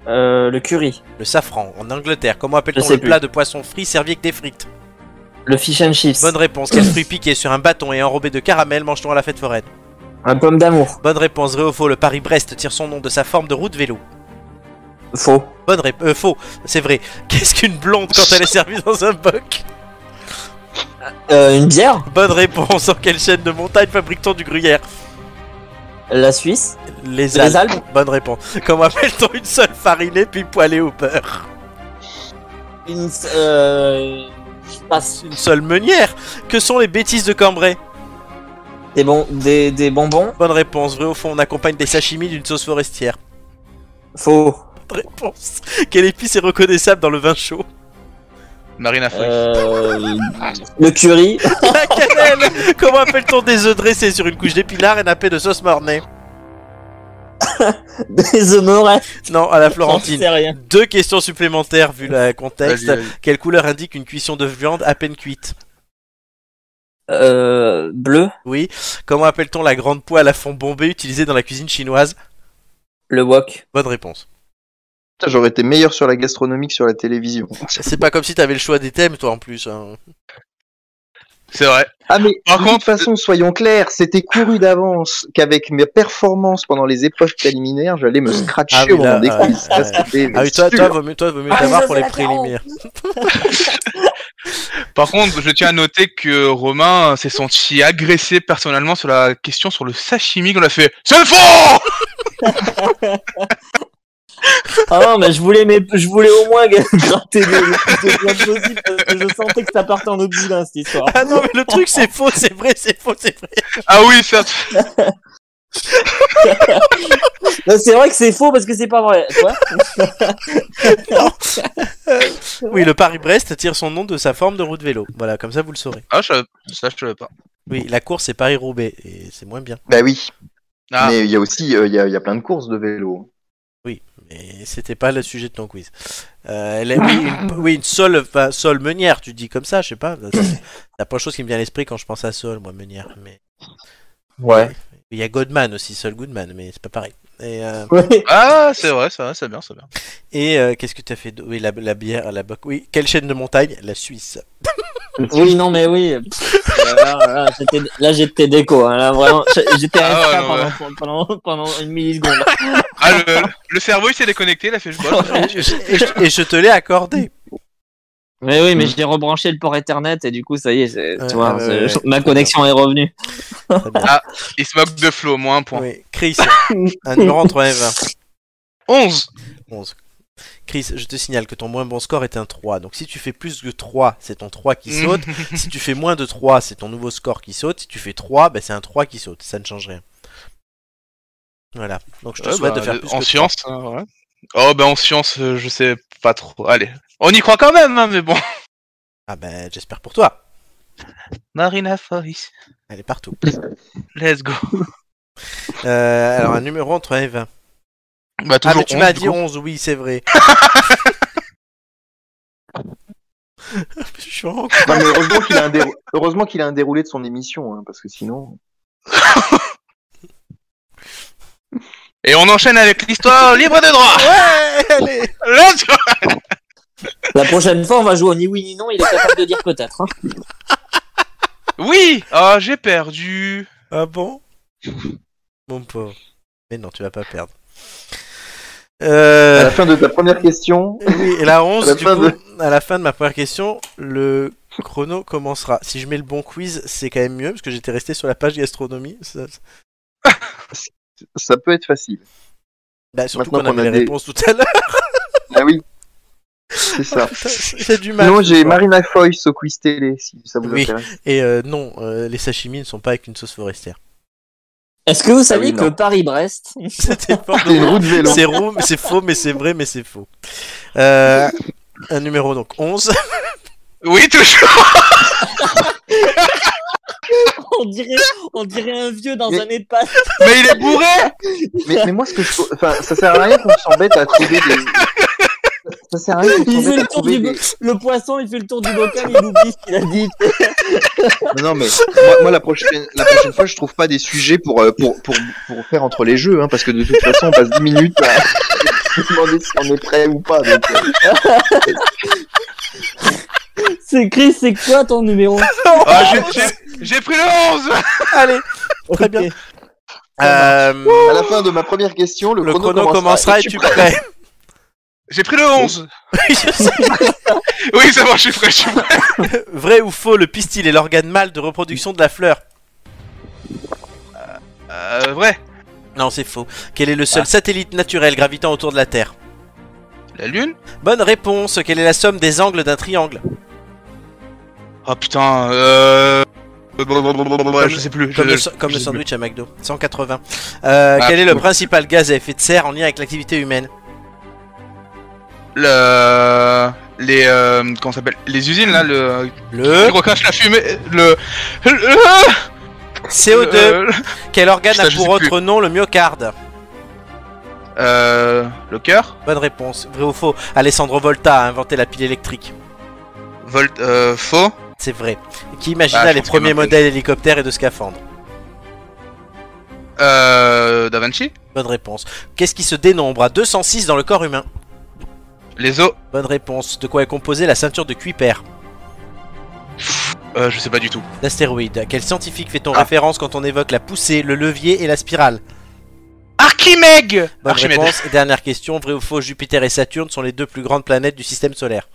S5: Euh, le curry.
S1: Le safran. En Angleterre, comment
S5: Je
S1: appelle-t-on
S5: sais
S1: le plat de poisson frit servi avec des frites
S5: Le fish and chips.
S1: Bonne réponse. Quel fruit piqué sur un bâton et enrobé de caramel mange-t-on à la fête foraine
S5: Un pomme d'amour.
S1: Bonne réponse, vrai ou faux, le Paris-Brest tire son nom de sa forme de roue de vélo.
S5: Faux.
S1: Bonne réponse, euh, faux, c'est vrai. Qu'est-ce qu'une blonde quand elle est servie dans un boc
S5: Euh, une bière
S1: Bonne réponse, en quelle chaîne de montagne fabrique-t-on du gruyère
S5: La Suisse
S1: Les
S5: Les
S1: Alpes.
S5: Alpes
S1: Bonne réponse. Comment appelle-t-on une seule farinée puis poêlée au beurre
S5: Une... Euh... Je passe.
S1: Une seule meunière Que sont les bêtises de Cambrai
S5: Des, bon... des, des bonbons
S1: Bonne réponse, vrai au fond, on accompagne des sashimi d'une sauce forestière.
S5: Faux.
S1: Bonne réponse. Quelle épice est reconnaissable dans le vin chaud
S2: Marina Foy.
S5: Euh...
S2: Ah,
S5: le curry
S1: La cannelle Comment appelle-t-on des œufs dressés sur une couche d'épinards et nappés de sauce mornay
S5: Des honorés
S1: Non, à la
S5: J'en
S1: Florentine.
S5: sais rien.
S1: Deux questions supplémentaires vu le
S2: Vas-y,
S1: contexte.
S2: vas-y.
S1: Quelle couleur indique une cuisson de viande à peine cuite
S5: Euh... Bleu
S1: Oui. Comment appelle-t-on la grande poêle à fond bombé utilisée dans la cuisine chinoise
S5: Le wok
S1: Bonne réponse.
S3: Putain, J'aurais été meilleur sur la gastronomie que sur la télévision.
S1: C'est pas comme si t'avais le choix des thèmes, toi, en plus. hein.
S2: C'est vrai.
S3: Ah mais
S2: Par
S3: de
S2: contre-
S3: toute façon, soyons clairs, c'était couru d'avance qu'avec mes performances pendant les épreuves préliminaires, j'allais me scratcher
S1: Ah oui,
S3: au moment
S1: là,
S3: des
S1: ouais,
S3: quiz. Ça,
S1: ouais.
S3: c'était
S1: Ah oui, toi,
S3: sûr.
S1: toi, vaut mieux, toi, vaut mieux
S8: Ah,
S1: t'avoir
S8: ça,
S1: pour
S8: c'est
S1: les
S8: la carotte.
S1: préliminaires.
S2: Par contre, je tiens à noter que Romain s'est senti agressé personnellement sur la question sur le sashimi qu'on a fait. C'est faux
S5: Ah non, mais je voulais, mes... je voulais au moins gratter des des points possibles parce que je sentais que ça partait en autre bout cette histoire.
S1: Ah non, mais le truc, c'est faux, c'est vrai, c'est faux, c'est vrai.
S2: Ah oui, certes.
S5: Non, C'est vrai que c'est faux parce que c'est pas vrai. Quoi
S1: Oui, le Paris-Brest tire son nom de sa forme de roue de vélo. Voilà, comme ça, vous le saurez.
S2: Ah, je... ça, je savais pas.
S1: Oui, la course, c'est Paris-Roubaix, et c'est moins bien.
S3: Bah oui,
S2: Ah.
S3: mais il y a aussi, euh, il y, a, il y a plein de courses de vélo.
S1: Oui, mais c'était pas le sujet de ton quiz. Euh, elle a- oui, une, oui, une seule, enfin, seule meunière, tu dis comme ça, je sais pas. Ça, c'est La première chose qui me vient à l'esprit quand je pense à Sol, moi, meunière. Mais
S3: Ouais.
S1: il y a Godman aussi, Sol Goodman, mais c'est pas pareil. Et, euh,
S5: Ouais.
S2: Ah, c'est vrai, c'est vrai, c'est bien, c'est bien.
S1: et euh, qu'est-ce que t'as fait d'autre Oui, la, la bière, à la boc. Oui, quelle chaîne de montagne La Suisse.
S5: Oui, non, mais oui. Pff, Là, là, j'étais- là, j'étais déco. hein. Là, vraiment, j'étais
S2: Ah
S5: resté
S2: ouais,
S5: là
S2: non,
S5: pendant, pendant, pendant une milliseconde.
S2: Ah, le, le cerveau, il s'est déconnecté, il a fait je bosse.
S1: et, je, et je te l'ai accordé.
S5: Mais oui, mais j'ai rebranché le port Ethernet et du coup, ça y est, c'est-
S1: Mm. Ouais,
S5: tu vois,
S1: ouais,
S5: c'est-
S1: ouais, ouais.
S5: ma connexion est revenue.
S1: Très bien.
S2: Il se moque de Flo, moins un point.
S1: Oui, Chris, un numéro entre 1 et 20.
S2: 11
S1: 11. Chris, je te signale que ton moins bon score est un 3. Donc si tu fais plus que 3, c'est ton 3 qui saute. si tu fais moins de 3, c'est ton nouveau score qui saute. Si tu fais 3, ben, c'est un 3 qui saute. Ça ne change rien. Voilà. Donc je te
S2: Ouais,
S1: souhaite
S2: bah,
S1: de faire
S2: euh,
S1: plus
S2: En
S1: que Ah,
S2: science, hein, ouais. Oh, ben en science, euh, je sais pas trop. Allez, on y croit quand même, hein, mais bon.
S1: Ah ben j'espère pour toi.
S2: Marina Foy,
S1: Elle est partout.
S2: let's go.
S1: Euh, alors un numéro entre 1 et 20.
S2: Bah,
S1: Ah
S2: toujours
S1: mais tu
S2: 11,
S1: m'as
S2: du
S1: dit
S2: coup.
S1: 11, oui c'est vrai. je suis en
S3: Non, mais heureusement qu'il a, un dérou- heureusement qu'il a un déroulé de son émission, hein, parce que sinon.
S2: Et on enchaîne avec l'histoire libre de droit.
S1: Ouais, allez
S2: Let's go.
S5: La prochaine fois, on va jouer au ni oui ni non. Il est capable de dire peut-être. hein.
S2: Oui Ah, j'ai perdu.
S1: Ah bon Mon pauvre. Mais non, tu vas pas perdre.
S3: À
S1: Euh,
S3: la fin de ta première question,
S1: oui, et la 11,
S3: à la
S1: du
S3: fin
S1: coup,
S3: de-
S1: à la fin de ma première question, le chrono commencera. Si je mets le bon quiz, c'est quand même mieux, parce que j'étais resté sur la page gastronomie. Ça- ça-
S3: ça peut être facile.
S1: Bah, surtout qu'on
S3: Maintenant qu'on
S1: avait
S3: a
S1: les
S3: des-
S1: réponses tout à l'heure.
S3: Ah oui, c'est ça.
S1: J'ai du mal.
S3: Sinon, j'ai Marina Foïs au quiz télé, si ça vous
S1: Oui.
S3: intéresse.
S1: Et euh, non, euh, les sashimi ne sont pas avec une sauce forestière.
S5: Est-ce que vous saviez
S3: oui,
S5: que
S3: non.
S5: Paris-Brest
S1: C'était fort
S3: C'est une roue de vélo.
S1: C'est roux, mais c'est faux, mais c'est vrai, mais c'est faux. Euh, un numéro donc 11.
S2: Oui, toujours.
S5: on dirait, on dirait un vieux dans
S3: Mais-
S5: un EHPAD.
S2: Mais il est bourré.
S3: Mais, mais moi, ce que je trouve. Enfin, ça sert à rien qu'on s'embête à trouver des. Ça sert à rien qu'on
S5: Il fait
S3: s'embête à
S5: le tour
S3: trouver
S5: du
S3: des.
S5: bo- le poisson, il fait le tour du bocal, il oublie ce qu'il a dit.
S3: Non, non, mais moi, moi, la, prochaine, la prochaine fois, je trouve pas des sujets pour, euh, pour, pour, pour faire entre les jeux, hein, parce que de toute façon, on passe 10 minutes à se demander si on est prêt ou pas. Donc, euh,
S5: C'est Chris, c'est quoi ton numéro
S2: Ah, j'ai- j'ai- j'ai pris le 11.
S1: Allez, Très bien.
S5: Ok.
S1: Euh,
S3: À la fin de ma première question, le,
S1: le chrono commencera, et tu prêt
S2: J'ai pris le 11 Oui, ça va, je suis prêt, je suis prêt
S1: Vrai ou faux, le pistil est l'organe mâle de reproduction de la fleur
S2: Euh, vrai
S1: Non, c'est faux. Quel est le
S2: Ah.
S1: seul satellite naturel gravitant autour de la Terre
S2: La lune
S1: Bonne réponse. Quelle est la somme des angles d'un triangle
S2: Oh putain, euh... Je sais plus.
S1: Comme,
S2: je-
S1: le, sa-
S2: je
S1: comme le
S2: sais
S1: sandwich à McDo. 180. Euh,
S2: Ah,
S1: quel est le
S2: bon.
S1: principal gaz à effet de serre en lien avec l'activité humaine
S2: plus. Le... Les... Euh, comment ça s'appelle Les usines, là, le...
S1: Le
S2: qui recache la fumée... Le... le-
S1: CO2.
S2: euh,
S1: Quel organe
S2: Putain,
S1: a
S2: je
S1: pour
S2: sais plus.
S1: autre nom le myocarde
S2: Euh... Le cœur
S1: Bonne réponse. Vrai ou faux Alessandro Volta a inventé la pile électrique.
S2: Volt... Euh... Faux
S1: C'est vrai. Qui imagina
S2: Ah, je
S1: les
S2: pense que
S1: premiers
S2: maintenant-
S1: modèles hélicoptères et de scaphandres
S2: Euh... Da Vinci
S1: Bonne réponse. Qu'est-ce qui se dénombre à 206 dans le corps humain
S2: Les os
S1: Bonne réponse. De quoi est composée la ceinture de Kuiper
S2: Euh, je sais pas du tout.
S1: D'astéroïdes. Quel scientifique fait-on
S2: Ah.
S1: référence quand on évoque la poussée, le levier et la spirale
S2: Archimède
S1: Bonne
S2: Archimède.
S1: réponse. Et dernière question, vrai ou faux, Jupiter et Saturne sont les deux plus grandes planètes du système solaire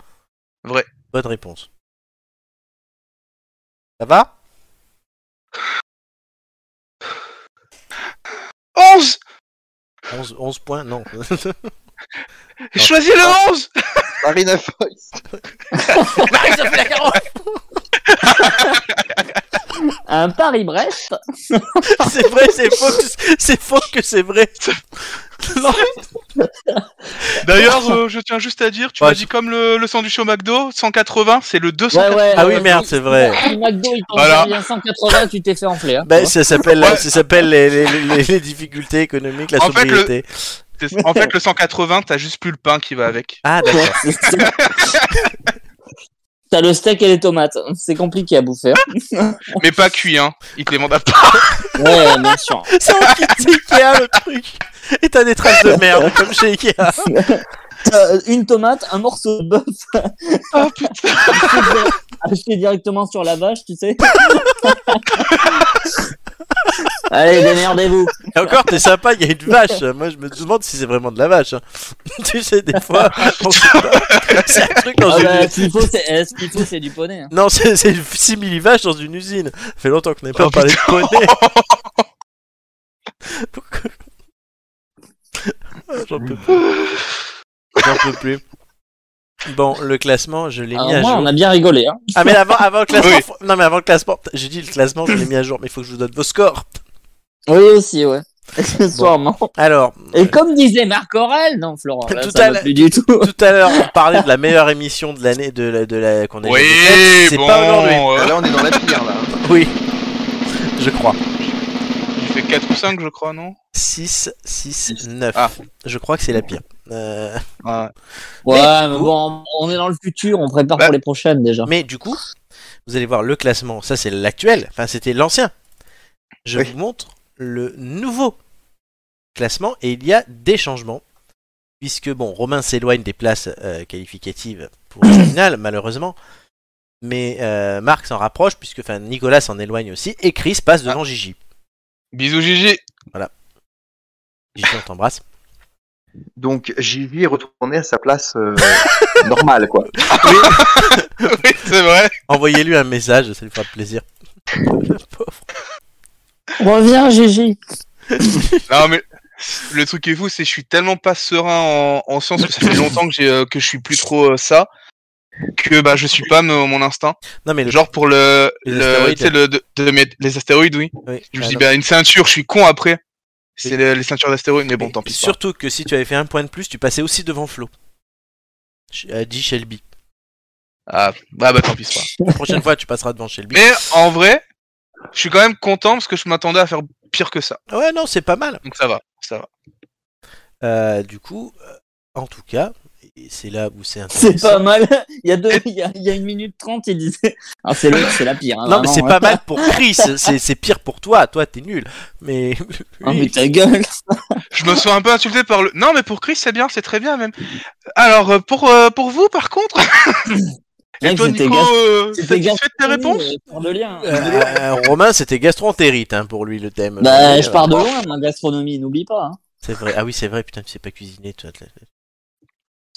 S2: Vrai.
S1: Bonne réponse. Ça va
S2: 11
S1: 11, 11 points Non.
S2: Choisis
S1: Ah.
S2: le 11
S3: Marina Foïs.
S5: Un Paris-Brest.
S1: c'est vrai, c'est faux, que- c'est faux que c'est vrai.
S2: D'ailleurs, euh, je tiens juste à dire, tu
S1: Ouais.
S2: m'as dit comme le, le sandwich au McDo, 180, c'est le 200.
S5: Ouais, ouais.
S1: Ah oui,
S5: euh,
S1: merde, c'est vrai.
S5: Le McDo, il t'en
S2: Voilà.
S5: servait à 180, tu t'es fait enfler. Hein,
S1: Ben,
S5: toi.
S1: ça s'appelle,
S2: Ouais.
S1: ça s'appelle les, les- les- les difficultés économiques, la
S2: En fait, le-
S1: sobriété.
S2: En fait, le 180, t'as juste plus le pain qui va avec.
S1: Ah, d'accord.
S5: Ouais, c'est ça. T'as le steak et les tomates. C'est compliqué à bouffer.
S2: Mais pas cuit, hein. Il te les manda pas.
S5: hein. Ouais, bien sûr.
S1: C'est en kit Ikea le truc. Et t'as des traces de merde, comme chez Ikea.
S5: Euh, une tomate, un morceau de bœuf.
S1: Oh,
S5: Acheté directement sur la vache, tu sais. Allez, démerdez-vous.
S1: Et encore, t'es sympa, il y a une vache. Moi, je me demande si c'est vraiment de la vache. hein. tu sais, des fois, on sait pas. c'est un truc dans
S5: Ah
S1: une
S5: bah,
S1: usine.
S5: ce qu'il faut, c'est eh, ce qu'il faut, c'est du poney. hein.
S1: Non, c'est c'est une simili-vache dans une usine. Ça fait longtemps qu'on n'est pas
S2: Oh,
S1: parlé de poney. Ah, J'en peux plus. J'en peux plus. Bon, le classement, je l'ai mis
S5: Alors,
S1: à
S5: moi,
S1: jour.
S5: Ah, on a bien rigolé. Hein.
S1: Ah, mais avant, avant le classement.
S2: Oui.
S1: faut- Non, mais avant le classement, j'ai dit le classement, je l'ai mis à jour, mais il faut que je vous donne vos scores.
S5: Oui, aussi, ouais. Accessoirement.
S1: Alors, euh,
S5: Et comme disait Marc Aurel, non, Florent, là,
S1: Tout
S5: ça
S1: à
S5: va
S1: l'heure.
S5: plus du tout.
S1: tout à l'heure, on parlait de la meilleure émission de l'année de la, de la, qu'on a
S2: Oui,
S1: jamais faite. C'est
S2: bon.
S1: pas aujourd'hui.
S2: euh,
S3: Là, on est dans la pire, là.
S1: Oui, je crois.
S2: il fait 4 ou 5, je crois, non
S1: 6, 6, 9.
S2: Ah.
S1: Je crois que c'est la pire. Euh,
S2: Ouais.
S5: Ouais, mais bon, on est dans le futur, on prépare
S2: Bah.
S5: pour les prochaines déjà.
S1: Mais du coup, vous allez voir le classement. Ça, c'est l'actuel. Enfin, c'était l'ancien. Je
S3: Oui.
S1: vous montre le nouveau classement et il y a des changements. Puisque, bon, Romain s'éloigne des places euh, qualificatives pour la finale, malheureusement. Mais euh, Marc s'en rapproche, puisque enfin, Nicolas s'en éloigne aussi. Et Chris passe
S2: Ah.
S1: devant Gigi.
S2: Bisous, Gigi.
S1: Gigi, on t'embrasse.
S3: Donc, Gigi est retourné à sa place euh, normale, quoi.
S2: oui, c'est vrai.
S1: Envoyez-lui un message, ça lui fera plaisir.
S5: Reviens, Gigi.
S2: Non, mais le truc qui est fou, c'est que je suis tellement pas serein en, en science que ça fait longtemps que, j'ai, euh, que je suis plus trop euh, ça. Que bah je suis pas mon mon instinct.
S1: Non, mais le.
S2: Genre pour le,
S1: Les
S2: le
S1: astéroïdes.
S2: tu sais le de, de mes- les astéroïdes oui.
S1: oui,
S2: Je me
S1: ah,
S2: dis
S1: non.
S2: bah une ceinture, je suis con après. C'est le- les ceintures d'astéroïdes mais bon
S1: Mais
S2: tant pis. quoi.
S1: Surtout que si tu avais fait un point de plus, tu passais aussi devant Flo. Ch- A dit Shelby.
S2: Ah bah, bah tant pis c'est pas. grave.
S1: La prochaine fois, tu passeras devant Shelby.
S2: Mais en vrai, je suis quand même content parce que je m'attendais à faire pire que ça.
S1: Ah Ouais, non, c'est pas mal.
S2: Donc ça va, ça va.
S1: Euh, du coup, euh, en tout cas, et c'est là où c'est intéressant.
S5: C'est pas mal. Il y a deux, il y a, il y a une minute trente, il disait. Ah, c'est l'autre, c'est la pire. hein,
S1: Non, mais
S5: vraiment,
S1: c'est
S5: hein.
S1: pas mal pour Chris. C'est c'est pire pour toi. Toi, t'es nul. Mais.
S5: Ah,
S1: oui.
S5: mais ta gueule.
S2: Je me sens un peu insulté par le. Non mais pour Chris c'est bien, c'est très bien même. Alors euh, pour euh, pour vous par contre. Et toi, Nico, euh, satisfait de tes réponses
S5: de lien.
S1: Euh, Romain, c'était gastroentérite hein, pour lui le thème.
S5: Bah,
S1: Ouais,
S5: je
S1: euh,
S5: pars de loin, ma gastronomie, n'oublie pas. hein.
S1: C'est vrai. Ah oui, c'est vrai. Putain, tu sais pas cuisiner, toi. t'as-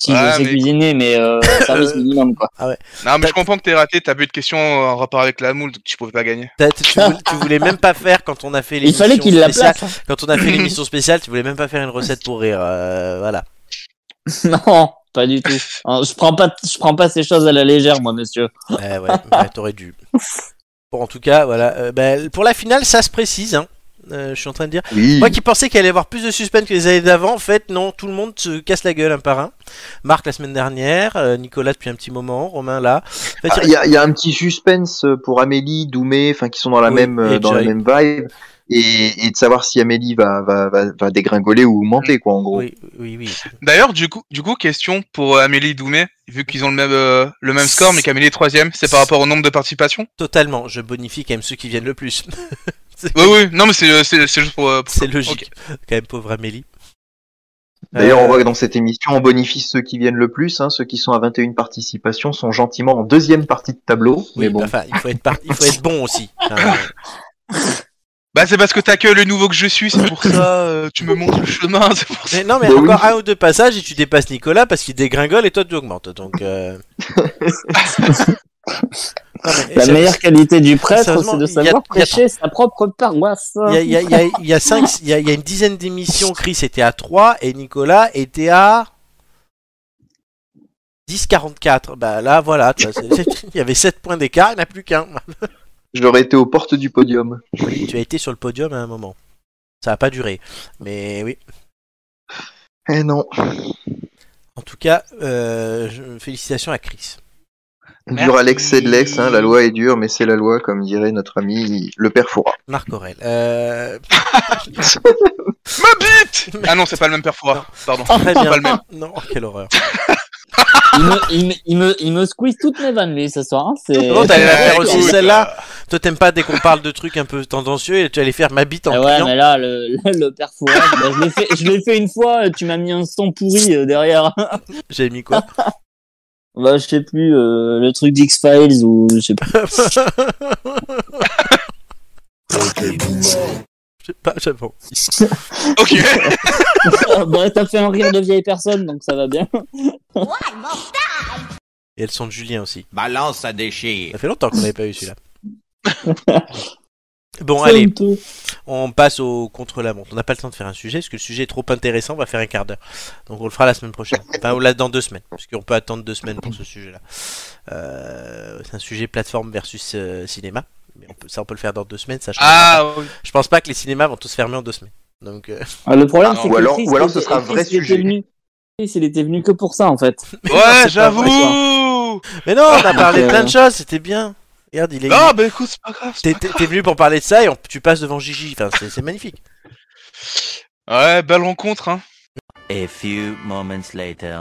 S5: Si,
S2: Ouais,
S5: je sais
S2: mais-
S5: cuisiner, mais euh, service minimum, quoi.
S2: Non, mais je comprends que t'es raté, t'as bu de questions euh, en rapport avec la moule, donc tu pouvais pas gagner.
S1: t'as- Tu, voulais, tu voulais même pas faire quand on a fait
S5: Il
S1: l'émission
S5: fallait qu'il la
S1: spéciale-
S5: place. hein.
S1: Quand on a fait l'émission spéciale, tu voulais même pas faire une recette pour rire. euh, voilà.
S5: Non, pas du tout. Hein, Je prends pas, je prends pas ces choses à la légère, moi, monsieur.
S1: Eh ouais, ouais, t'aurais dû. Bon, en tout cas, voilà. Euh, ben, pour la finale, ça se précise. Hein. Euh, je suis en train de dire.
S3: Oui.
S1: Moi qui pensais qu'il allait y avoir plus de suspense que les années d'avant, en fait, non, tout le monde se casse la gueule un par un. Marc la semaine dernière, euh, Nicolas depuis un petit moment, Romain là. En fait,
S3: Ah, Il y, a- il y a un petit suspense euh, pour Amélie, Doumé, enfin qui sont dans la
S1: Oui,
S3: même euh,
S1: et
S3: dans la
S1: Jai.
S3: même vibe et, et de savoir si Amélie va va, va, va dégringoler ou monter quoi en gros.
S1: Oui, oui, oui.
S2: D'ailleurs, du coup, du coup, question pour euh, Amélie et Doumé, vu qu'ils ont le même, euh, le même score, mais qu'Amélie est troisième, c'est par rapport au nombre de participations
S1: Totalement. Je bonifie quand même ceux qui viennent le plus. c'est
S2: Oui, oui, non, mais c'est euh, c'est- c'est juste pour. euh, pour-
S1: c'est logique. Quand même, pauvre Amélie.
S3: D'ailleurs,
S1: Euh,
S3: on voit que dans cette émission, on bonifie ceux qui viennent le plus. Hein, ceux qui sont à 21 participations sont gentiment en deuxième partie de tableau.
S1: oui,
S3: mais bon,
S1: bah, enfin, il faut être, par- il faut être bon aussi. Enfin, euh,
S2: Bah, c'est parce que t'as que le nouveau que je suis, c'est pour ça, euh, tu me montres le chemin, c'est pour ça.
S1: Mais non, mais
S3: Bah oui.
S1: encore un ou deux passages et tu dépasses Nicolas parce qu'il dégringole et toi tu augmentes. Donc. euh, Non, mais
S5: La
S1: ça-
S5: meilleure qualité du prêtre,
S1: sérieusement,
S5: c'est de
S1: il y a-
S5: savoir
S1: il y a-
S5: prêcher sa propre paroisse.
S1: Il y a, il y a- il y a- il y a cinq, il y a, il y a une dizaine d'émissions. Chris était à 3 et Nicolas était à 10,44. Bah là, voilà, tu vois, c'est- c'est- il y avait 7 points d'écart, il n'y en a plus qu'un.
S3: j'aurais été aux portes du podium.
S1: Tu as été sur le podium à un moment. Ça n'a pas duré. Mais oui.
S3: Eh non.
S1: En tout cas, euh, je- félicitations à Chris.
S3: Dur à l'ex, c'est de l'ex. Hein, la loi est dure, mais c'est la loi, comme dirait notre ami le père Foura.
S1: Marc Aurel. Euh,
S2: Ma bite Ah non, c'est pas le même
S1: Non. Oh.
S2: perfoir, pardon.
S1: très bien.
S2: pas le même.
S1: Non, quelle horreur.
S5: Il me, il, me, il, me, il me squeeze toutes mes vannes, lui, ce soir. hein, c'est-
S1: Non, t'allais la faire
S2: Ouais,
S1: aussi
S2: écoute,
S1: celle-là. Toi, t'aimes pas dès qu'on parle de trucs un peu tendancieux et tu allais faire ma bite en
S5: Ah ouais,
S1: criant.
S5: mais là, le, le, le père Fouras, bah, je l'ai fait, je l'ai fait une fois, tu m'as mis un son pourri euh, derrière.
S1: J'ai mis quoi
S5: Bah, je sais plus, euh, le truc d'X-Files ou je sais plus.
S1: Je sais pas, j'avoue.
S2: euh, Ok,
S5: bah, t'as fait un rire de vieille personne, donc ça va bien.
S1: Et elles sont de Julien aussi.
S7: Balance à déchire.
S1: Ça fait longtemps qu'on n'avait pas eu celui-là. Bon,
S5: C'est
S1: allez,
S5: une tour.
S1: on passe au contre-la-montre. On n'a pas le temps de faire un sujet, parce que le sujet est trop intéressant, on va faire un quart d'heure. Donc on le fera la semaine prochaine. Enfin, ou là, dans deux semaines, parce qu'on peut attendre deux semaines pour ce sujet-là. Euh, c'est un sujet plateforme versus euh, cinéma. Mais on peut- ça, on peut le faire dans deux semaines. Ça change rien.
S2: ah, oui.
S1: Je pense pas que les cinémas vont tous fermer en deux semaines. Donc, euh,
S5: Ah, le problème,
S2: Ah,
S5: c'est
S3: ou
S5: que
S3: alors-
S5: Chris,
S3: ou alors
S5: il
S3: ce
S5: était-
S3: sera un vrai
S5: Chris, il était
S3: sujet.
S5: venu- Chris, il était venu que pour ça, en fait.
S2: ouais,
S5: vrai,
S2: j'avoue
S1: Mais non, on a parlé de
S5: euh,
S1: plein de choses, c'était bien. Regarde, il est.
S2: Non, bah écoute, c'est pas grave.
S1: T'es
S2: c'est
S1: t'es- t'es venu pour parler de ça et on- tu passes devant Gigi. Enfin, c'est- c'est magnifique.
S2: pas- Ouais, belle rencontre, hein.
S7: A few moments later.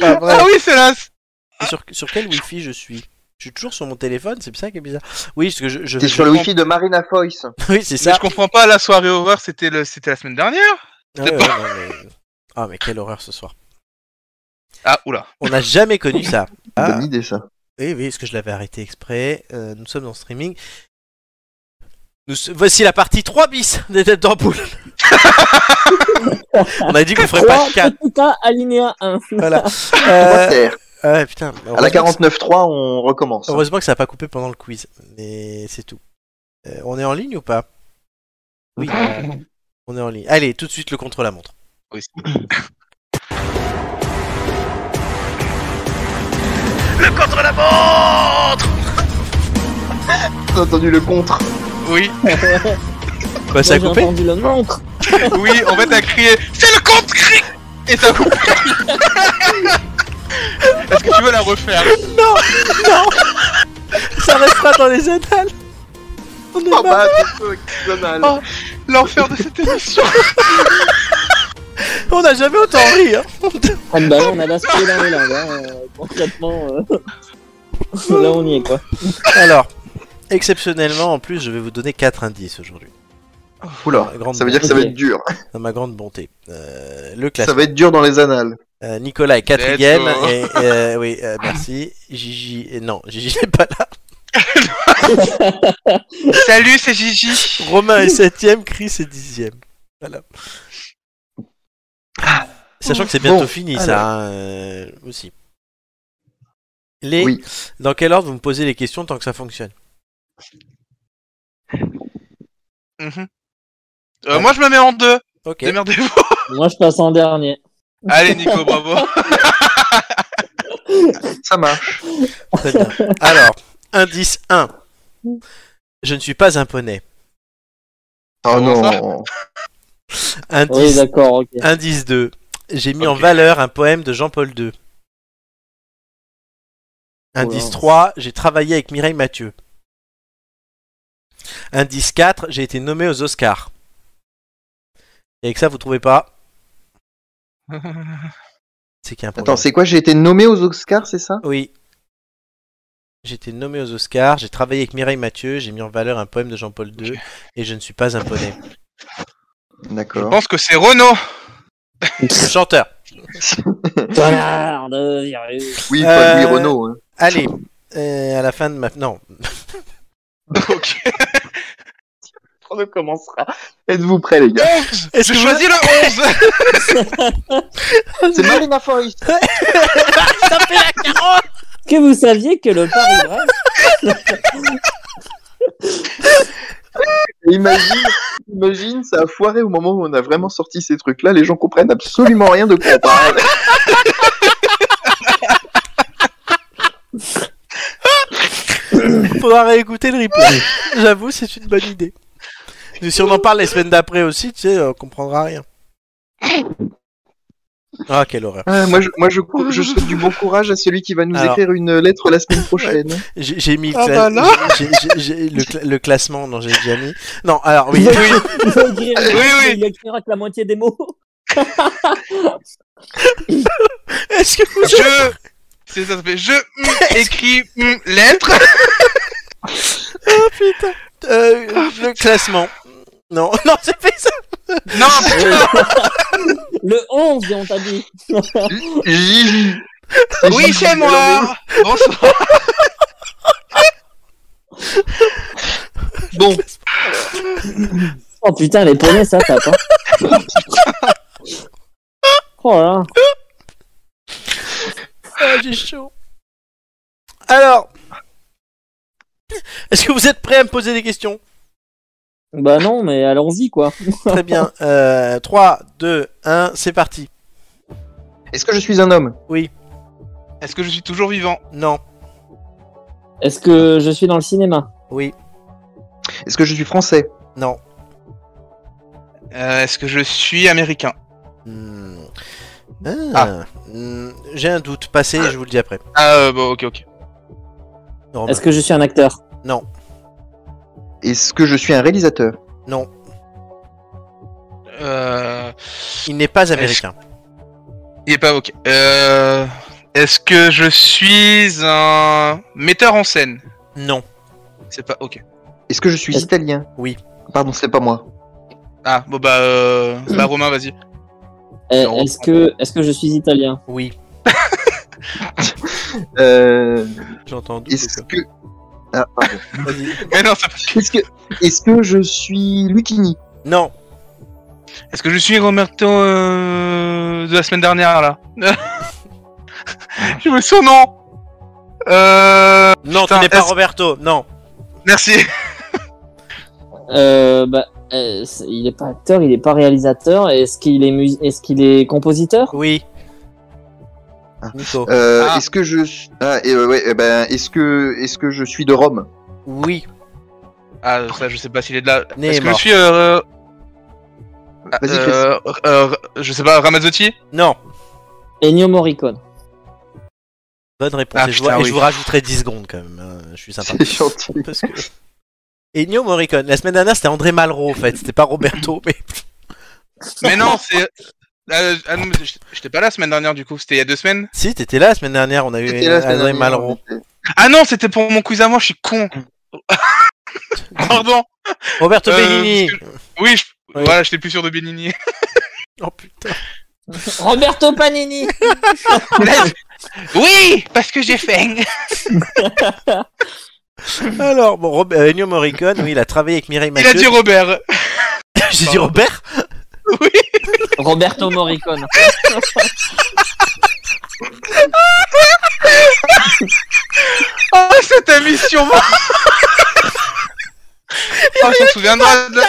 S2: Ah oui, c'est là
S1: Et sur, sur quel wifi je suis Je suis toujours sur mon téléphone, c'est ça qui est bizarre. Oui, parce que je. je
S3: T'es
S1: je-
S3: sur le wifi de Marina Foyce.
S1: Oui, c'est
S2: Mais
S1: ça.
S2: je comprends pas, la soirée over, c'était le... c'était la semaine dernière
S1: Ah, ouais, ouais, non, mais- Ah, mais quelle horreur ce soir.
S2: Ah, oula.
S1: On n'a jamais connu ça. Ah,
S3: Bonne idée ça.
S1: oui, oui, parce que je l'avais arrêté exprès. Euh, nous sommes en streaming. Nous s- Voici la partie 3 bis des têtes d'ampoule. on a dit qu'on ferait pas
S5: Trois
S1: 4.
S5: petits cas alinéa 1.
S1: Voilà.
S3: Trois
S1: Euh,
S3: terres.
S1: ouais, putain.
S3: À la 49.3, on recommence.
S1: Heureusement que ça n'a pas coupé pendant le quiz, mais c'est tout. Euh, on est en ligne ou pas Oui. euh, on est en ligne. Allez, tout de suite le contre-la-montre.
S2: Oui, c'est-
S3: T'as entendu le contre.
S2: Oui,
S1: Bah, ça a
S5: Moi,
S1: coupé
S5: J'ai entendu le montre.
S2: oui, en fait, t'as crié C'est le compte cri Et t'as coupé Est-ce que tu veux la refaire
S1: Ça restera dans les annales On est
S3: Oh,
S1: marre.
S3: bah, c'est exceptionnel.
S2: Oh. L'enfer de cette émission
S1: On n'a jamais autant ri hein.
S5: Ah, bah, là, on a basculé dans les langues, hein, euh, concrètement. euh, Là, on y est, quoi.
S1: Alors, exceptionnellement, en plus, je vais vous donner 4 indices aujourd'hui.
S3: Oula,
S1: Ma grande
S3: ça veut dire que ça va
S5: Ok.
S3: être dur.
S1: bonté. Ma grande bonté. Euh, le
S3: Ça
S1: classement.
S3: va être dur dans les annales.
S1: Euh, Nicolas est quatrième.
S2: Let's go.
S1: Et, euh, oui, euh, merci. Gigi. et non, Gigi n'est pas là.
S2: Salut, c'est Gigi.
S1: Romain est septième. Chris est dixième. Voilà. Sachant que c'est bientôt
S3: Bon,
S1: fini, ça hein, euh, aussi. Les...
S3: Oui.
S1: Dans quel ordre vous me posez les questions tant que ça fonctionne
S2: Mhm. Euh, Moi, je me mets en deux.
S1: Ok.
S2: Démerdez-vous.
S5: Moi, je passe en dernier.
S2: Allez, Nico, bravo.
S3: Ça marche.
S1: Très bien. Alors, indice 1. Je ne suis pas un poney.
S3: Oh
S2: Comment Ah, ça
S3: non.
S5: Oui,
S1: Indice,
S5: d'accord, ok.
S1: indice 2. J'ai mis en
S2: Ok.
S1: valeur un poème de Jean-Paul II. Indice
S5: Wow.
S1: 3. J'ai travaillé avec Mireille Mathieu. Indice 4. J'ai été nommé aux Oscars. Et avec ça, vous trouvez pas C'est qu'il y a un problème.
S3: Attends, c'est quoi J'ai été nommé aux Oscars, c'est ça
S1: Oui. J'ai été nommé aux Oscars, j'ai travaillé avec Mireille Mathieu, j'ai mis en valeur un poème de Jean-Paul II et je ne suis pas un poney.
S2: Je
S3: D'accord.
S2: pense que c'est Renault.
S1: Le chanteur.
S5: Connard de virus.
S3: Oui, pas
S1: Euh,
S3: Louis Renault. hein.
S1: Allez, euh, à la fin de ma... Non,
S2: Ok.
S3: On recommencera. Êtes-vous prêts, les gars
S1: Est-ce
S2: J'ai
S1: que vous-
S2: choisi le 11.
S3: C'est Marina Foïs.
S5: Que vous saviez que le Paris Brest
S3: Imagine, imagine, ça a foiré au moment où on a vraiment sorti ces trucs-là. Les gens comprennent absolument rien de quoi on parle.
S1: Faudra réécouter le replay. J'avoue, c'est une bonne idée. Mais si on en parle les semaines d'après aussi, tu sais, on comprendra rien. Ah, quelle horreur.
S3: Ah, moi, je, moi je, cou- je souhaite du bon courage à celui qui va nous
S1: Alors.
S3: écrire une lettre la semaine prochaine.
S1: J'ai j'ai mis le,
S2: Ah
S1: cla-
S2: bah là
S1: j'ai- j'ai- j'ai- le, cla- le classement, non, j'ai déjà mis. Non, alors oui,
S5: Il va
S1: oui,
S5: il va écrire-
S2: Oui, oui.
S5: Il écrira que la moitié des mots.
S1: est-ce que vous...
S2: Je. C'est ça, ça fait je mm, écris mm, lettre.
S1: Euh, le classement. Non, non, j'ai fait ça.
S2: Non, putain.
S5: Le 11, on t'a dit.
S3: Gigi.
S2: Oui, c'est moi. Bonsoir.
S3: Bon,
S5: Oh putain, les poneys, ça tape. Hein. Oh là.
S1: Ah, j'ai chaud. Alors, est-ce que vous êtes prêts à me poser des questions
S5: Bah non, mais allons-y, quoi.
S1: Très bien. Euh, 3, 2, 1, c'est parti.
S3: est-ce que je suis un homme
S2: Est-ce que je suis toujours vivant
S1: Non.
S5: Est-ce que je suis dans le cinéma
S1: Oui.
S3: Est-ce que je suis français
S1: Non.
S2: Euh, Est-ce que je suis américain
S1: Hmm. Ah. Hmm, J'ai un doute. Passé, je vous le dis après.
S2: Ah, euh, bon, ok, ok.
S1: Romain.
S5: Est-ce que je suis un acteur
S3: Est-ce que je suis un réalisateur
S1: Non.
S2: Euh...
S1: Il n'est pas américain.
S2: Il est pas ok. Euh... Est-ce que je suis un metteur en scène
S1: Non.
S2: C'est pas ok.
S3: Est-ce que je suis
S5: Est-ce-
S3: italien
S1: Oui.
S3: Pardon, c'est pas moi.
S2: Ah, bon bah, euh... bah Romain, vas-y.
S5: Eh,
S2: Non.
S5: Est-ce que, est que je suis italien
S1: Oui.
S3: Euh,
S1: J'entends un doute.
S3: est-ce que... Ah, pardon.
S1: Vas-y.
S2: Mais non, c'est pas...
S3: Est-ce que... Est-ce que je suis Lucini
S1: Non.
S2: Est-ce que je suis Roberto euh... de la semaine dernière là Je me surnom. Euh...
S1: Non,
S2: Putain,
S1: tu n'es pas
S2: est-ce-
S1: Roberto. Non.
S2: Merci.
S5: euh, bah, euh, c'est- Il est pas acteur, il est pas réalisateur. Est-ce qu'il est, mus- est, qu'il est compositeur
S1: Oui.
S3: Ah.
S1: Nico.
S3: Euh,
S2: Ah.
S3: Est-ce que je suis- ah, et, euh, ouais, eh ben, est-ce que est-ce que je suis de Rome
S1: Oui.
S2: Ah, ça, je sais pas s'il est de là.
S1: Né
S2: Est-ce
S1: est
S2: que je
S1: mort.
S2: suis. Euh... euh,
S3: Vas-y,
S2: euh, euh, je sais pas, Ramazzotti
S1: Non.
S5: Ennio Morricone.
S1: Bonne réponse.
S2: Ah,
S1: et, je,
S2: putain,
S1: vois- et
S2: oui.
S1: je vous rajouterai 10 secondes quand même. hein, Je suis sympa.
S3: C'est gentil.
S1: Parce que... Ennio Morricone. La semaine dernière, c'était André Malraux en fait. C'était pas Roberto. Mais...
S2: Mais non, c'est. Ah, ah non, mais j'étais- j'étais pas là la semaine dernière du coup, c'était il y a deux semaines.
S1: Si, t'étais là la semaine dernière. On a eu
S3: C'était la semaine
S1: André
S3: dernière,
S1: Malraux.
S3: on était-
S2: Ah non, c'était pour mon cousin à moi, je suis con. Pardon
S1: Roberto
S2: Euh,
S1: Benigni.
S2: parce Oui, je... voilà, j'étais plus sûr de Benigni.
S1: Oh putain.
S5: Roberto Panini
S2: oui Parce que j'ai faim
S1: Alors, bon, Rob- euh, Ennio Morricone, oui, il a travaillé avec Mireille
S2: Il a
S1: Mathieu.
S2: dit Robert
S1: J'ai dit Robert
S5: Roberto Morricone.
S2: Oh, cette émission Ah, on s'en souviendra de...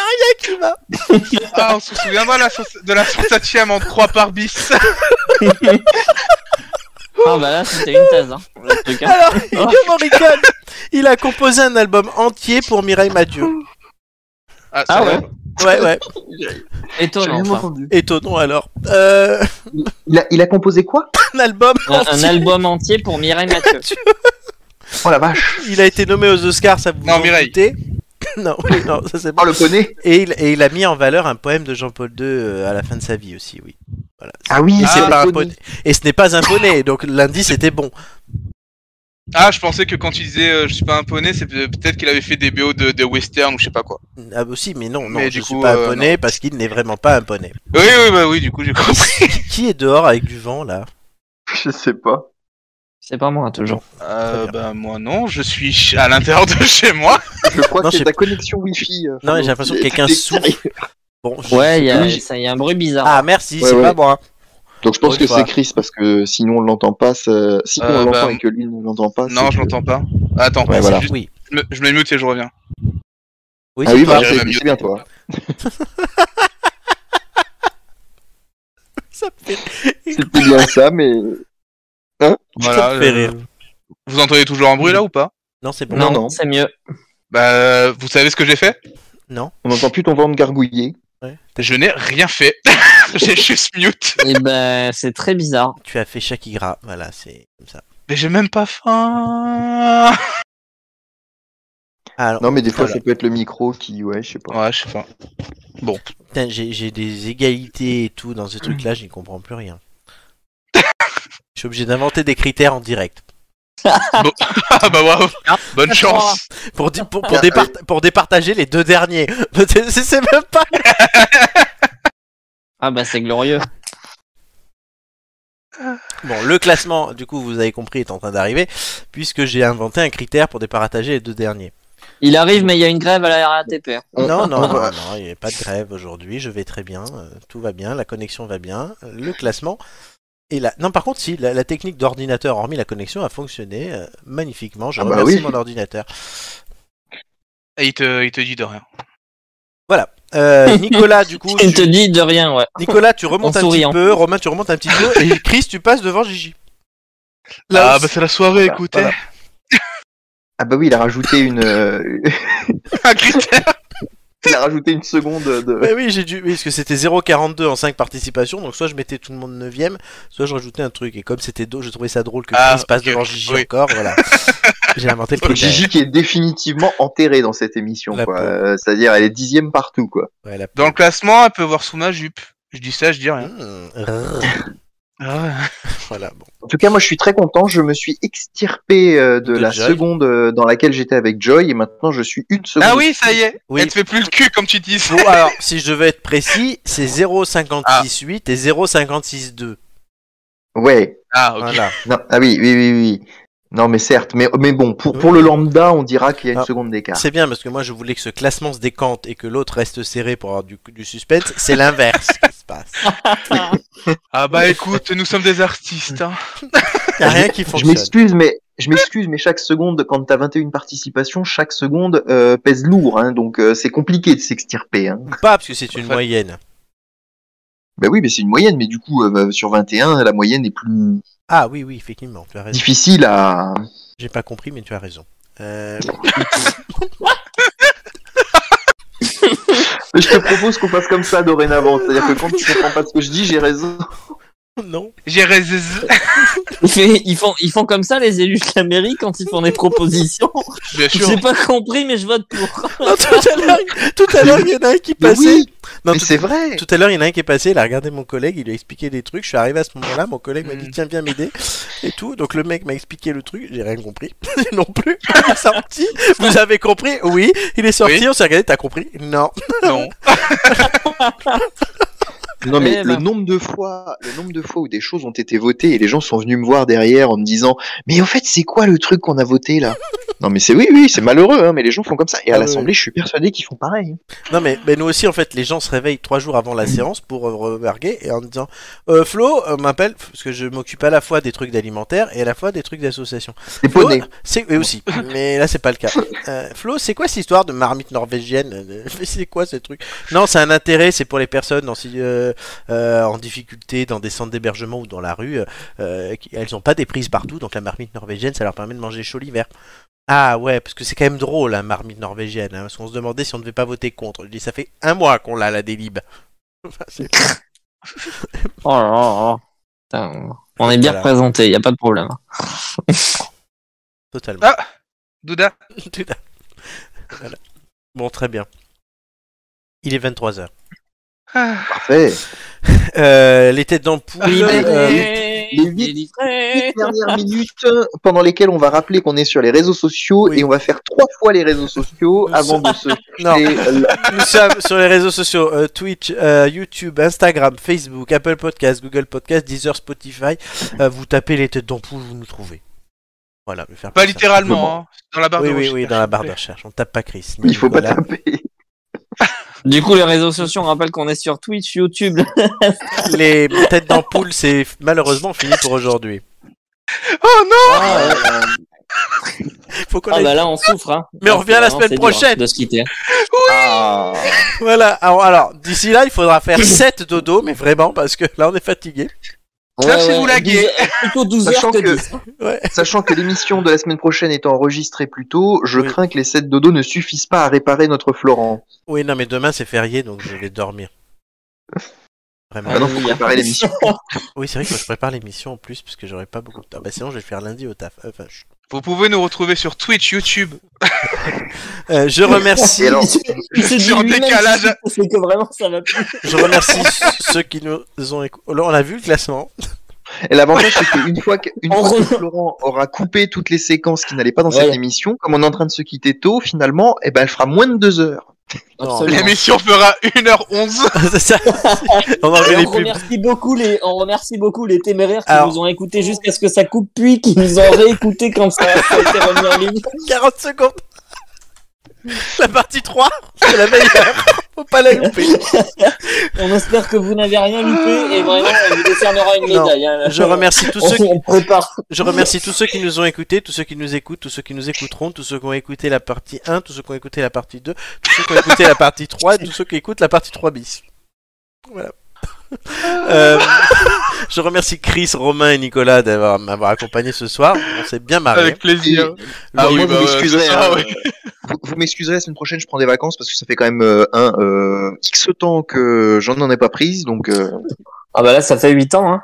S2: Ah, on s'en souviendra de la sens- de la sensatième en 3 par bis.
S5: Ah bah là c'était une thèse. Hein, le truc, hein.
S1: Alors, Ennio Morricone, il a composé un album entier pour Mireille Mathieu.
S2: Ah,
S5: Ah
S2: ouais
S1: Ouais, ouais.
S5: Étonnant. enfin.
S1: Étonnant alors. Euh,
S3: Il a, il a composé quoi
S1: un album
S5: Un, un
S1: entier.
S5: album entier pour Mireille Mathieu.
S3: Oh la vache
S1: Il a été nommé aux Oscars, ça vous
S2: Non,
S1: en
S2: Mireille.
S1: doutez Non, oui, non, ça c'est bon.
S3: Oh le poney
S1: Et il, et il a mis en valeur un poème de Jean-Paul II euh, à la fin de sa vie aussi, oui. Voilà.
S3: Ah oui,
S1: Et c'est
S2: Ah,
S1: pas un
S3: poney.
S1: poney. Et ce n'est pas un poney, donc l'indice était bon.
S2: Ah, je pensais que quand il disait euh, je suis pas un poney, c'est peut- peut-être qu'il avait fait des BO de, de western ou je sais pas quoi.
S1: Ah aussi, mais non, non,
S2: Mais
S1: je
S2: du
S1: suis
S2: coup,
S1: pas un
S2: euh,
S1: poney parce qu'il n'est vraiment pas un poney.
S2: Oui, oui, bah oui, du coup j'ai compris.
S1: Qui est dehors avec du vent là
S3: Je sais pas.
S5: C'est pas moi toujours.
S2: Euh, bah moi non, je suis ch- à l'intérieur de chez moi.
S3: Je crois
S1: Non, je
S3: que
S1: sais
S3: c'est ta connexion Wi-Fi. euh,
S1: Non, mais j'ai
S3: Fabio.
S1: l'impression que quelqu'un
S3: C'est-
S1: souffle. Bon, je-
S5: Ouais, il y, a-
S3: Oui.
S5: ça- il y a un bruit bizarre.
S1: Ah merci,
S3: Ouais,
S1: c'est
S3: ouais.
S1: pas moi.
S3: Donc je pense
S1: Autre
S3: que
S1: fois.
S3: c'est Chris parce que sinon on l'entend pas. ça- Si
S2: Euh,
S3: on l'entend
S2: bah,
S3: et que lui ne l'entend pas.
S2: Non,
S3: c'est
S2: je
S3: que-
S2: l'entends pas. Attends,
S3: Ouais,
S2: c'est
S3: voilà.
S2: juste-
S1: Oui.
S2: je me- je me mute et je reviens.
S1: Oui,
S3: Ah
S1: c'est
S3: oui,
S1: toi.
S3: bah,
S2: J'irais
S3: c'est
S2: mieux.
S3: c'est bien toi.
S1: Ça me fait-
S3: C'était bien ça, mais hein?
S1: Ça me fait rire.
S2: euh, Vous entendez toujours un bruit là ou pas
S1: Non, c'est bon.
S5: non,
S3: non.
S5: c'est mieux.
S2: Bah, euh, vous savez ce que j'ai fait
S3: on n'entend plus ton ventre gargouiller.
S2: Je n'ai rien fait. j'ai juste mute.
S5: Et ben c'est très bizarre.
S1: Tu as fait Shakira, voilà, c'est comme ça.
S2: Mais j'ai même pas faim.
S1: Alors,
S3: Non, mais des fois
S1: Voilà.
S3: ça peut être le micro qui, ouais, je sais pas.
S2: Ouais, je sais pas.
S1: putain, j'ai j'ai des égalités et tout dans ce truc-là, j'y comprends plus rien. Je suis obligé d'inventer des critères en direct.
S2: Ah bah waouh. Bonne chance.
S1: Pour, dé- pour, pour, départ- pour départager les deux derniers. C'est c'est même pas.
S5: Ah bah c'est glorieux.
S1: Bon, le classement, du coup, vous avez compris, est en train d'arriver, puisque j'ai inventé un critère pour départager les deux derniers.
S5: Il arrive mais il y a une grève à la RATP.
S1: Non, non, non,
S3: va-
S1: non, il n'y a pas de grève aujourd'hui, je vais très bien, euh, tout va bien, la connexion va bien, euh, le classement. Et là, non, par contre, si, la, la technique d'ordinateur, hormis la connexion, a fonctionné euh, magnifiquement. Je
S3: Ah bah
S1: remercie
S3: oui.
S1: mon ordinateur.
S2: Et il te, il te dit de rien.
S1: Euh, Nicolas, du coup, tu-
S5: Il te dit de rien ouais.
S1: Nicolas, tu remontes
S5: En
S1: un petit
S5: souriant.
S1: peu, Romain, tu remontes un petit peu, et Chris, tu passes devant Gigi. Là
S2: ah
S1: aussi.
S2: bah c'est la soirée, écoutez.
S3: voilà. Ah bah oui, il a rajouté une, euh,
S2: Un critère.
S3: il a rajouté une seconde de.
S1: Bah oui, j'ai dû. oui, parce que c'était 0,42 en 5 participations, donc soit je mettais tout le monde 9ème, soit je rajoutais un truc. Et comme c'était do, je trouvais ça drôle que Chris
S2: Ah,
S1: passe
S2: ok,
S1: devant Gigi
S2: oui.
S1: encore, voilà. j'ai inventé le critère.
S3: Gigi qui est définitivement enterrée dans cette émission,
S1: La
S3: quoi.
S1: peau.
S3: Euh, C'est-à-dire, elle est dixième partout, quoi.
S1: Ouais, la-
S2: Dans le classement, elle peut voir sous ma jupe. Je dis ça, je dis rien.
S1: Mmh, rrr,
S2: Ah
S1: voilà, bon.
S3: En tout cas, moi, je suis très content. Je me suis extirpé euh, de,
S1: De
S3: la
S1: Joy.
S3: seconde euh, dans laquelle j'étais avec Joy, et maintenant, je suis une seconde.
S2: Ah oui, ça y est.
S1: Ah Oui.
S2: Elle te fait plus le cul comme tu dis.
S1: Bon, alors, si je devais être précis, c'est 0,568 et 0,562.
S3: Ouais.
S2: Ah ok.
S1: Voilà.
S3: Non, ah oui, oui, oui, oui. Non, mais certes, mais, mais bon, pour, pour le lambda, on dira qu'il y a une
S1: Ah.
S3: seconde d'écart.
S1: C'est bien parce que moi je voulais que ce classement se décante et que l'autre reste serré pour avoir du, du suspense. C'est l'inverse qui se passe.
S2: Ah bah écoute, nous sommes des artistes. Hein.
S1: Y a rien qui
S3: Je
S1: fonctionne.
S3: m'excuse, mais je m'excuse, mais chaque seconde, quand t'as 21 participations, chaque seconde euh, pèse lourd, hein, donc euh, c'est compliqué de s'extirper. Hein.
S1: Pas parce que c'est une
S2: Enfin,
S1: moyenne.
S3: Bah oui, mais c'est une moyenne, mais du coup, euh, sur 21, la moyenne est plus
S1: Ah oui, oui, effectivement, tu as raison.
S3: difficile à.
S1: J'ai pas compris, mais tu as raison. Euh,
S3: Mais je te propose qu'on fasse comme ça dorénavant, c'est-à-dire que quand tu comprends pas ce que je dis, j'ai raison.
S1: non.
S2: J'ai raison.
S5: Il fait- Ils font, ils font comme ça les élus de la mairie quand ils font des propositions.
S2: Bien sûr.
S5: J'ai pas compris mais je vote pour.
S1: tout à l'heure, tout à l'heure, il y en a un qui
S3: Mais
S1: passait.
S3: oui.
S1: Non,
S3: Mais
S1: tout-
S3: c'est vrai
S1: Tout à l'heure, il y en a un qui est passé, il a regardé mon collègue, il lui a expliqué des trucs. Je suis arrivé à ce moment-là, mon collègue m'a dit
S2: Mm.
S1: tiens, viens m'aider et tout. Donc le mec m'a expliqué le truc, j'ai rien compris non plus. Il est sorti, vous avez compris Oui. Il est sorti,
S2: Oui.
S1: on s'est regardé, t'as compris Non.
S2: Non.
S3: Non mais
S5: Eh
S3: le
S5: ben.
S3: nombre de fois, le nombre de fois où des choses ont été votées et les gens sont venus me voir derrière en me disant mais au fait c'est quoi le truc qu'on a voté là Non mais c'est oui oui c'est malheureux hein, mais les gens font comme ça et à
S1: Ah,
S3: l'assemblée je suis persuadé qu'ils font pareil. hein.
S1: Non, mais, mais nous aussi, en fait, les gens se réveillent trois jours avant la séance pour euh, remarquer et en me disant euh, Flo euh, m'appelle parce que je m'occupe à la fois des trucs d'alimentaire et à la fois des trucs d'association.
S3: Les
S1: Flo,
S3: poneys.
S1: c'est et aussi, mais là c'est pas le cas. Euh, Flo, c'est quoi cette histoire de marmite norvégienne C'est quoi ce truc Non, c'est un intérêt, c'est pour les personnes en, si- euh, euh, en difficulté, dans des centres d'hébergement ou dans la rue. euh, qui- elles n'ont pas des prises partout, donc la marmite norvégienne, ça leur permet de manger chaud l'hiver. Ah ouais, parce que c'est quand même drôle la marmite norvégienne. hein, parce qu'on se demandait si on ne devait pas voter contre. Je dis, ça fait un mois qu'on l'a la délib. Enfin, c'est-
S5: Oh là là. là. Putain, on est bien
S1: Voilà.
S5: représenté, il y a pas de problème.
S1: Totalement.
S2: Ah Douda
S1: Tout à- Voilà. Bon, très bien. Il est 23h.
S2: Ah,
S3: Parfait.
S1: Euh, les têtes d'ampoule.
S3: Oui,
S5: bah,
S3: mais-
S1: euh,
S3: les huit- Huit dernières minutes euh, pendant lesquelles on va rappeler qu'on est sur les réseaux sociaux
S1: Oui.
S3: et on va faire trois fois les réseaux sociaux
S1: Nous
S3: avant de se
S1: non.
S3: jeter là.
S1: Nous sommes sur les réseaux sociaux euh, Twitch, euh, YouTube, Instagram, Facebook, Apple Podcast, Google Podcast, Deezer, Spotify. Euh, vous tapez les têtes d'ampoule, vous nous trouvez. Voilà, je vais faire
S2: Pas
S1: comme ça.
S2: littéralement, hein. Dans la barre
S1: Oui,
S2: de
S1: oui,
S2: recherche,
S1: oui, dans la
S2: s'il
S1: barre
S2: vous
S1: de
S2: plaît.
S1: recherche. On tape pas Chris. ni
S3: il faut pas
S1: Nicolas.
S3: taper.
S5: Du coup, les réseaux sociaux, on rappelle qu'on est sur Twitch, YouTube.
S1: Les têtes d'ampoule, c'est malheureusement fini pour aujourd'hui.
S2: Oh non
S5: Ah, ouais.
S1: Faut qu'on
S5: Ah,
S1: aille-
S5: bah là, on souffre. Hein.
S1: Mais on
S5: Ah,
S1: revient la
S5: vraiment,
S1: semaine
S5: c'est dur, hein,
S1: prochaine.
S5: de se quitter.
S3: Ah.
S1: Voilà. Alors, alors, d'ici là, il faudra faire 7 dodo, mais vraiment parce que là, on est fatigué.
S2: Sauf si vous laguez.
S5: 12 Plutôt 12
S3: Sachant
S5: heures que,
S3: que-
S5: 10.
S3: Sachant que l'émission de la semaine prochaine étant enregistrée plus tôt, je
S1: Oui.
S3: crains que les 7 dodo ne suffisent pas à réparer notre Florent.
S1: Oui, non, mais demain c'est férié, donc je vais dormir. Vraiment.
S3: Ah non, faut préparer l'émission.
S1: Oui, c'est vrai que je prépare l'émission en plus parce que j'aurai pas beaucoup de temps. Bah, sinon, je vais le faire lundi au taf. Enfin, je...
S2: Vous pouvez nous retrouver sur Twitch, YouTube.
S1: Euh, je remercie,
S3: Et alors,
S5: Il se
S2: Je
S5: dit
S2: suis en
S5: lui-même,
S2: décalage.
S5: C'est que vraiment, ça va plus.
S1: je remercie ceux qui nous ont écoutés. On a vu le classement.
S3: Et l'avantage, c'est qu'une fois, que, une
S5: En
S3: fois que
S5: gros-
S3: Florent aura coupé toutes les séquences qui n'allaient pas dans cette
S5: Voilà.
S3: émission, comme on est en train de se quitter tôt, finalement, eh ben, elle fera moins de deux heures.
S5: Absolument.
S2: L'émission fera 1h11.
S1: C'est ça. On a vu
S5: Et
S1: les
S5: on
S1: pubs.
S5: remercie beaucoup les, on remercie beaucoup les téméraires qui
S1: Alors-
S5: nous ont écoutés jusqu'à ce que ça coupe, puis qui nous ont réécoutés quand ça, ça a été remis en ligne.
S1: 40 secondes. La partie 3, c'est la meilleure. Faut pas la louper.
S5: On espère que vous n'avez rien loupé et vraiment, on vous décernera une
S1: Non,
S5: médaille. hein.
S1: Je remercie tous
S5: On,
S1: ceux qui.
S5: on prépare.
S1: Je remercie tous ceux qui nous ont écoutés, tous ceux qui nous écoutent, tous ceux qui nous écouteront, tous ceux qui ont écouté la partie 1, tous ceux qui ont écouté la partie 2, tous ceux qui ont écouté la partie 3, tous ceux qui écoutent la partie 3 bis. Voilà. Euh, je remercie Chris, Romain et Nicolas d'avoir m'avoir accompagné ce soir. On s'est bien marré.
S2: Avec
S5: hein.
S2: plaisir. Ah
S3: Alors,
S2: oui,
S3: moi,
S2: bah,
S3: vous m'excuserez.
S2: ça,
S3: hein,
S2: ouais.
S3: vous- Vous m'excuserez, la semaine prochaine, je prends des vacances parce que ça fait quand même euh, un euh, X temps que j'en en ai pas prise, donc euh,
S5: Ah bah là, ça fait 8 ans, hein.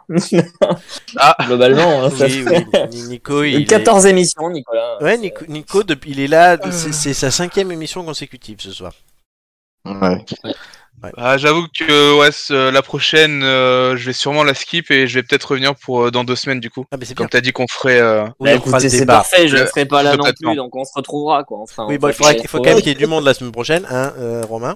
S2: Ah.
S5: Globalement, hein, ça
S1: Oui, oui, Ni- Nico, il est-
S5: fait 14 émissions, Nicolas.
S1: Ouais, Nico, Nico, depuis, il est là. C'est c'est sa cinquième émission consécutive ce soir.
S3: ouais.
S2: Ah, J'avoue que ouais, ce- la prochaine, euh, je vais sûrement la skip et je vais peut-être revenir pour euh, dans deux semaines du coup.
S1: Ah, mais c'est bien.
S2: Comme t'as dit qu'on ferait. euh,
S1: Oui,
S5: Bah,
S1: on fera le
S5: écoutez, c'est
S1: débat.
S5: parfait, je
S2: Le-
S5: ne serai pas là
S2: le
S5: non
S2: plateforme.
S5: plus, donc on se retrouvera, quoi. Enfin,
S1: Oui,
S5: on
S1: bon, il
S5: se
S1: faudra, il faut quand même
S5: retrouvera.
S1: qu'il y ait du monde la semaine prochaine, hein, euh, Romain.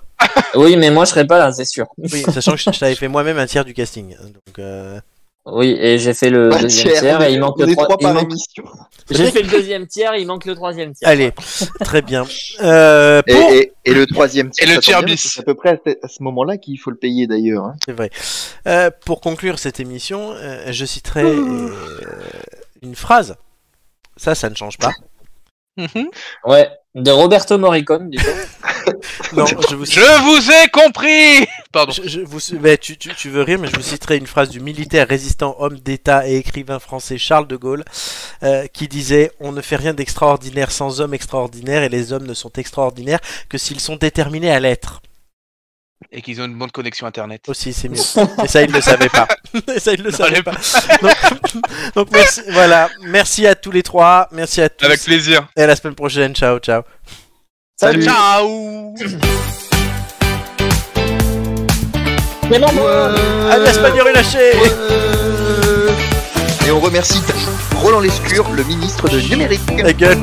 S5: Oui, mais moi, je serai pas là, c'est sûr.
S1: Oui, sachant que je je t'avais fait moi-même un tiers du casting. hein, Donc, euh,
S5: Oui, et j'ai fait le
S3: Bah,
S5: deuxième
S3: tiens,
S5: tiers,
S3: on
S5: et
S3: est-
S5: il manque
S3: on
S5: le
S3: est
S5: trois-
S3: trois
S5: il
S3: par
S5: manque- Oh
S3: émission.
S5: J'ai fait le deuxième tiers, il manque le troisième tiers.
S1: Allez, très bien. Euh,
S3: Et,
S1: pour-
S3: et- et le troisième tiers,
S2: Et le
S3: ça tombe
S2: tiers
S3: bien,
S2: bis.
S3: parce que C'est à peu près à ce- à ce moment-là qu'il faut le payer d'ailleurs. hein.
S1: C'est vrai. Euh, pour conclure cette émission, euh, je citerai euh, une phrase. Ça, ça ne change pas.
S5: Ouais, de Roberto Morricone, du coup.
S1: Non, je vous.
S2: Je vous ai compris Pardon.
S1: Je, je vous, mais tu, tu, tu veux rire, mais je vous citerai une phrase du militaire résistant, homme d'État et écrivain français Charles de Gaulle, euh, qui disait On ne fait rien d'extraordinaire sans hommes extraordinaires, et les hommes ne sont extraordinaires que s'ils sont déterminés à l'être.
S2: Et qu'ils ont une bonne connexion internet.
S1: Aussi, c'est mieux. Et ça, il ne le savait pas. Et ça, il le savait
S2: l'est
S1: pas. Donc, donc, merci, voilà. Merci à tous les trois. Merci à tous.
S2: Avec plaisir.
S1: Et à la semaine prochaine. Ciao, ciao.
S5: Salut.
S2: Ciao
S5: Mais non,
S1: Ah, l'espagnol est lâché
S3: Et on remercie Roland Lescure, le ministre de numérique.
S1: La gueule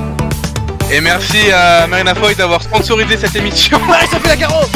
S2: Et merci à Marina Foy d'avoir sponsorisé cette émission.
S1: Ouais, ça fait la carreau